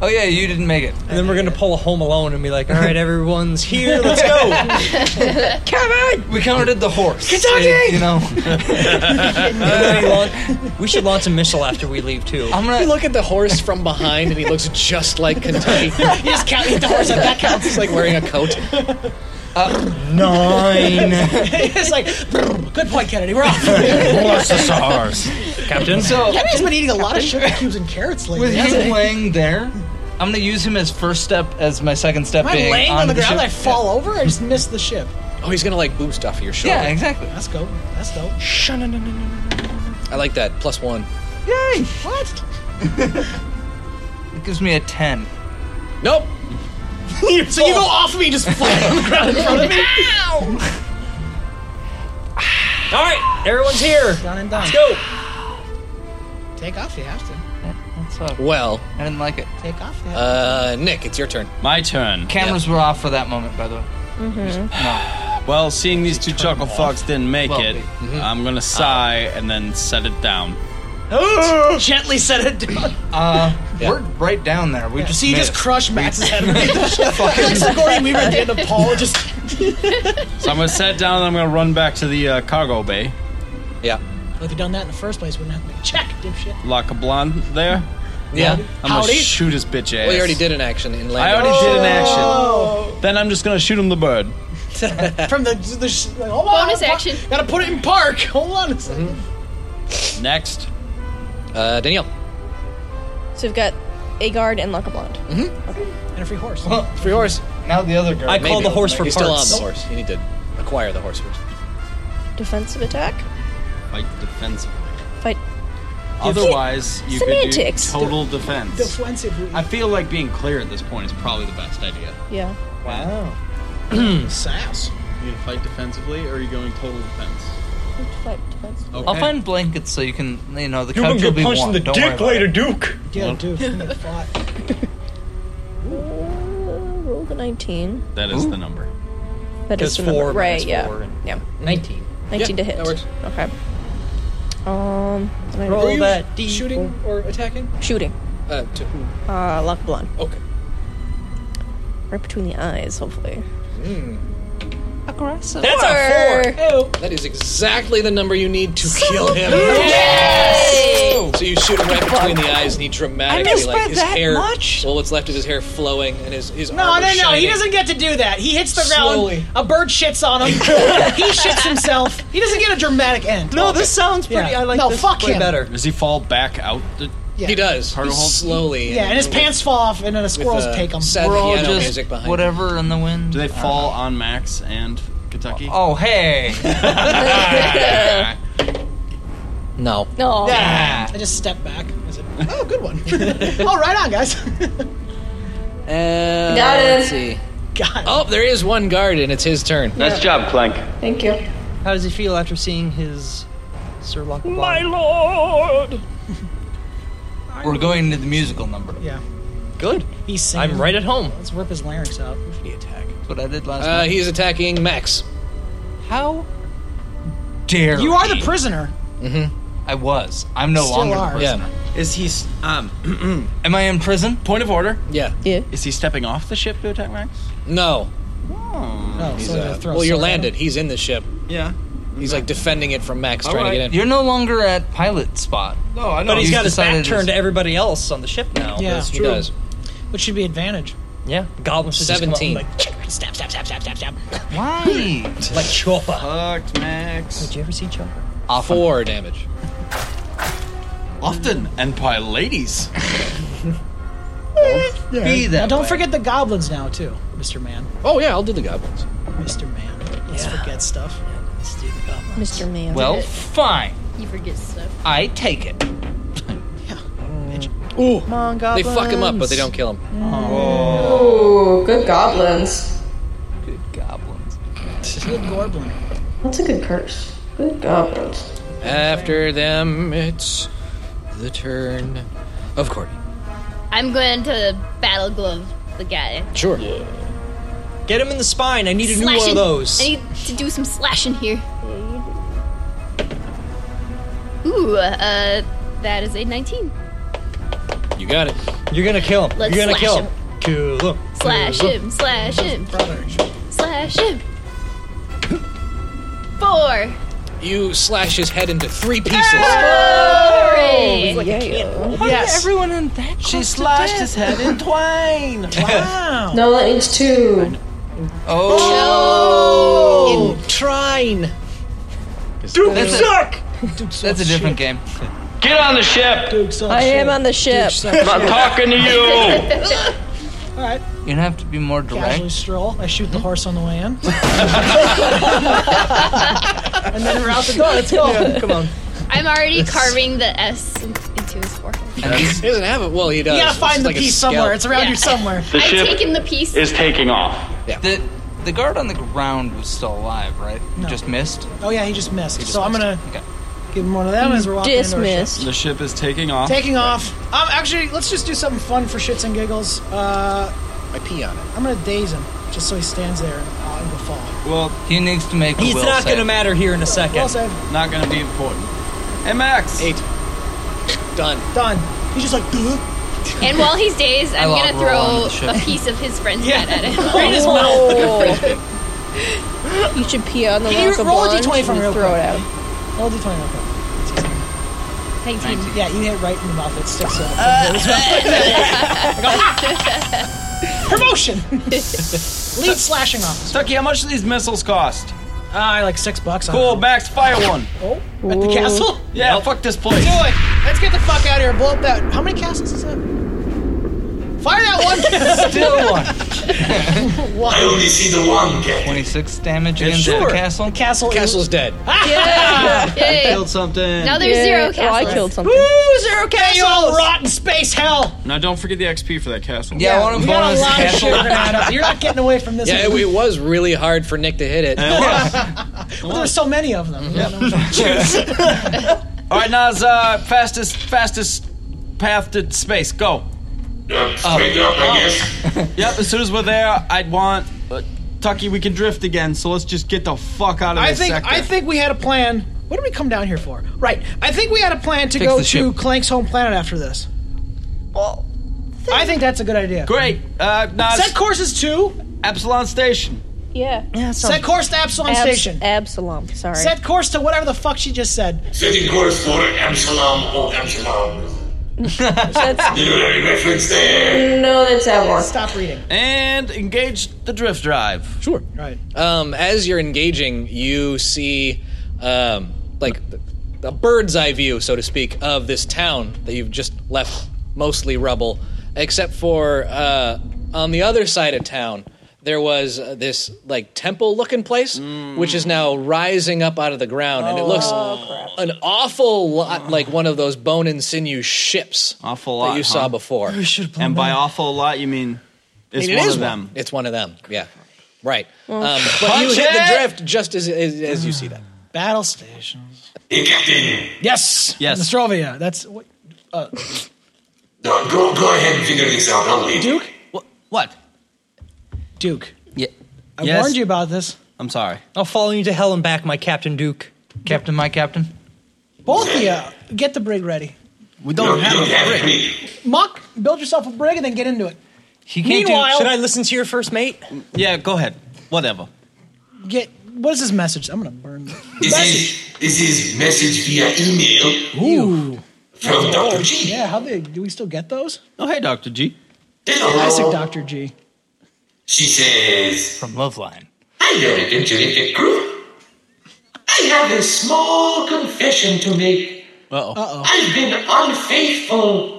S14: oh yeah, you didn't make it.
S22: And then we're gonna pull a Home Alone and be like, "All right, everyone's here. Let's go."
S14: Come on! We counted the horse.
S22: Kentucky!
S14: It- you know.
S22: And then we launch- we should launch a missile after we leave too.
S5: I'm gonna look at the horse from behind, and he looks just like Kentucky.
S7: He just count- the horse up, that counts.
S5: He's like wearing a coat.
S14: Nine.
S7: it's like, good point, Kennedy. We're off.
S14: Captain. So
S7: Kennedy's been eating a lot of sugar cubes and carrots lately.
S14: with
S7: hasn't
S14: him
S7: he?
S14: laying there, I'm gonna use him as first step, as my second step
S7: Am I
S14: being
S7: laying
S14: on,
S7: on the ground?
S14: ship.
S7: I fall over. I just miss the ship.
S5: Oh, he's gonna like boost off of your shoulder.
S14: Yeah, exactly.
S7: That's dope. That's dope.
S5: I like that. Plus one.
S14: Yay!
S7: What?
S14: It gives me a ten.
S5: Nope.
S7: so you go off me, just flat on the ground in front of me.
S22: All right, everyone's here.
S7: Done and done.
S22: Let's go.
S7: Take off. You have to.
S14: That's all.
S5: Well,
S14: I didn't like it.
S7: Take off. You have
S5: uh, Nick, it's your turn.
S3: My turn.
S14: Cameras were off for that moment, by the way.
S3: Well, seeing these two chuckle fucks didn't make
S14: Well,
S3: it,
S14: they-
S3: I'm gonna sigh and then set it down.
S7: to. Gently set it down.
S14: Uh, we're right down there. We just
S7: So you
S14: made
S7: just
S14: it.
S7: crush Max's head underneath the ship. Like Sigourney Weaver at the end of Paul. Just
S3: So I'm gonna set it down and I'm gonna run back to the uh, cargo bay.
S5: Yeah.
S7: Well, if you'd done that in the first place, we wouldn't have to make a check, dipshit.
S3: Lock a blonde there.
S5: Yeah.
S3: I'm gonna
S7: Howdy.
S3: shoot his bitch ass.
S5: Well, you already did an action in
S3: I
S5: Lando.
S3: already did an action. Then I'm just gonna shoot him the bird.
S7: From the, the sh- like, hold on,
S6: Bonus
S7: hold on,
S6: action.
S7: Gotta put it in park. Hold on a second.
S22: Mm-hmm.
S3: Next.
S5: Uh, Danielle.
S10: So we've got a guard and Lock of Blonde.
S7: And a free horse.
S5: Free horse.
S14: Now the other guy.
S22: I call the horse for
S5: He's
S22: parts.
S5: still on the horse. You need to acquire the horse first.
S10: Defensive attack.
S3: Fight defensively.
S10: Fight.
S3: Otherwise, you
S10: Semantics.
S3: could do total defense.
S7: Defensive.
S3: I feel like being clear at this point is probably the best idea.
S10: Yeah.
S7: Wow. Sass.
S3: You gonna fight defensively, or are you going total defense?
S10: Fight defensive.
S3: Okay.
S14: I'll find blankets so you can, you know, the couch will be warm. Don't worry about it.
S22: Duke.
S7: Yeah, dude. from the thought.
S10: Roll the 19.
S3: That is the number.
S10: That is
S22: That's
S10: the number.
S22: four
S10: Right,
S22: minus
S10: yeah.
S22: four and-
S10: Yeah.
S22: 19.
S10: 19 to
S5: Yeah,
S10: hit.
S5: that works.
S10: Okay. Um. is my-
S22: Roll that D.
S7: Shooting
S22: or attacking?
S10: Shooting.
S5: Uh, to who?
S10: Uh, Lock of Blonde.
S5: Okay.
S10: Right between the eyes, hopefully. Aggressive.
S22: That's a four.
S5: That is exactly the number you need to kill him. So you shoot him right between the eyes, and he dramatically
S22: I missed by
S5: like his
S22: that
S5: hair.
S22: much?
S5: Well, what's left of his hair flowing, and his his
S7: No,
S5: armor
S7: no, no. He
S5: shining.
S7: doesn't get to do that. He hits the
S5: Slowly.
S7: ground. A bird shits on him. he shits himself. He doesn't get a dramatic end.
S22: No, this sounds pretty.
S7: Yeah.
S22: I like
S7: No,
S22: this
S7: fuck
S22: way
S7: him.
S22: better.
S3: Does he fall back out? The-
S5: He does.
S3: Carter
S5: He
S3: Holt?
S5: slowly.
S7: Yeah, and his
S5: with-
S7: pants fall off, and then a
S5: with,
S7: squirrel's
S5: uh,
S7: take him.
S5: Sad
S14: We're all
S5: piano
S14: just
S5: music behind. him.
S14: whatever in the wind. Uh,
S3: Do they fall on Max and Kentucky?
S14: Oh hey!
S5: No.
S10: No.
S14: Ah.
S7: I just step back. I said, "Oh, good one." oh, right on, guys.
S5: Uh,
S8: Got
S5: let's see.
S8: it.
S7: God.
S5: Oh, there is one guard, and it's his turn.
S4: Nice job, Clank.
S8: Thank you.
S22: How does he feel after seeing his Sherlock?
S21: My lord!
S14: We're going into the musical number.
S7: Yeah.
S5: Good.
S7: He's
S5: I'm right at home.
S7: Let's rip his larynx out. What should he attack?
S14: What I did last
S5: Uh,
S14: night.
S5: he's attacking Max.
S14: How dare
S7: You are the
S14: he?
S7: prisoner.
S5: Mm-hmm.
S14: I was. I'm no
S7: Still
S14: longer
S7: are.
S14: the prisoner.
S9: Is he? s- Um,
S14: am I in prison?
S9: Point of order.
S5: Yeah.
S10: Yeah.
S9: Is he stepping off the ship to attack Max?
S5: No.
S9: Oh.
S5: He's, uh, well, you're landed. He's in the ship.
S9: Yeah.
S5: He's like defending it from Max,
S14: All
S5: trying
S14: right.
S5: to get in.
S14: You're no longer at pilot spot.
S9: No, I
S14: know.
S22: But he's
S14: He's
S22: got his back
S14: decided
S22: turned
S14: it's-
S22: to everybody else on the ship now.
S7: Yeah. That's
S22: He
S7: true.
S22: does.
S7: Which should be advantage.
S22: Yeah. Goblin should just come out and,
S5: 17.
S22: like, stab, stab, stab, stab, stab, stab.
S14: Why?
S22: Like Chopper.
S9: Fucked Max.
S22: Did you ever see Chopper?
S5: Four damage.
S9: Often and by ladies.
S14: Be
S7: Now,
S14: that
S7: don't
S14: way.
S7: forget the goblins now too, Mr. Man.
S5: Oh yeah, I'll do the goblins.
S7: Mr. Man. Let's forget stuff. let's do the goblins.
S10: Mr. Man.
S14: Well, fine.
S6: You forget stuff.
S14: I take it.
S5: Ooh.
S22: Come on,
S5: They
S22: goblins.
S5: fuck him up, but they don't kill him.
S8: Oh, good goblins.
S14: Goblins.
S7: Good goblin.
S8: That's a good curse. Good goblins.
S5: After them, it's the turn of Courtney.
S6: I'm going to battle glove the guy.
S5: Sure.
S22: Get him in the spine. I need a new one
S6: Slashing.
S22: of those.
S6: I need to do some slashing here. Ooh, uh, that is a 19.
S5: You got it.
S22: You're gonna kill him.
S6: Let's
S22: You're gonna
S6: slash
S22: kill him. Kill him.
S6: Slash
S22: Kill
S6: him, slash him, slash him. Four.
S5: You slash his head into three pieces.
S6: Ah! Hooray.
S10: Oh.
S7: Yes.
S14: Everyone in that.
S9: She slashed his head in twain.
S7: Wow.
S8: No, that needs two.
S14: Oh.
S22: Trine.
S14: Dude, that's a,
S22: Suck.
S14: that's a different game.
S4: Get on the ship.
S10: I am on the ship.
S4: I'm not talking to you.
S7: All right.
S14: You're gonna have to be more direct.
S7: Casually stroll. I shoot
S5: Hmm?
S7: the horse on the way in. and then we're out the door. Let's go.
S22: Come on.
S6: I'm already carving the S in- into his forehead.
S5: And he doesn't have it. Well, he does.
S7: You gotta
S5: It's
S7: find
S5: just
S7: the
S5: like a
S7: piece
S5: scalp.
S7: somewhere. It's around
S6: Yeah.
S7: here somewhere.
S4: The
S6: I've
S4: ship
S6: taken the piece.
S4: is taking off.
S14: The the guard on the ground was still alive, right? He
S7: No.
S14: Just missed.
S7: Oh yeah, he just missed.
S14: just
S7: so I'm gonna
S14: Okay.
S7: give him one of them as we're walking. into our ship.
S10: Dismissed.
S9: The ship is taking off.
S7: Taking off. Um, actually, let's just do something fun for shits and giggles. Uh,
S5: I pee on it.
S7: I'm gonna daze him just so he stands there and uh, and will fall.
S9: well,
S14: He needs to make.
S22: He's
S14: a will
S22: not
S14: save.
S22: gonna matter here in a second.
S7: Well saved.
S9: not gonna be important. Hey Max.
S5: Eight. Done.
S7: Done. He's just like, Duh.
S6: And while he's dazed, I'm
S14: love
S6: gonna
S14: roll onto the
S6: throw
S14: ship.
S6: a piece of his friend's head at him.
S22: Right in his mouth.
S10: Whoa. Oh. you should pee on the
S7: Can you
S10: local
S7: roll a
S10: blonde
S7: D20 for me
S10: and
S7: real
S10: throw
S7: quick?
S10: it out.
S7: roll d20 real quick.
S6: 19.
S7: Yeah, you hit it right in the mouth. It sticks out. Promotion. Lead slashing officer.
S9: Tucky, how much do these missiles cost?
S7: Ah, like six bucks. on
S9: Cool,
S7: it.
S9: Max, fire one.
S7: Oh, at the castle.
S9: Yeah, fuck this place.
S7: Do it. Let's get the fuck out of here. Blow up that. How many castles is that? Fire that one.
S14: Still one.
S16: I only see the one cat.
S14: Twenty-six damage against
S22: sure.
S14: the castle.
S7: castle.
S5: Castle's dead.
S6: Yeah. Yay.
S9: Killed something.
S6: Now there's
S10: Yeah.
S6: zero
S10: Oh, I
S6: castles.
S10: killed something.
S7: Ooh, zero castles. You all rotten space hell.
S9: Now don't forget the XP for that castle.
S14: Yeah, I want
S7: we
S14: a
S7: got a
S14: bonus
S7: lot of
S14: castle.
S7: shit we're gonna add up. You're not getting away from this.
S5: Yeah, it, it was really hard for Nick to hit it.
S7: Well, there's so many of them. You don't know which
S9: All right, Nas. Uh, fastest, fastest path to space. Go.
S16: Yeah, straight up, I guess.
S9: Yep. As soon as we're there, I'd want. Uh, Tucky, we can drift again, so let's just get the fuck out of
S7: I
S9: this
S7: think
S9: sector.
S7: I think we had a plan. What did we come down here for? Right. I think we had a plan to
S14: Fix
S7: go
S14: the
S7: to
S14: ship.
S7: Clank's home planet after this.
S9: Well,
S7: I think that's a good idea.
S9: great. Uh, Nas.
S7: Set courses to
S9: Epsilon Station.
S10: Yeah.
S7: set course to Absalom
S10: Abs-
S7: Station.
S10: Absalom. Sorry.
S7: Set course to whatever the fuck she just said.
S16: Setting course for Amsterdam or Amsterdam.
S10: That's-
S16: Literary reference there.
S8: No, that's Avalon.
S7: Stop reading.
S9: And engage the drift drive.
S5: Sure.
S7: Right.
S5: Um, as you're engaging, you see um, like a bird's eye view, so to speak, of this town that you've just left, mostly rubble, except for uh, on the other side of town. There was uh, this like temple-looking place, which is now rising up out of the ground, and it looks an awful lot like one of those bone and sinew ships
S9: Awful
S5: that
S9: lot,
S5: you saw
S9: huh?
S5: before.
S9: And by awful lot, you mean
S5: I
S3: It's
S5: mean, it
S3: one
S5: is
S3: of them.
S5: It's one of them. Yeah. Right.
S3: Well,
S5: um, but
S3: punch
S5: you hit the
S3: it!
S5: drift just as, as, as you see that.
S7: Battle stations.
S5: Yes.
S7: Yes. Nostrovia. That's what. Uh,
S16: No, go, go ahead and figure this out. I'll leave.
S7: Duke?
S9: What?
S7: Duke.
S9: Yeah.
S7: I warned you about this.
S9: I'm sorry.
S22: I'll follow you to hell and back, my Captain Duke. Captain, my captain.
S7: Both of you, get the brig ready.
S9: We
S16: don't have a break.
S7: Muck, build yourself a brig and then get into it.
S9: He
S7: Meanwhile,
S22: should I listen to your first mate?
S9: Yeah, go ahead. Whatever.
S7: get. What is this message? I'm gonna burn this.
S16: This is, this is message via email
S7: Ooh.
S16: from Dr. G.
S7: Yeah, how big? Do we still get those?
S9: Oh, hey, Dr. G.
S7: Classic
S16: Oh.
S7: Dr. G.
S16: She says,
S14: From Loveline.
S16: I know it intricate group. I have a small confession to make.
S5: Uh-oh.
S7: Uh-oh.
S16: I've been unfaithful.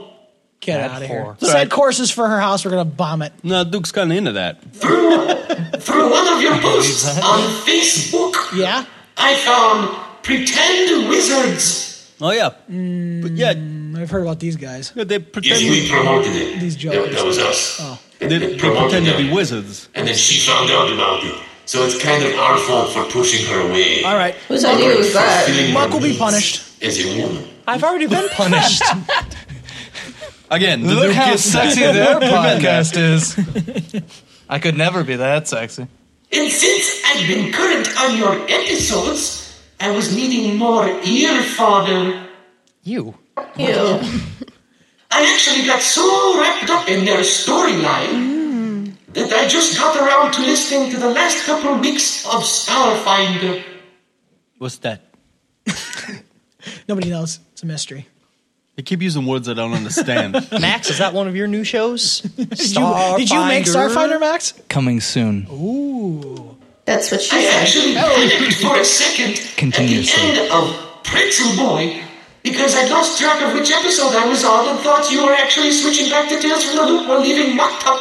S7: Get out of here.
S9: whore.
S7: Set courses for her house. We're gonna bomb it.
S9: No, Duke's kind of into that.
S16: Through one of your posts on Facebook,
S7: yeah,
S16: I found pretend wizards.
S9: Oh, yeah.
S7: Mm.
S9: but yeah.
S7: I've heard about these guys.
S9: They
S16: Yes, we promoted it.
S7: These
S16: That,
S7: jokers.
S16: that was us.
S7: Oh.
S9: They, they pretend to be wizards.
S16: And then she found out about it. So it's kind of our fault for pushing her away.
S7: All right.
S16: Whose idea was that?
S7: Muck will be punished.
S16: As a woman.
S22: I've already been punished.
S9: Again,
S14: Look how sexy their podcast
S9: is.
S14: I could never be that sexy.
S16: And since I've been current on your episodes, I was needing more ear fodder.
S22: You.
S16: You. I actually got so wrapped up in their storyline that I just got around to listening to the last couple weeks of Starfinder.
S9: What's that?
S7: Nobody knows. It's a mystery.
S9: They keep using words I don't understand.
S22: Max, is that one of your new shows?
S7: Did you, did you make Starfinder, Max?
S14: Coming soon.
S7: Ooh.
S8: That's what she
S16: I
S8: said.
S16: actually panicked for a second
S14: Continuously.
S16: end of Pretzel Boy because I lost track of which episode I was on and thought you were actually switching back to Tales from the Loop or leaving Mocked up.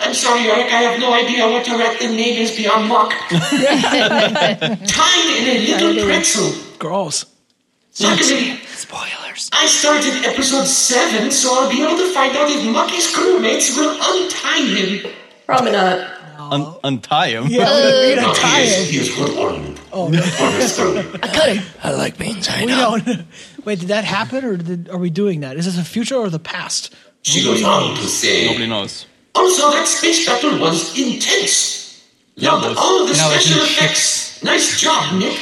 S16: I'm sorry, Eric, I have no idea what your active name is beyond Mock. Tied in a little pretzel.
S7: Gross.
S16: Luckily,
S7: Spoilers.
S16: I started episode 7, so I'll be able to find out if Mucky's crewmates will untie him.
S8: Probably not.
S9: Un- untie him.
S7: Yeah, we're gonna tie him.
S16: He is good ornament.
S7: Oh, no.
S16: on his throat.
S7: I cut him.
S5: I like beans.
S7: We don't. Wait, did that happen, or did, are we doing that? Is this the future or the past?
S16: She goes on to say.
S9: Nobody knows.
S16: Also, that space battle was intense. Love all the
S9: Now it's
S16: special
S9: in ships.
S16: effects. Nice job, Nick.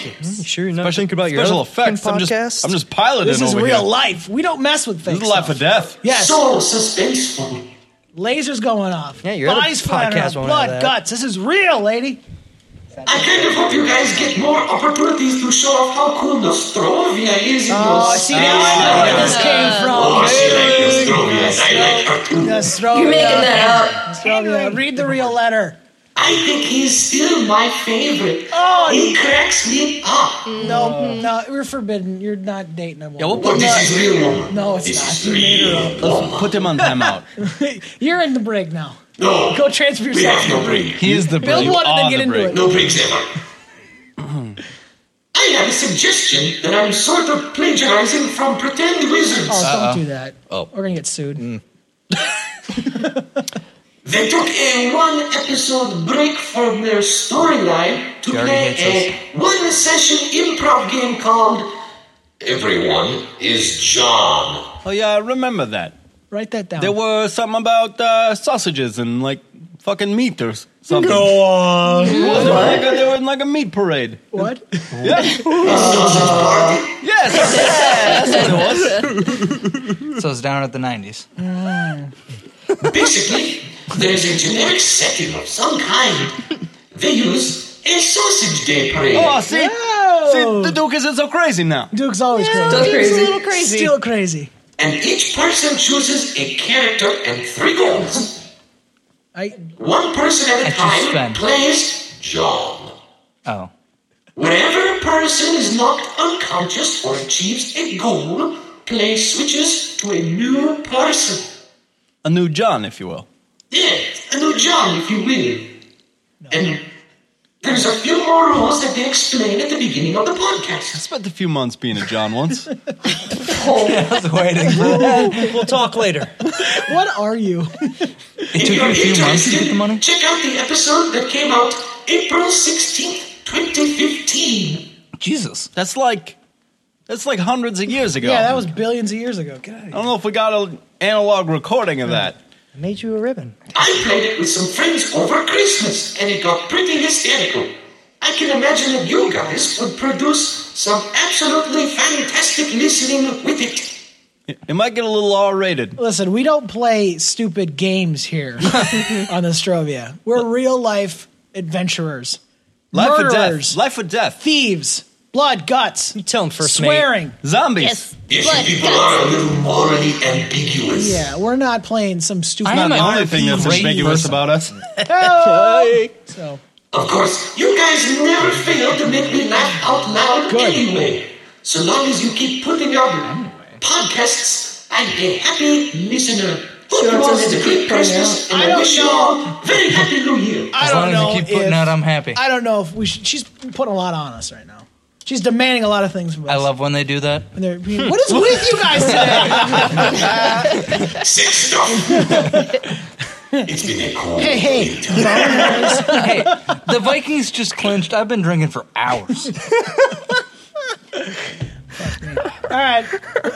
S22: Sure, you're not
S9: thinking about
S22: your
S9: special
S22: other
S9: effects.
S22: fucking
S9: I'm just,
S22: podcast?
S9: I'm just piloting
S7: This is
S9: over
S7: real
S9: here.
S7: life. We don't mess with
S9: This
S7: fake
S9: is life or
S7: stuff.
S9: death.
S7: Yes.
S16: So suspenseful.
S7: Lasers going off.
S22: Yeah, your other
S7: Bodies flying around.
S22: podcast won't have
S7: Blood,
S22: that.
S7: guts. This is real, lady.
S16: I kind of hope you guys get more opportunities to show off how cool Nostrovia is in
S7: Oh,
S16: those
S7: see, now I know where this came from.
S16: Ah. Oh, she likes Nostrovia. I like her too.
S7: Nostrovia.
S8: You're making that
S7: Nostrovia, Uh, read the real letter.
S16: I think he's still my favorite.
S7: Oh,
S16: He cracks me up.
S7: no,
S8: Mm-hmm.
S7: no, we're forbidden. You're not dating a woman.
S9: Yeah, we'll
S16: But
S9: put,
S16: this is real woman.
S7: no, it's
S16: This
S7: not.
S16: is
S7: You made her up.
S16: real woman.
S9: put him on timeout.
S7: You're in the brig now.
S16: No,
S7: Go transfer
S16: we have
S7: yourself.
S16: no break.
S9: He is the
S7: Build
S9: You
S7: one and then
S9: are
S7: get
S9: the
S7: into
S9: break.
S7: it.
S16: No breaks ever. I have a suggestion that I'm sort of plagiarizing from Pretend Wizards.
S7: Oh, don't do that. Oh. We're gonna get sued.
S16: They took a one episode break from their storyline to play a one session improv game called Everyone is John.
S9: Oh, yeah, I remember that.
S7: Write that down.
S9: There were something about uh, sausages and like fucking meat or s- something.
S22: on.
S9: Wasn't it like a- they were in like a meat parade.
S7: what?
S9: Yes! Yeah, that's what it was.
S14: So it's down at the 90s.
S16: Basically, there's a generic setting of some kind. They use a sausage day parade.
S9: Oh, see?
S7: Oh.
S9: See, the Duke isn't so crazy now.
S7: Duke's always
S8: Still
S7: crazy.
S8: crazy.
S22: crazy.
S7: Still crazy.
S16: And each person chooses a character and three goals.
S7: I
S16: One person at
S14: At
S16: a
S14: your
S16: time
S14: strength.
S16: plays John.
S14: Oh.
S16: Whenever a person is knocked unconscious or achieves a goal, play switches to a new person.
S9: A new John, if you will.
S16: Yeah, a new John, if you will. And There's a few more rules that they explain at the beginning of the
S3: I
S16: podcast.
S3: spent a few months being a John once.
S7: I
S3: was waiting
S7: for
S3: that.
S22: We'll talk later.
S7: What are you?
S16: If you're interested, check out the episode that came out April 16th, 2015.
S3: Jesus, that's like that's like hundreds of years ago.
S7: Yeah, that was billions of years ago. Get out
S3: I
S9: Oh.
S3: don't know if we got an analog recording of that.
S22: Made you a ribbon.
S16: I played it with some friends over Christmas, and it got pretty hysterical. I can imagine that you guys would produce some absolutely fantastic listening with it.
S3: It might get a little R-rated.
S7: Listen, we don't play stupid games here on Astrovia. We're real life adventurers.
S3: Life or death.
S7: Murderers.
S3: Life or death.
S7: Thieves. Blood, guts.
S22: You tell them first,
S3: mate.
S7: Swearing.
S3: Zombies.
S7: Yes.
S16: Yes, you people are a little morally ambiguous.
S7: Yeah, we're not playing some stupid
S3: Not the only thing that's ambiguous about us.
S7: Oh! so,
S16: Of course, you guys never fail to make me laugh out loud anyway. So long as you keep putting out podcasts, I'm a happy listener. Hope
S7: Sure,
S16: you all
S7: it's
S16: had a
S7: just keep
S16: great
S7: putting
S16: Christmas,
S7: out.
S16: and
S7: I
S16: I,
S7: don't
S16: wish you
S7: know.
S16: all very happy New Year.
S7: I
S14: As
S7: don't
S14: long as
S7: know.
S14: you keep putting
S7: if-
S14: out, I'm happy.
S7: I don't know if we should. She's putting a lot on us right now. She's demanding a lot of things from us.
S14: I love when they do that.
S7: And they're being, what is with you guys today?
S16: Sick stuff. it's been a cold
S7: Hey, hey.
S14: hey, the Vikings just clinched. I've been drinking for hours.
S7: All right.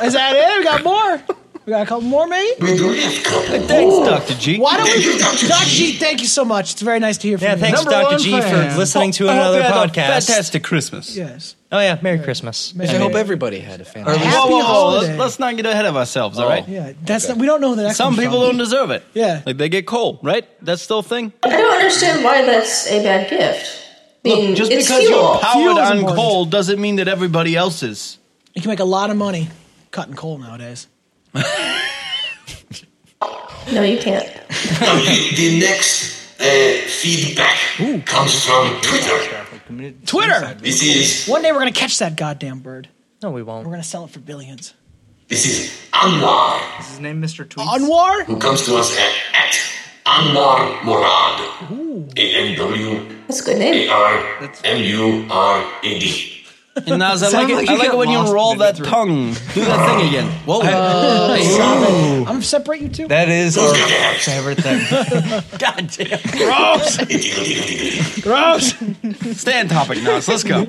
S7: Is that it? We got more. We got a couple more, maybe?
S16: We do have a couple
S7: Thanks, Oh,
S22: Dr. G.
S7: Why don't
S16: Thank
S7: we.
S16: you, Dr.
S7: Dr. G, thank you so much. It's very nice to hear from
S22: Yeah,
S7: you.
S22: thanks, Dr. G, for listening to
S3: Oh,
S7: I hope
S22: another
S7: you had a
S22: podcast.
S3: Fantastic Christmas.
S7: Yes.
S22: Oh yeah, Merry Christmas.
S7: Merry- I hope
S22: everybody had a
S3: Or at least-
S7: Happy
S3: whoa, whoa, whoa, let's-
S7: holiday.
S3: Let's, not get ahead of ourselves, all right?
S7: Yeah, that's not, we don't know who the next
S3: Some
S7: one's
S3: people
S7: from.
S3: don't deserve it.
S7: Yeah.
S3: Like they get cold, right? That's still a thing?
S8: I don't understand why that's a bad gift. I mean,
S3: Just
S8: it's
S3: because
S8: fuel.
S3: you're powered
S7: Fuel's
S3: on
S7: important.
S3: coal doesn't mean that everybody else is.
S7: You can make a lot of money cutting coal nowadays.
S8: No, you can't.
S16: Now, the, the next uh, feedback comes from Twitter.
S7: Twitter.
S16: This is
S7: One day we're gonna catch that goddamn bird.
S22: No, we won't.
S7: We're gonna sell it for billions.
S16: this is Anwar,
S14: Is his name Mr. Tweets?
S7: Anwar.
S16: who comes to us at, at Anwar Murad. A N W
S8: That's a good
S16: A
S8: name.
S16: R M U R A D.
S3: And Naz, I
S16: Sounds
S3: like it,
S16: like
S3: I
S16: you
S3: like
S16: got
S3: it when you
S16: lost
S3: roll that tongue. Do that thing again. Whoa.
S7: Uh,
S3: Hey.
S7: stop it. I'm gonna separate you two.
S14: That is our favorite thing.
S7: goddamn.
S3: Gross! Gross! Stay on topic, Nas. Let's go.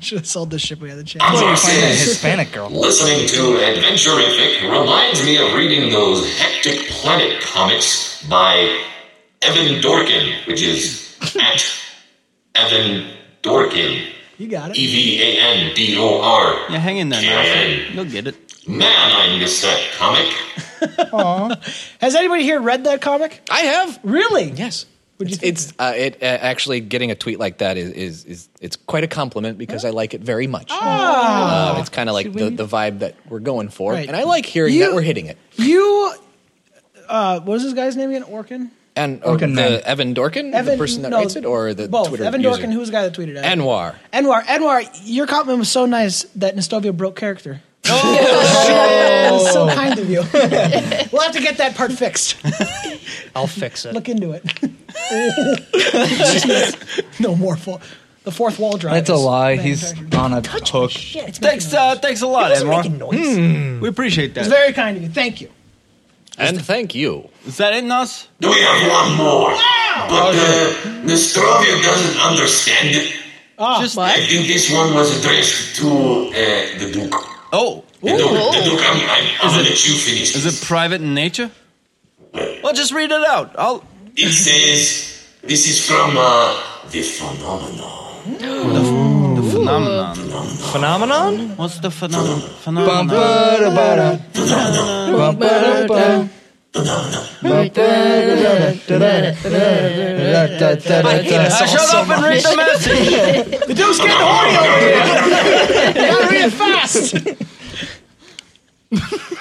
S7: Should have sold this ship. We had the chance.
S16: That's what I'm saying.
S14: girl.
S16: Listening to Adventurific reminds me of reading those Hectic Planet comics by Evan Dorkin, which is at Evan Dorkin.
S7: You got it.
S16: E V A N D O R.
S3: Yeah, hang in there, Nas. You'll get it.
S16: Man, I miss that comic.
S7: Aw. Has anybody here read that comic?
S5: I have.
S7: Really?
S5: Yes.
S7: Would you think?
S5: It's uh, it uh, actually getting a tweet like that is is, is it's quite a compliment because I like it very much. Um, it's kind of like the, the vibe that we're going for,
S7: Ah! Right.
S5: and I like hearing
S7: You-
S5: that we're hitting it.
S7: you. Uh, what was this guy's name again? Orkin.
S5: And or
S14: Orkin Man.
S5: the Evan Dorkin, the
S7: Evan-
S5: person that
S7: no,
S5: writes it, or the
S7: Both.
S5: Twitter
S7: Evan
S5: user?
S7: Dorkin. Who was the guy that tweeted at it?
S5: Anwar.
S7: Anwar. Anwar, your comment was so nice that Nostovia broke character.
S5: Oh.
S7: so kind of you. we'll have to get that part fixed.
S22: I'll fix it.
S7: Look into it. no more. Fo- the fourth wall drive.
S14: That's a
S7: is
S14: lie. He's
S7: manufactured.
S14: on a hook.
S7: Shit.
S3: Thanks, uh, thanks a lot,
S7: It wasn't
S3: Anwar.
S7: making noise.
S3: Hmm, We appreciate that.
S7: It's very kind of you. Thank you.
S5: And thank you.
S3: Is that it, Nas?
S16: Do we have one more? But uh, Nostrovia doesn't understand it.
S9: Ah,
S7: Oh,
S16: I think this one was addressed to uh, the Duke.
S3: Oh.
S16: The Duke, the Duke I'm, I'm, I'm gonna let you finish.
S3: Is it private in nature? Well, just read it out. I'll.
S16: It says this is from uh, the phenomenon.
S3: The phenomenon.
S22: Phenomenon?
S3: What's the phenomenon?
S14: Bum,
S3: Phenomenon.
S14: ba, da, ba, da. Bum, ba, da, ba. Bum, ba, da, da, da, da, da, da, da, da, da, da.
S3: Uh, shut up and read the message.
S7: The dude's getting horny over here. Gotta read it fast.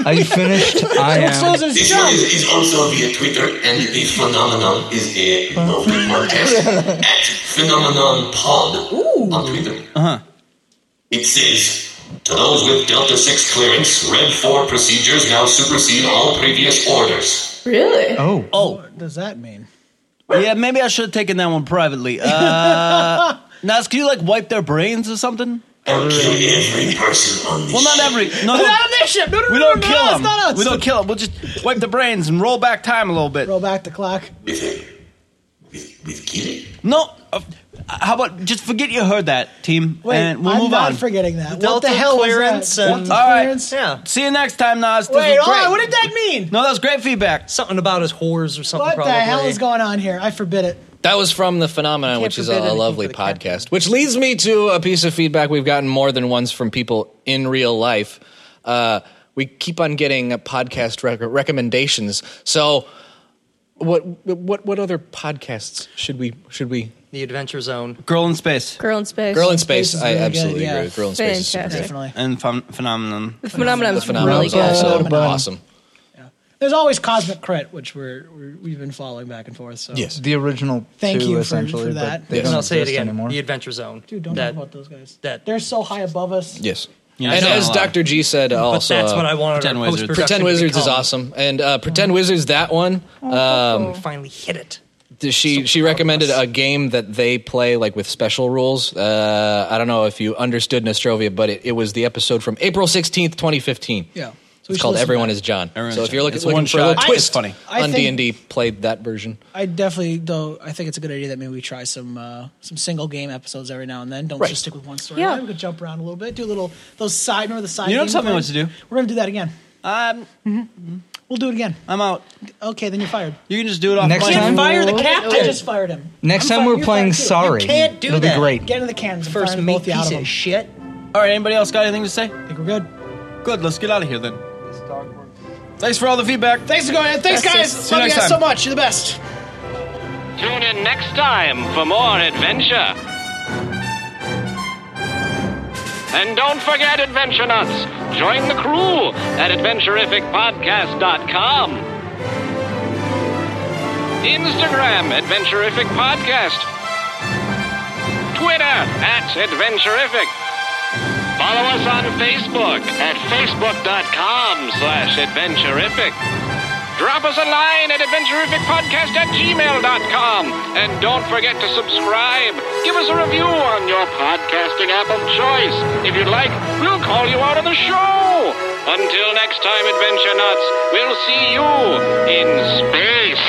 S14: Are you finished? I am.
S16: This one is, is also via Twitter, and the phenomenon is a lovely podcast at phenomenon pod on Twitter.
S3: Uh-huh.
S16: It says to those with Delta Six clearance, Red Four procedures now supersede all previous orders.
S8: Really?
S14: Oh.
S7: What does that mean?
S9: Yeah, maybe I should have taken that one privately. Uh, Nas, can you like wipe their brains or something?
S16: I'll kill every person on this
S9: Well, not
S16: ship.
S9: every. No, no.
S7: Not on this ship. No, no,
S9: we
S7: no,
S9: don't
S7: no,
S9: kill
S7: no, it's
S9: them.
S7: not us.
S9: We don't kill them. We'll just wipe the brains and roll back time a little bit. Roll
S7: back the clock.
S16: With a, with, with killing?
S9: No. Uh, how about just forget you heard that, team,
S7: Wait,
S9: and we'll
S7: I'm
S9: move
S7: not
S9: on.
S7: forgetting that. What the hell was that? Delta
S9: All right.
S7: clearance?
S9: Yeah. See you next time, Nas. This
S7: Wait,
S9: was
S7: hold
S9: great.
S7: on, what did that mean?
S9: No, that was great feedback.
S29: Something about his whores or something.
S7: What the hell
S5: probably.
S7: is going on here? I forbid it.
S5: That was from the phenomenon, which is a,
S7: forbid
S5: a
S7: anything
S5: lovely podcast, which leads me to a piece of feedback we've gotten more than once from people in real life. Uh, we keep on getting uh, podcast rec- recommendations. So, what what what other podcasts should we should we?
S29: The Adventure Zone.
S9: Girl in space.
S10: Girl in space.
S5: Girl in Space, Space is I really good, absolutely yeah. agree with Girl in Space is super
S10: Fantastic.
S9: And phen- phenomenon.
S10: The phenomenon
S5: The
S10: was
S5: phenomenon
S10: really
S5: is
S10: good.
S5: also
S7: Phenomenon.
S5: awesome.
S7: There's always Cosmic Crit, which we're, we're we've been following back and forth. So
S14: The original
S7: Thank
S14: two,
S7: you for-
S14: essentially,
S7: for
S14: but
S7: that.
S14: they
S7: Yes.
S14: don't
S7: I'll say it
S14: exist
S7: again.
S14: anymore.
S29: The Adventure Zone.
S7: dude, don't talk about those guys.
S29: That
S7: They're so high above us.
S5: Yes.
S29: Yeah,
S5: and
S29: it's not
S5: as
S29: allowed.
S5: Dr. G said,
S29: But
S5: also
S29: that's what I wanted
S5: Pretend
S29: Pretend our
S5: Wizards.
S29: Wizards. post-production
S5: Pretend
S29: to
S5: Wizards is
S29: become.
S5: awesome, and uh, Pretend Wizards that one. Um,
S29: finally hit it.
S5: th- she she recommended a game that they play like with special rules. Uh, I don't know if you understood Nostrovia, but it, it was the episode from April sixteenth, twenty fifteen.
S7: Yeah. So we
S5: it's
S7: should
S5: called
S7: listen to
S5: Everyone
S7: that.
S5: Is John.
S7: Everyone
S5: so
S7: Is
S5: if you're
S7: John.
S5: looking,
S7: It's
S5: looking
S7: one
S5: for a little
S7: shot.
S5: twist
S7: It's funny. I
S5: on
S7: think-
S5: D and D, played that version.
S7: I definitely though I think it's a good idea that maybe we try some uh, some single game episodes every now and then. Don't
S5: Right.
S7: just stick with one story.
S5: Yeah.
S7: Yeah, we could jump around a little bit, do a little those side or the side.
S9: You don't
S7: game
S9: tell me what
S7: things.
S9: to do.
S7: We're gonna do that again.
S9: Um,
S7: we'll do it again.
S9: I'm out.
S7: Okay, then you're fired.
S9: You can just do it off
S14: Next
S7: I
S9: mic.
S7: can't
S14: time-
S7: fire the
S14: Whoa.
S7: captain. I just fired him.
S14: Next
S7: I'm
S14: time
S7: fi-
S14: we're
S7: you're
S14: playing
S7: fired too.
S14: Sorry.
S7: You can't do
S14: It'll be
S7: that.
S14: great.
S7: Get into the cans. I'm
S29: First
S7: firing
S29: meat
S7: both you out
S29: piece
S7: of
S29: of
S7: them.
S29: shit.
S9: All right, anybody else got anything to say? I
S7: think we're good.
S9: Good, let's get out of here then. Thanks for all the feedback.
S7: Thanks for going. Thanks,
S9: That's
S7: guys.
S9: it. See you
S7: Love you
S9: next
S7: guys so
S9: time.
S7: much. You're the best.
S30: Tune in next time for more adventure. And don't forget, Adventure Nuts, join the crew at AdventurificPodcast.com. Instagram, Adventurific Podcast. Twitter, at Adventurific. Follow us on Facebook at Facebook.com slash Adventurific. Drop us a line at adventurificpodcast at gmail.com. And don't forget to subscribe. Give us a review on your podcasting app of choice. If you'd like, we'll call you out on the show. Until next time, Adventure Nuts, we'll see you in space.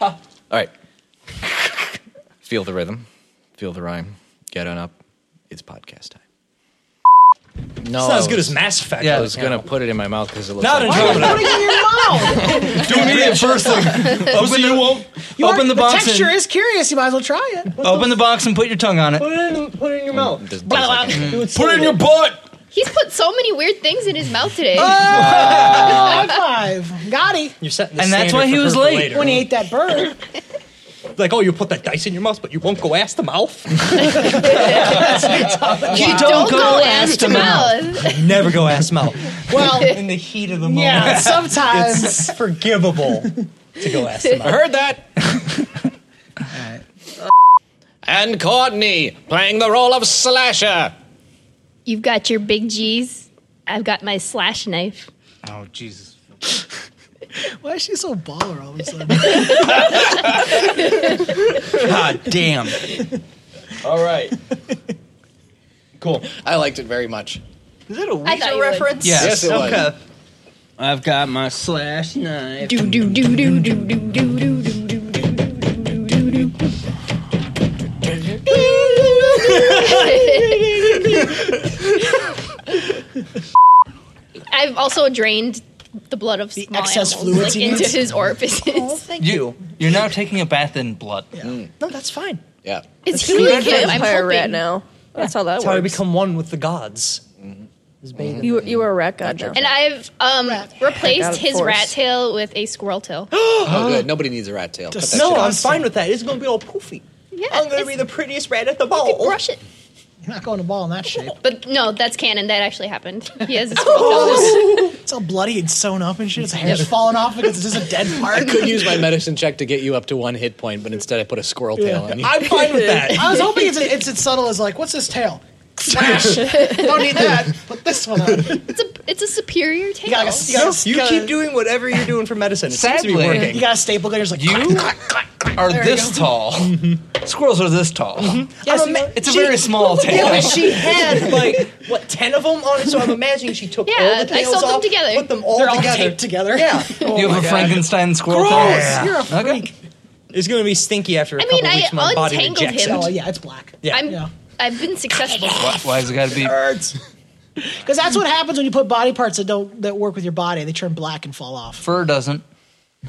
S5: All right. Feel the rhythm. Feel the rhyme. Get on up. It's podcast time. No,
S21: It's not as good as Mass Effect.
S5: Yeah, I was gonna put it in my mouth because it looks
S21: Not in
S5: like
S21: Why are you Andromeda.
S7: Putting it in your mouth.
S5: Do me the first thing.
S14: Open the,
S7: You
S14: open
S7: are-
S14: the box
S7: The texture
S14: and,
S7: is curious. You might as well try it.
S14: open the box and put your tongue on it.
S7: Put it in, put it in your mouth.
S14: Put Mm, it in your butt.
S6: He's put so many weird things in his mouth today.
S7: High five. Got him.
S21: You're setting the
S14: And that's
S21: standard
S14: why he
S21: for
S14: was
S21: her
S14: late.
S21: later.
S7: When he ate that bird.
S21: Like, oh, you put that dice in your mouth, but you won't go ass to mouth.
S6: You
S21: You
S6: don't don't go go ass ass to to mouth.
S21: Never go ass to mouth.
S7: Well,
S21: in the heat of the moment,
S7: yeah, sometimes.
S21: it's forgivable to go ass to mouth.
S5: I heard that. And Courtney playing the role of Slasher.
S6: You've got your big G's. I've got my slash knife.
S14: Oh Jesus!
S7: Why is she so baller all of a sudden?
S14: God damn.
S5: All right. cool. I liked it very much.
S22: Is that a
S6: I thought
S22: Ouija
S6: you would.
S22: reference?
S5: Yes, it was.
S14: Okay.
S9: I've got my slash knife.
S6: Do do do do do do do do do. I've also drained the blood of small
S7: excess
S6: animals,
S7: fluids
S6: like,
S7: he
S6: into
S7: needs?
S6: his orifices.
S14: You. You're now taking a bath in blood.
S22: No, that's fine.
S5: Yeah.
S22: That's
S6: It's
S22: good.
S6: human
S22: You're a
S6: I'm
S10: vampire
S6: hoping.
S10: rat now. That's how that
S22: That's how I
S10: works.
S22: become one with the gods. Is bathing.
S10: You you were a rat god now.
S6: And I've um,
S10: Rat
S6: replaced
S10: out of
S6: his
S10: force.
S6: rat tail with a squirrel tail.
S5: Oh, good. Nobody needs a rat tail. Cut that
S22: no,
S5: shit
S22: I'm
S5: out.
S22: fine with that. It's gonna be all poofy.
S6: Yeah,
S22: I'm gonna
S6: it's-
S22: be the prettiest rat at the ball.
S6: brush it.
S7: You're not going to ball in that shape.
S6: But no, that's canon. That actually happened. He has a squirrel tail.
S7: it's all bloody and sewn up and shit. His hair's falling off because it's just a dead part.
S5: I could use my medicine check to get you up to one hit point, but instead I put a squirrel tail on you.
S22: I'm fine with that.
S7: I was hoping it's, it's as subtle as like, what's this tail? Smash. Don't need that. Put this one on.
S6: It's a it's a superior tail.
S7: You gotta, you gotta,
S22: You keep doing whatever you're doing for medicine. It seems to be
S14: Sadly-
S22: working.
S7: You got a staple gunner's like you.
S14: Are
S7: There you
S14: this tall? Squirrels are this tall.
S29: Mm-hmm.
S22: Yes,
S14: I'm ama- it's a very small tail.
S22: Yeah, but she had like what ten of them on it, so I'm imagining she took all
S6: Yeah,
S22: the
S6: I
S22: tails
S6: sewed them
S22: off,
S6: together.
S22: put them all
S7: They're all
S22: together.
S7: taped together.
S22: Yeah,
S29: Oh
S14: you have a Frankenstein squirrel tail.
S7: You're a freak.
S22: it's gonna be stinky after a
S6: I
S22: couple
S6: mean, I
S22: weeks. My body
S6: untangled
S22: rejects
S6: him.
S7: Oh
S22: it.
S7: yeah, it's black.
S22: Yeah.
S6: I'm
S7: Yeah.
S6: I've been successful.
S14: Why, why's it got to be?
S7: Because that's what happens when you put body parts that don't that work with your body. They turn black and fall off.
S14: Fur doesn't.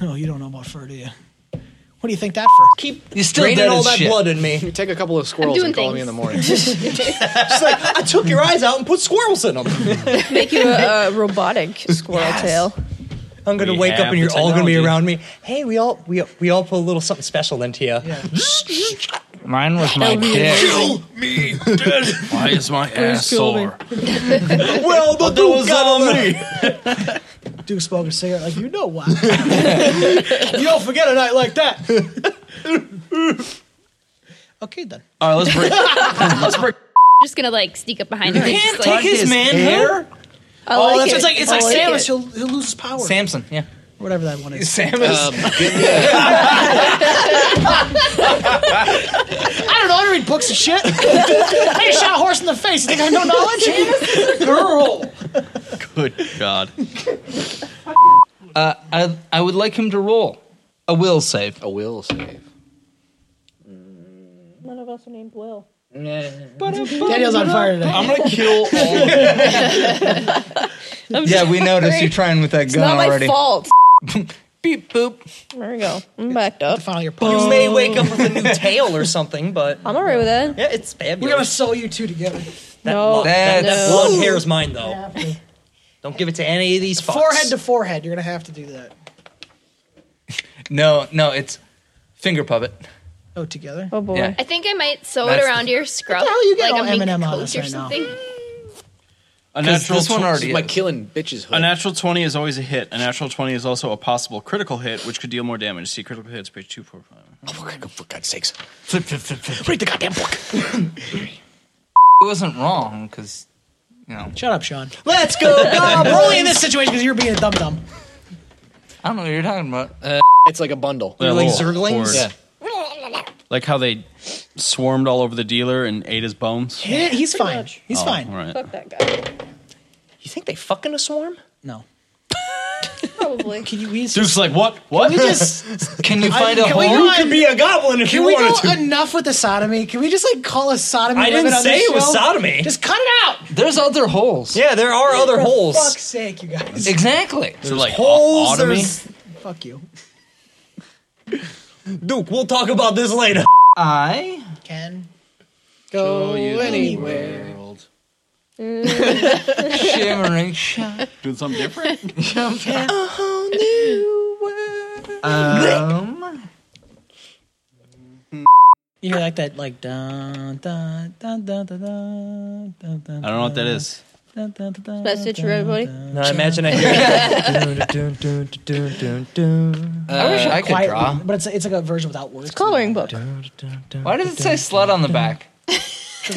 S7: No, you don't know about fur, do you? What do you think that for?
S22: Keep
S14: You're still
S22: draining
S14: dead
S22: all
S14: as
S22: that
S14: shit.
S22: blood in me.
S5: You take a couple of squirrels
S6: doing
S5: and call
S6: things.
S5: me in the morning.
S22: She's like, I took your eyes out and put squirrels in them.
S10: Make you a, a robotic squirrel tail.
S22: I'm gonna
S9: We
S22: wake up
S9: have
S22: and you're
S9: the
S22: all gonna be
S9: technology.
S22: around me. Hey, we all we we all put a little something special into you.
S14: Mine was my dick.
S9: Kill me dead. Why is my ass sore?
S22: Well, the
S9: That was all me.
S7: Duke smoking a cigarette, like you know why. you don't forget a night like that. okay then.
S9: All right, let's break. let's break.
S6: just gonna like sneak up behind him. and just, like,
S14: his manhood.
S10: I
S7: Oh,
S10: like
S7: that's
S10: it.
S7: it's like it's like
S10: I like
S7: Samus.
S10: it.
S7: He'll, he'll lose his power.
S14: Samson. Yeah.
S7: Whatever that one is.
S5: Um,
S14: Samus.
S7: I don't know. I read books and shit. I just shot a horse in the face. You think I have no knowledge? Girl.
S9: Good God.
S14: I I would like him to roll a will save.
S5: a will save.
S10: None of us are named Will.
S7: Daniel's on fire today.
S14: I'm gonna kill all. yeah, we noticed you trying with that
S10: It's not
S14: gun
S10: my
S14: already.
S10: fault.
S14: Beep boop.
S10: There we go. I'm backed up.
S7: Finally, your
S22: You may wake up with a new tail or something, but
S10: I'm alright with that.
S22: yeah, it's fabulous.
S7: We're gonna sew you two together.
S22: That,
S10: No.
S22: blonde, that, that
S10: That's-
S22: blonde hair is mine,
S7: Oh.
S22: though. Don't give it to any of these fucks.
S7: Forehead to forehead. You're gonna have to do that.
S14: No, no, it's finger puppet.
S7: Oh, together.
S10: Oh boy.
S14: Yeah.
S6: I think I might sew
S14: That's
S6: it
S14: the-
S6: around your scrub.
S7: hell you get
S6: like
S7: all
S6: a mink
S7: M&M on
S6: coat
S7: us
S6: or
S7: right now?
S6: something.
S9: A
S14: 'Cause
S9: natural
S14: this one
S9: tw-
S14: already
S5: My
S14: is.
S5: killing bitches hood.
S9: A natural 20 is always a hit. A natural 20 is also a possible critical hit, which could deal more damage. See critical hits, page 245.
S5: Oh, for God's sakes.
S14: Flip, flip, flip, flip.
S22: Read the goddamn book.
S14: It wasn't wrong because you know
S7: Shut up, Sean. Let's go. No, I'm rolling in this situation because you're being a dum dum.
S14: I don't know what you're talking about. Uh,
S5: It's like a bundle.
S9: They're
S22: like
S9: little
S22: zerglings?
S9: hordes.
S5: Yeah.
S9: Like how they swarmed all over the dealer and ate his bones.
S7: Yeah, he's fine.
S10: much.
S7: He's
S9: Oh,
S7: fine.
S9: all right.
S10: Fuck that guy.
S22: You think they fuck in a swarm?
S7: No.
S10: Probably.
S7: Can you easily
S3: Duke's like, what? What?
S7: we just-
S14: Can you
S7: I-
S14: find a
S7: can
S14: hole?
S7: we go
S14: You
S7: on-
S14: could be a goblin if
S7: can
S14: you
S7: we
S14: wanted
S7: go
S14: to.
S7: Enough with the sodomy. Can we just like call a sodomy?
S14: I
S7: limit
S14: didn't
S7: on
S14: say
S7: this
S14: it was
S7: show?
S14: sodomy.
S7: Just cut it out.
S14: There's other holes.
S7: Yeah, there
S14: are other
S7: For
S14: holes.
S7: Fuck's sake, you guys.
S14: Exactly.
S7: There's There's like holes, autotomy? there's- Fuck you.
S22: Duke, we'll talk about this later.
S14: I
S7: can
S22: go
S7: anywhere.
S14: Shimmering shine.
S3: Doing something different?
S14: A
S22: whole new
S14: world. Um,
S7: You know, like that, like dun dun dun dun dun dun dun dun.
S3: I don't know what that is.
S7: Dun, dun, dun, dun,
S10: Message for everybody.
S22: No, I imagine I hear.
S14: I wish Uh, I could
S7: Quiet,
S14: draw.
S7: but it's it's like a version without words. It's
S10: coloring book.
S14: Why does it say slut on the back?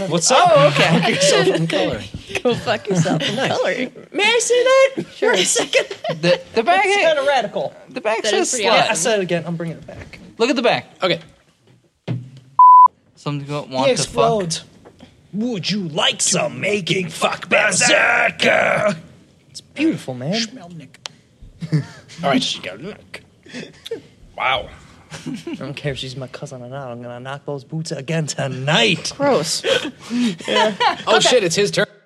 S22: What's
S14: up? Oh,
S22: Fuck
S14: okay.
S22: yourself in color.
S10: Go fuck yourself.
S22: Nice.
S10: Coloring.
S22: May I see that?
S10: Sure.
S22: For a second.
S14: The, the back
S22: It's
S14: ain't-
S22: kind of radical.
S14: The back
S22: That
S14: says
S22: is pretty awesome. Yeah, I
S14: slut.
S22: said it again. I'm bringing it back.
S14: Look at the back. Okay. Some go- want
S22: He
S14: to fuck.
S7: explodes.
S22: Would you like some making fuck berserker? It's beautiful, man.
S7: Schmelnick.
S22: All right, she got look.
S4: Wow.
S22: I don't care if she's my cousin or not. I'm gonna knock those boots again tonight.
S10: Gross.
S5: Oh shit! It's his turn.